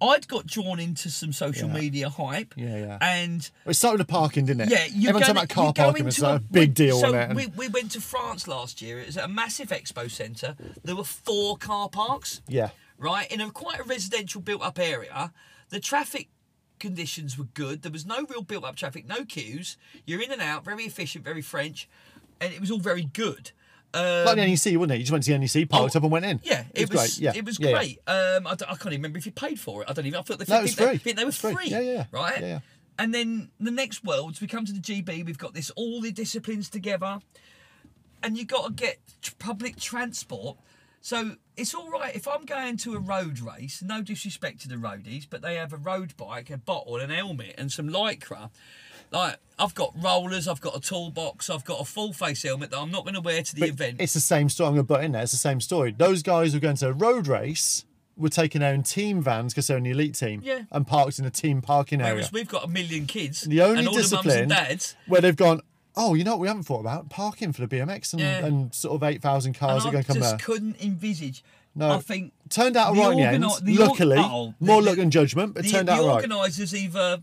Speaker 4: I'd got drawn into some social media hype.
Speaker 3: Yeah, yeah.
Speaker 4: And
Speaker 3: It started with parking, didn't it?
Speaker 4: yeah, you
Speaker 3: Everyone
Speaker 4: go,
Speaker 3: talking about car
Speaker 4: you go
Speaker 3: parking
Speaker 4: into
Speaker 3: was a,
Speaker 4: a-
Speaker 3: big deal,
Speaker 4: So
Speaker 3: wasn't it?
Speaker 4: we,
Speaker 3: And-
Speaker 4: we went to France last year. It was at a massive expo centre. There were four car parks.
Speaker 3: yeah.
Speaker 4: Right in a quite a residential built-up area. The traffic conditions were good. There was no real built-up traffic, no queues. You're in and out, very efficient, very French, and it was all very good. Um,
Speaker 3: Like the NEC, wasn't it? You just went to the E NEC, parked
Speaker 4: Oh,
Speaker 3: up and went in.
Speaker 4: Yeah, it,
Speaker 3: great.
Speaker 4: was,
Speaker 3: Yeah.
Speaker 4: it was
Speaker 3: yeah, yeah.
Speaker 4: great. Um, I, don't- I can't even remember if you paid for it. I don't even. I thought they,
Speaker 3: No, it
Speaker 4: think
Speaker 3: was
Speaker 4: they,
Speaker 3: free.
Speaker 4: think they were
Speaker 3: It's free.
Speaker 4: free.
Speaker 3: Yeah, yeah.
Speaker 4: Right.
Speaker 3: Yeah, yeah.
Speaker 4: And then the next worlds, we come to the GB. We've got this all the disciplines together, and you got to get tr- public transport. So it's all right if I'm going to a road race. No disrespect to the roadies, but they have a road bike, a bottle, an helmet, and some lycra. Like I've got rollers, I've got a toolbox, I've got a full face helmet that I'm not going to wear to the
Speaker 3: But
Speaker 4: event.
Speaker 3: It's the same story. I'm going to butt in there. It's the same story. Those guys who are going to a road race were taking their own team vans because they're an elite team
Speaker 4: Yeah.
Speaker 3: and parked in a team parking area.
Speaker 4: Whereas we've got a million kids
Speaker 3: The only
Speaker 4: and all the mums
Speaker 3: discipline
Speaker 4: and dads.
Speaker 3: where they've gone, oh, you know what we haven't thought about? Parking for the BMX and,
Speaker 4: Yeah.
Speaker 3: and sort of 8,000 cars
Speaker 4: and
Speaker 3: are going to
Speaker 4: I
Speaker 3: come
Speaker 4: just
Speaker 3: there.
Speaker 4: couldn't envisage.
Speaker 3: No.
Speaker 4: I think
Speaker 3: Turned out all right in the
Speaker 4: organi-
Speaker 3: end.
Speaker 4: the or-
Speaker 3: Luckily,
Speaker 4: oh, the-
Speaker 3: more
Speaker 4: the-
Speaker 3: luck than judgment, but it
Speaker 4: the,
Speaker 3: turned
Speaker 4: the
Speaker 3: out all right.
Speaker 4: organisers either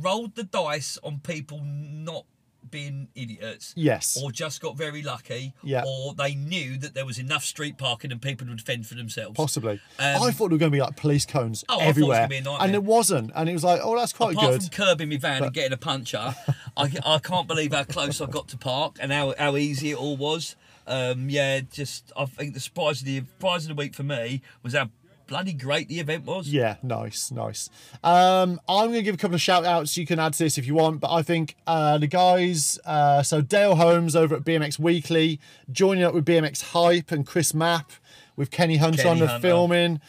Speaker 4: rolled the dice on people not being idiots,
Speaker 3: Yes.
Speaker 4: or just got very lucky,
Speaker 3: Yeah.
Speaker 4: or they knew that there was enough street parking and people would fend for themselves.
Speaker 3: Possibly.
Speaker 4: Um,
Speaker 3: I thought there were going to be like police cones
Speaker 4: Oh, I thought it was
Speaker 3: everywhere.
Speaker 4: gonna be a nightmare.
Speaker 3: and it wasn't. And it was like, oh, that's quite
Speaker 4: Apart
Speaker 3: good.
Speaker 4: from curbing my van and getting a puncher, I, I can't believe how close I got to park and how, how easy it all was. Um, yeah, just I think the surprise of the surprise of the week for me was how bloody great the event was.
Speaker 3: Yeah, nice, nice. Um, I'm going to give a couple of shout outs. You can add to this if you want, but I think uh, the guys, uh, so Dale Holmes over at BMX Weekly, joining up with BMX Hype and Chris Mapp with Kenny Hunter
Speaker 4: Kenny
Speaker 3: on the
Speaker 4: Hunter.
Speaker 3: filming.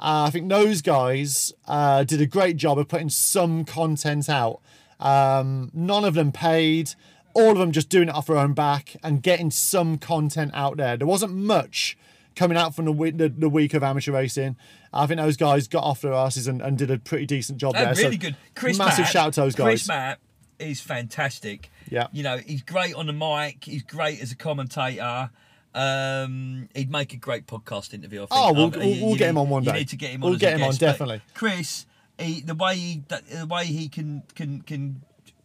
Speaker 3: Uh, I think those guys uh, did a great job of putting some content out. Um, none of them paid. All of them just doing it off their own back and getting some content out there. There wasn't much coming out from the week, the, the week of amateur racing. I think those guys got off their asses and, and did a pretty decent job
Speaker 4: Oh,
Speaker 3: there. So
Speaker 4: really good. Chris
Speaker 3: massive
Speaker 4: Matt-
Speaker 3: shout out to those guys.
Speaker 4: Chris Matt is fantastic.
Speaker 3: Yeah.
Speaker 4: You know, he's great on the mic, he's great as a commentator. Um, he'd make a great podcast interview. I think.
Speaker 3: Oh, we'll-
Speaker 4: Um,
Speaker 3: we'll- we'll get him on one
Speaker 4: you
Speaker 3: day.
Speaker 4: need to get him on.
Speaker 3: We'll
Speaker 4: as a
Speaker 3: get him on,
Speaker 4: guest, but
Speaker 3: definitely.
Speaker 4: Chris, he, the way he the way he can can can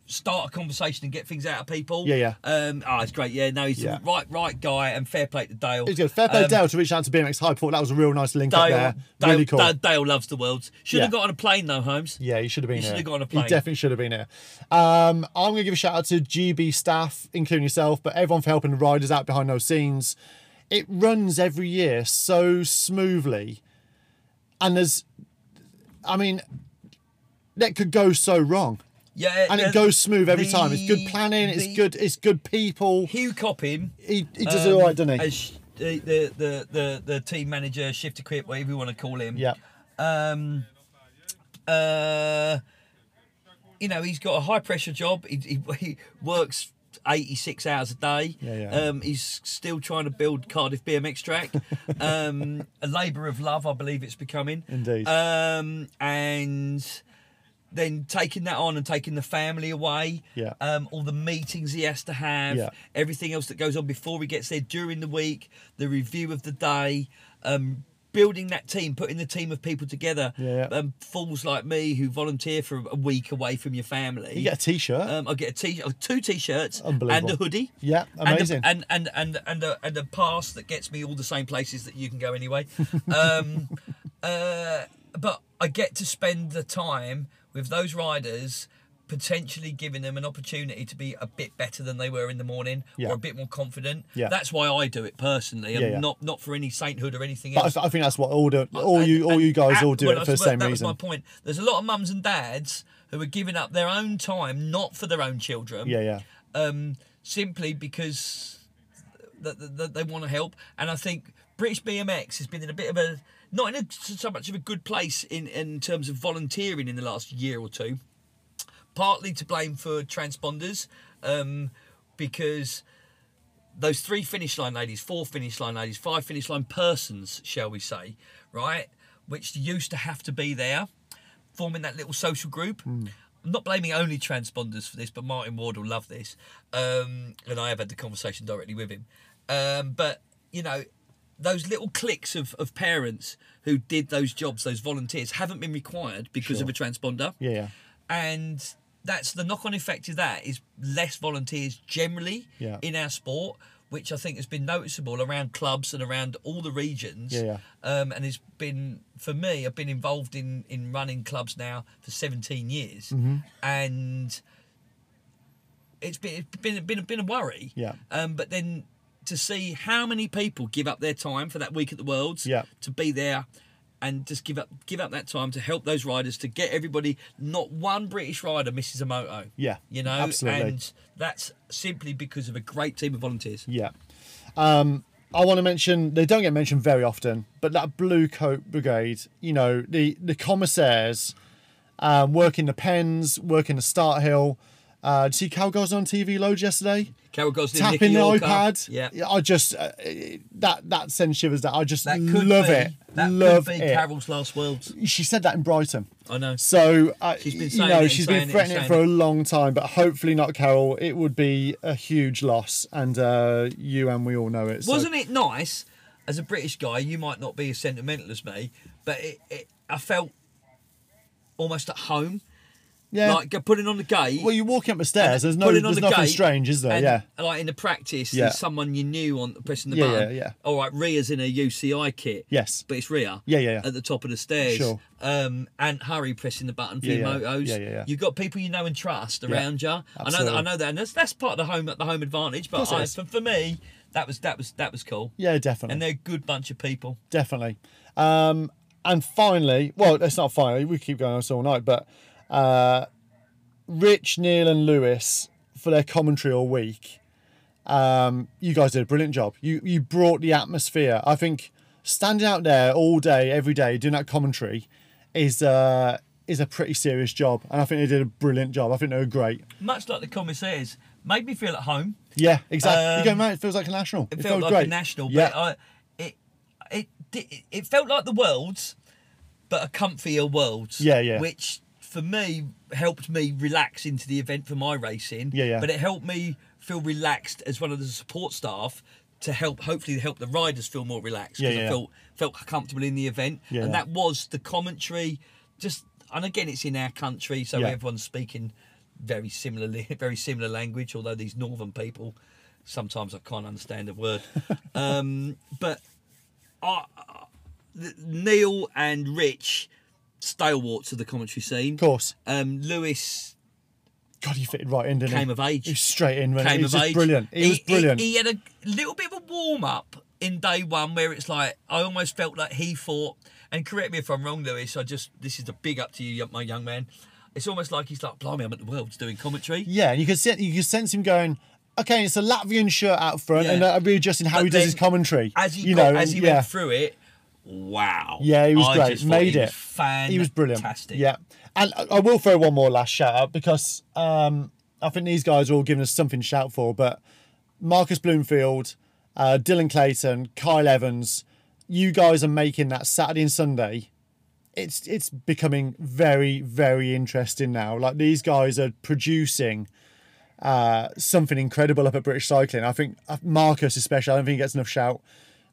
Speaker 4: start a conversation and get things out of people.
Speaker 3: Yeah, yeah.
Speaker 4: Um, oh, it's great. Yeah, no, he's
Speaker 3: Yeah.
Speaker 4: the right right guy and fair play to Dale.
Speaker 3: It was good. Fair play
Speaker 4: Um,
Speaker 3: Dale to reach out to BMX Hype. Thought that was a real nice link up
Speaker 4: Dale,
Speaker 3: there.
Speaker 4: Dale,
Speaker 3: really cool.
Speaker 4: Dale, Dale loves the world. Should
Speaker 3: Yeah.
Speaker 4: have got on a plane though, Holmes.
Speaker 3: Yeah, he should have been
Speaker 4: He
Speaker 3: here.
Speaker 4: should have got on a plane.
Speaker 3: He definitely should have been here. Um, I'm going to give a shout out to GB staff, including yourself, but everyone for helping the riders out behind those scenes. It runs every year so smoothly. And there's, I mean, that could go so wrong.
Speaker 4: Yeah,
Speaker 3: And
Speaker 4: the-
Speaker 3: it goes smooth every time. It's good
Speaker 4: the-
Speaker 3: planning. It's
Speaker 4: the-
Speaker 3: good. It's good people.
Speaker 4: Hugh Coppin.
Speaker 3: He, he does it all right, doesn't he?
Speaker 4: Um, As the, the, the, the, the team manager, shift equip, whatever you want to call him.
Speaker 3: Yeah.
Speaker 4: Um, uh, you know, he's got a high pressure job. He, he, he works 86 hours a day.
Speaker 3: Yeah, yeah.
Speaker 4: Um, he's still trying to build Cardiff BMX track. um, a labour of love, I believe it's becoming.
Speaker 3: Indeed.
Speaker 4: Um, and then taking that on and taking the family away,
Speaker 3: Yeah.
Speaker 4: um, all the meetings he has to have,
Speaker 3: Yeah.
Speaker 4: everything else that goes on before he gets there during the week, the review of the day, um, building that team, putting the team of people together.
Speaker 3: Yeah, yeah.
Speaker 4: Um, fools like me who volunteer for a week away from your family.
Speaker 3: You get a t-shirt.
Speaker 4: Um, I get a t- oh, two t-shirts and a
Speaker 3: Unbelievable.
Speaker 4: hoodie.
Speaker 3: Yeah,
Speaker 4: And a-
Speaker 3: amazing.
Speaker 4: And and and and a, and a pass that gets me all the same places that you can go anyway. Um, uh, but I get to spend the time with those riders. Potentially giving them an opportunity to be a bit better than they were in the morning,
Speaker 3: Yeah.
Speaker 4: or a bit more confident.
Speaker 3: Yeah.
Speaker 4: That's why I do it personally, and
Speaker 3: Yeah, yeah.
Speaker 4: not not for any sainthood or anything
Speaker 3: but I,
Speaker 4: else.
Speaker 3: th- I think that's what all the, all
Speaker 4: And-
Speaker 3: you all
Speaker 4: and
Speaker 3: you guys
Speaker 4: at-
Speaker 3: all do it
Speaker 4: well, that's
Speaker 3: for the
Speaker 4: what-
Speaker 3: same
Speaker 4: that
Speaker 3: reason.
Speaker 4: was my point. There's a lot of mums and dads who are giving up their own time, not for their own children.
Speaker 3: Yeah, yeah.
Speaker 4: Um, simply because that th- th- they want to help, and I think British BMX has been in a bit of a not in a, so much of a good place in in terms of volunteering in the last year or two partly to blame for transponders um, because those three finish line ladies, four finish line ladies, five finish line persons, shall we say, right, which used to have to be there, forming that little social group. I'm not blaming only transponders for this, but Martin Ward will love this, um, and I have had the conversation directly with him. Um, but you know, those little cliques of, of parents who did those jobs, those volunteers, haven't been required because of a transponder
Speaker 3: Yeah, yeah.
Speaker 4: and that's the knock-on effect of that is less volunteers generally
Speaker 3: Yeah.
Speaker 4: in our sport which i think has been noticeable around clubs and around all the regions
Speaker 3: Yeah, yeah.
Speaker 4: Um, and it's been for me i've been involved in in running clubs now for 17 years
Speaker 3: Mm-hmm.
Speaker 4: and it's been it's been been been a worry.
Speaker 3: Yeah.
Speaker 4: Um, but then to see how many people give up their time for that week at the Worlds.
Speaker 3: Yeah.
Speaker 4: To be there, and just give up give up that time to help those riders to get everybody. Not one British rider misses a moto.
Speaker 3: Yeah,
Speaker 4: You know.
Speaker 3: absolutely.
Speaker 4: And that's simply because of a great team of volunteers.
Speaker 3: Yeah. Um, I want to mention they don't get mentioned very often, but that blue coat brigade, you know, the the commissaires um, working the pens, working the start hill, Uh, did you see Cal goes on TV loads yesterday?
Speaker 4: Carol Gosling,
Speaker 3: Tapping
Speaker 4: Nicky
Speaker 3: the
Speaker 4: Yorker.
Speaker 3: iPad.
Speaker 4: Yeah.
Speaker 3: I just, uh, it- that that sends shivers down. I just
Speaker 4: That could
Speaker 3: love
Speaker 4: be,
Speaker 3: it.
Speaker 4: That
Speaker 3: love
Speaker 4: could be
Speaker 3: it.
Speaker 4: Carol's last words.
Speaker 3: She said that in Brighton.
Speaker 4: I know.
Speaker 3: So uh,
Speaker 4: She's been
Speaker 3: you
Speaker 4: saying
Speaker 3: know
Speaker 4: it and
Speaker 3: she's
Speaker 4: saying it
Speaker 3: been
Speaker 4: and
Speaker 3: threatening it,
Speaker 4: saying
Speaker 3: for a long time, but hopefully not Carol. It would be a huge loss, and uh, you and we all know it. So-
Speaker 4: Wasn't it nice? As a British guy, you might not be as sentimental as me, but it, it I felt almost at home.
Speaker 3: Yeah.
Speaker 4: Like go- putting on the gate.
Speaker 3: well, you're walking up the stairs. There's no,
Speaker 4: putting
Speaker 3: there's
Speaker 4: on the
Speaker 3: nothing
Speaker 4: gate
Speaker 3: strange, is there?
Speaker 4: and,
Speaker 3: yeah.
Speaker 4: Like in the practice,
Speaker 3: Yeah.
Speaker 4: there's someone you knew on pressing the
Speaker 3: Yeah,
Speaker 4: button.
Speaker 3: yeah, yeah.
Speaker 4: All right, Ria's in a UCI kit.
Speaker 3: Yes.
Speaker 4: But it's Ria.
Speaker 3: Yeah, yeah, yeah.
Speaker 4: At the top of the stairs.
Speaker 3: Sure.
Speaker 4: Um, and Harry pressing the button for
Speaker 3: Yeah,
Speaker 4: your
Speaker 3: yeah.
Speaker 4: motos.
Speaker 3: Yeah, yeah, yeah.
Speaker 4: You've got people you know and trust around you. I know that. I
Speaker 3: absolutely.
Speaker 4: know that, and that's that's part of the home the home advantage. But
Speaker 3: course it
Speaker 4: I,
Speaker 3: is.
Speaker 4: for, for me, that was that was that was cool.
Speaker 3: Yeah, definitely.
Speaker 4: And they're a good bunch of people.
Speaker 3: definitely. Um, and finally, well, it's not finally. We keep going on this all night, but uh, Rich, Neil, and Lewis for their commentary all week. Um, you guys did a brilliant job. You you brought the atmosphere. I think standing out there all day, every day, doing that commentary, is uh, is a pretty serious job. And I think they did a brilliant job. I think they were great.
Speaker 4: Much like the commissaires, made me feel at home.
Speaker 3: Yeah, exactly.
Speaker 4: Um,
Speaker 3: you go, man. It feels like a national.
Speaker 4: It, felt, like a national,
Speaker 3: Yeah.
Speaker 4: but I, it, it di- it felt like the world's, but a comfier world's.
Speaker 3: Yeah, yeah.
Speaker 4: Which for me helped me relax into the event for my racing.
Speaker 3: Yeah, yeah.
Speaker 4: But it helped me feel relaxed as one of the support staff to help, hopefully help the riders feel more relaxed
Speaker 3: Yeah, yeah,
Speaker 4: because I
Speaker 3: yeah.
Speaker 4: felt felt comfortable in the event,
Speaker 3: Yeah,
Speaker 4: and
Speaker 3: yeah.
Speaker 4: that was the commentary. Just and again, it's in our country, so
Speaker 3: Yeah.
Speaker 4: everyone's speaking very similarly, very similar language. Although these northern people, sometimes I can't understand a word. um, but I, th- Neil and Rich, stalwarts of the commentary scene. Of
Speaker 3: course.
Speaker 4: Um, Lewis
Speaker 3: God, he fitted right in, didn't he?
Speaker 4: Came of age.
Speaker 3: He was straight in. Wasn't he?
Speaker 4: came
Speaker 3: he was
Speaker 4: of
Speaker 3: just
Speaker 4: age.
Speaker 3: brilliant. He, was brilliant.
Speaker 4: He, had a little bit of a warm up in day one where it's like I almost felt like he thought. And correct me if I'm wrong, Lewis. I just this is a big up to you, my young man. It's almost like he's like, blimey, I'm at the world's doing commentary.
Speaker 3: yeah, you could sense, you could sense him going. Okay, it's a Latvian shirt out front, and
Speaker 4: Yeah.
Speaker 3: uh, readjusting how
Speaker 4: But
Speaker 3: he does
Speaker 4: then,
Speaker 3: his commentary.
Speaker 4: As he
Speaker 3: you
Speaker 4: got,
Speaker 3: know,
Speaker 4: as he
Speaker 3: yeah.
Speaker 4: went through it, wow.
Speaker 3: Yeah, he was
Speaker 4: I
Speaker 3: great.
Speaker 4: Just thought
Speaker 3: Made
Speaker 4: he
Speaker 3: it.
Speaker 4: Was fantastic.
Speaker 3: He was brilliant. Yeah, and I- I will throw one more last shout out because um, I think these guys are all giving us something to shout for. But Marcus Bloomfield, uh, Dylan Clayton, Kyle Evans, you guys are making that Saturday and Sunday. It's it's becoming very very interesting now. Like these guys are producing uh, something incredible up at British Cycling. I think uh, Marcus especially. I don't think he gets enough shout.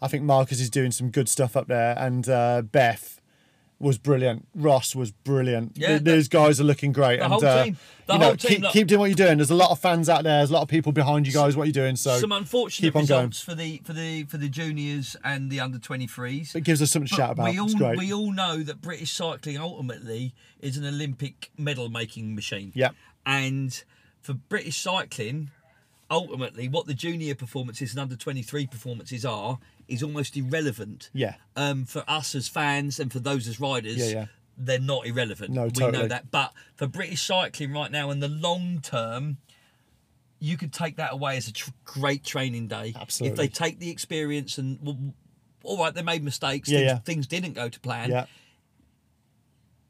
Speaker 3: I think Marcus is doing some good stuff up there, and uh, Beth was brilliant. Ross was brilliant.
Speaker 4: Yeah,
Speaker 3: Th-
Speaker 4: the-
Speaker 3: these guys are looking great.
Speaker 4: the
Speaker 3: and
Speaker 4: whole
Speaker 3: uh,
Speaker 4: team. The
Speaker 3: you know,
Speaker 4: whole team,
Speaker 3: keep,
Speaker 4: look.
Speaker 3: keep doing what you're doing. There's a lot of fans out there. There's a lot of people behind you guys. What you're doing. So
Speaker 4: Some unfortunate
Speaker 3: keep on going.
Speaker 4: results for the for the for the juniors and the under twenty threes.
Speaker 3: It gives us something to shout about.
Speaker 4: We
Speaker 3: it's
Speaker 4: all
Speaker 3: great.
Speaker 4: we all know that British cycling ultimately is an Olympic medal making machine.
Speaker 3: Yeah.
Speaker 4: And for British cycling, ultimately what the junior performances and under twenty three performances are is almost irrelevant.
Speaker 3: Yeah.
Speaker 4: Um, for us as fans and for those as riders,
Speaker 3: Yeah, yeah.
Speaker 4: they're not irrelevant.
Speaker 3: No,
Speaker 4: we know
Speaker 3: totally.
Speaker 4: that. But for British cycling right now in the long term, you could take that away as a tr- great training day. If
Speaker 3: Absolutely.
Speaker 4: they take the experience and, well, all right, they made mistakes.
Speaker 3: Yeah,
Speaker 4: things,
Speaker 3: yeah.
Speaker 4: things didn't go to plan.
Speaker 3: yeah.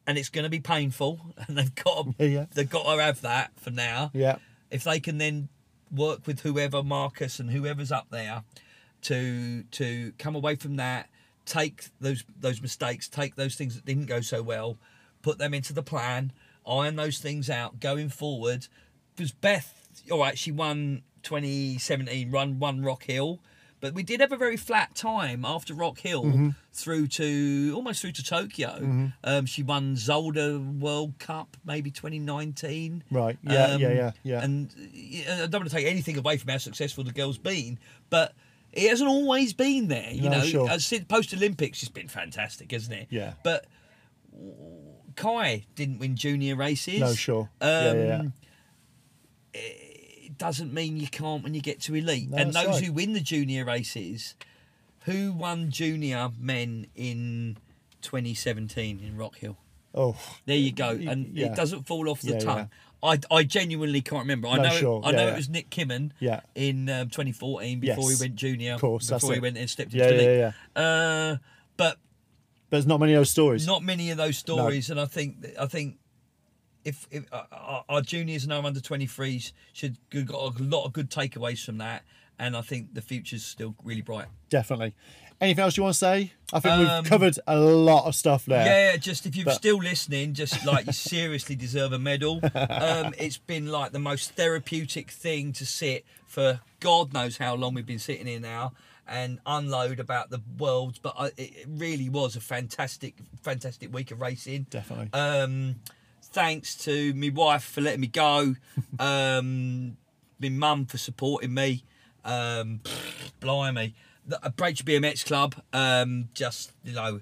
Speaker 4: And it's going to be painful. And they've got to,
Speaker 3: Yeah, yeah.
Speaker 4: they've got to have that for now.
Speaker 3: Yeah.
Speaker 4: If they can then work with whoever Marcus and whoever's up there to to come away from that, take those those mistakes, take those things that didn't go so well, put them into the plan, iron those things out going forward. Because Beth, all right, she won 2017 run one Rock Hill, but we did have a very flat time after Rock Hill through to almost through to Tokyo. Um, she won Zolder World Cup maybe 2019.
Speaker 3: Right, yeah, yeah, yeah, yeah.
Speaker 4: Um, And uh, I don't want to take anything away from how successful the girl's been, but it hasn't always been there. You
Speaker 3: No,
Speaker 4: know,
Speaker 3: sure.
Speaker 4: Uh, since post Olympics, it's been fantastic, hasn't it?
Speaker 3: Yeah.
Speaker 4: But Kai didn't win junior races. Um,
Speaker 3: No, sure. Yeah, yeah, yeah.
Speaker 4: It doesn't mean you can't when you get to elite.
Speaker 3: No,
Speaker 4: and
Speaker 3: that's
Speaker 4: those
Speaker 3: right.
Speaker 4: who win the junior races, who won junior men in 2017 in Rock Hill?
Speaker 3: Oh,
Speaker 4: There you go.
Speaker 3: Y-
Speaker 4: And
Speaker 3: yeah.
Speaker 4: it doesn't fall off the
Speaker 3: Yeah,
Speaker 4: tongue. I, I genuinely can't remember. I
Speaker 3: No,
Speaker 4: know
Speaker 3: sure.
Speaker 4: I
Speaker 3: Yeah,
Speaker 4: know
Speaker 3: yeah.
Speaker 4: it was Nick Kimmon
Speaker 3: Yeah.
Speaker 4: in um, 2014 before
Speaker 3: Yes.
Speaker 4: he went junior.
Speaker 3: Of course, that's
Speaker 4: before he
Speaker 3: it.
Speaker 4: went and stepped
Speaker 3: Yeah,
Speaker 4: into the
Speaker 3: yeah,
Speaker 4: league. Uh, but
Speaker 3: there's not many of those stories.
Speaker 4: not many of those stories, and I think I think if, if uh, our, our juniors and our under 23s should g- got a lot of good takeaways from that, and I think the future's still really bright.
Speaker 3: Definitely. Anything else you want to say? I think
Speaker 4: Um,
Speaker 3: we've covered a lot of stuff there.
Speaker 4: Yeah, just if you're still listening, just like you seriously deserve a medal. Um, it's been like the most therapeutic thing to sit for God knows how long we've been sitting here now and unload about the world. But I, it really was a fantastic, fantastic week of racing.
Speaker 3: Definitely.
Speaker 4: Um, thanks to my wife for letting me go. Um, my mum for supporting me. Um, blimey, the uh, Bridge BMX Club. Um, just you know,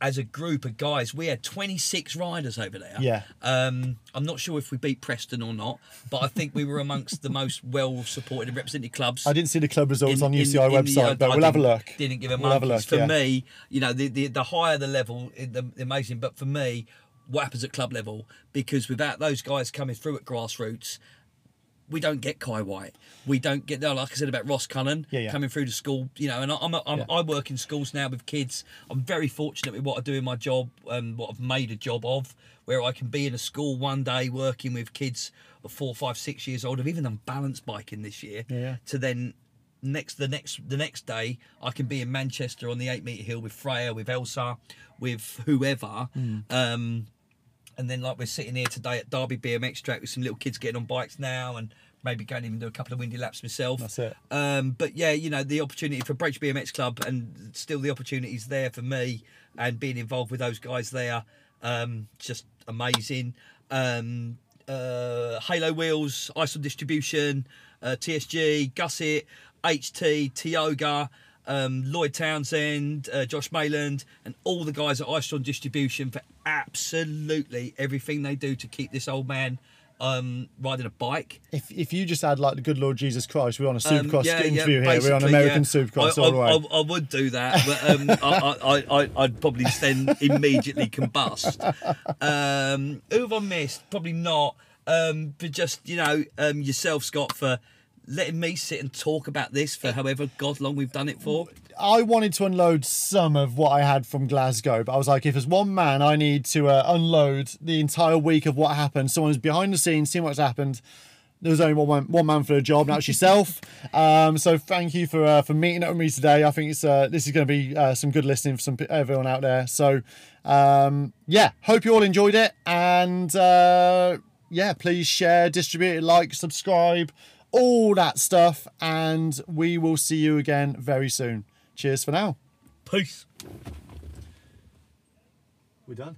Speaker 4: as a group of guys, we had 26 riders over there.
Speaker 3: Yeah.
Speaker 4: Um, I'm not sure if we beat Preston or not, but I think we were amongst the most well supported and represented clubs
Speaker 3: I didn't see the club results
Speaker 4: in-
Speaker 3: on
Speaker 4: in-
Speaker 3: UCI
Speaker 4: in the- uh,
Speaker 3: website, but
Speaker 4: I
Speaker 3: we'll have a
Speaker 4: didn't-
Speaker 3: look.
Speaker 4: Didn't give a
Speaker 3: We'll have a
Speaker 4: monkey's.
Speaker 3: look,
Speaker 4: For
Speaker 3: yeah.
Speaker 4: me, you know, the, the the higher the level, it- the, the amazing. But for me, what happens at club level? Because without those guys coming through at grassroots, we don't get Kai White. We don't get no, like I said about Ross Cullen
Speaker 3: Yeah, yeah.
Speaker 4: coming through to school. You know, and I- I'm, a, I'm
Speaker 3: Yeah.
Speaker 4: I work in schools now with kids. I'm very fortunate with what I do in my job, um, what I've made a job of, where I can be in a school one day working with kids of four, five, six years old. I've even done balance biking this year.
Speaker 3: yeah.
Speaker 4: To then next the next the next day I can be in Manchester on the eight meter hill with Freya, with Elsa, with whoever.
Speaker 3: Mm.
Speaker 4: Um, and then like we're sitting here today at Derby BMX track with some little kids getting on bikes now and maybe going even do a couple of windy laps myself.
Speaker 3: That's it.
Speaker 4: Um, but yeah, you know the opportunity for Breach BMX Club and still the opportunities there for me and being involved with those guys there, um, just amazing. Um, uh, Halo Wheels, Iceland Distribution, uh, TSG, Gusset, HT, Tioga um, Lloyd Townsend, uh, Josh Mayland, and all the guys at Icestone Distribution for absolutely everything they do to keep this old man um, riding a bike.
Speaker 3: If, if you just add like the good Lord Jesus Christ, we're on a supercross
Speaker 4: Um, yeah, yeah,
Speaker 3: interview here. We're on
Speaker 4: basically,
Speaker 3: American
Speaker 4: yeah.
Speaker 3: supercross
Speaker 4: I,
Speaker 3: all the
Speaker 4: I,
Speaker 3: way.
Speaker 4: I, I would do that, but um, I, I, I, I'd probably then immediately combust. Um, who have I missed? Probably not. Um, but just you know um, yourself, Scott, for letting me sit and talk about this for however god long we've done it for.
Speaker 3: I wanted to unload some of what I had from Glasgow, but I was like, if there's one man I need to uh, unload the entire week of what happened, someone's behind the scenes, seeing what's happened. There was only one man, one man for the job, and that's yourself. Um, so thank you for uh, for meeting up with me today. I think it's uh, this is going to be uh, some good listening for some pe- everyone out there. So um, yeah, hope you all enjoyed it, and uh, yeah, please share, distribute, it, like, subscribe, all that stuff, and we will see you again very soon. Cheers for now.
Speaker 4: Peace.
Speaker 3: We're done.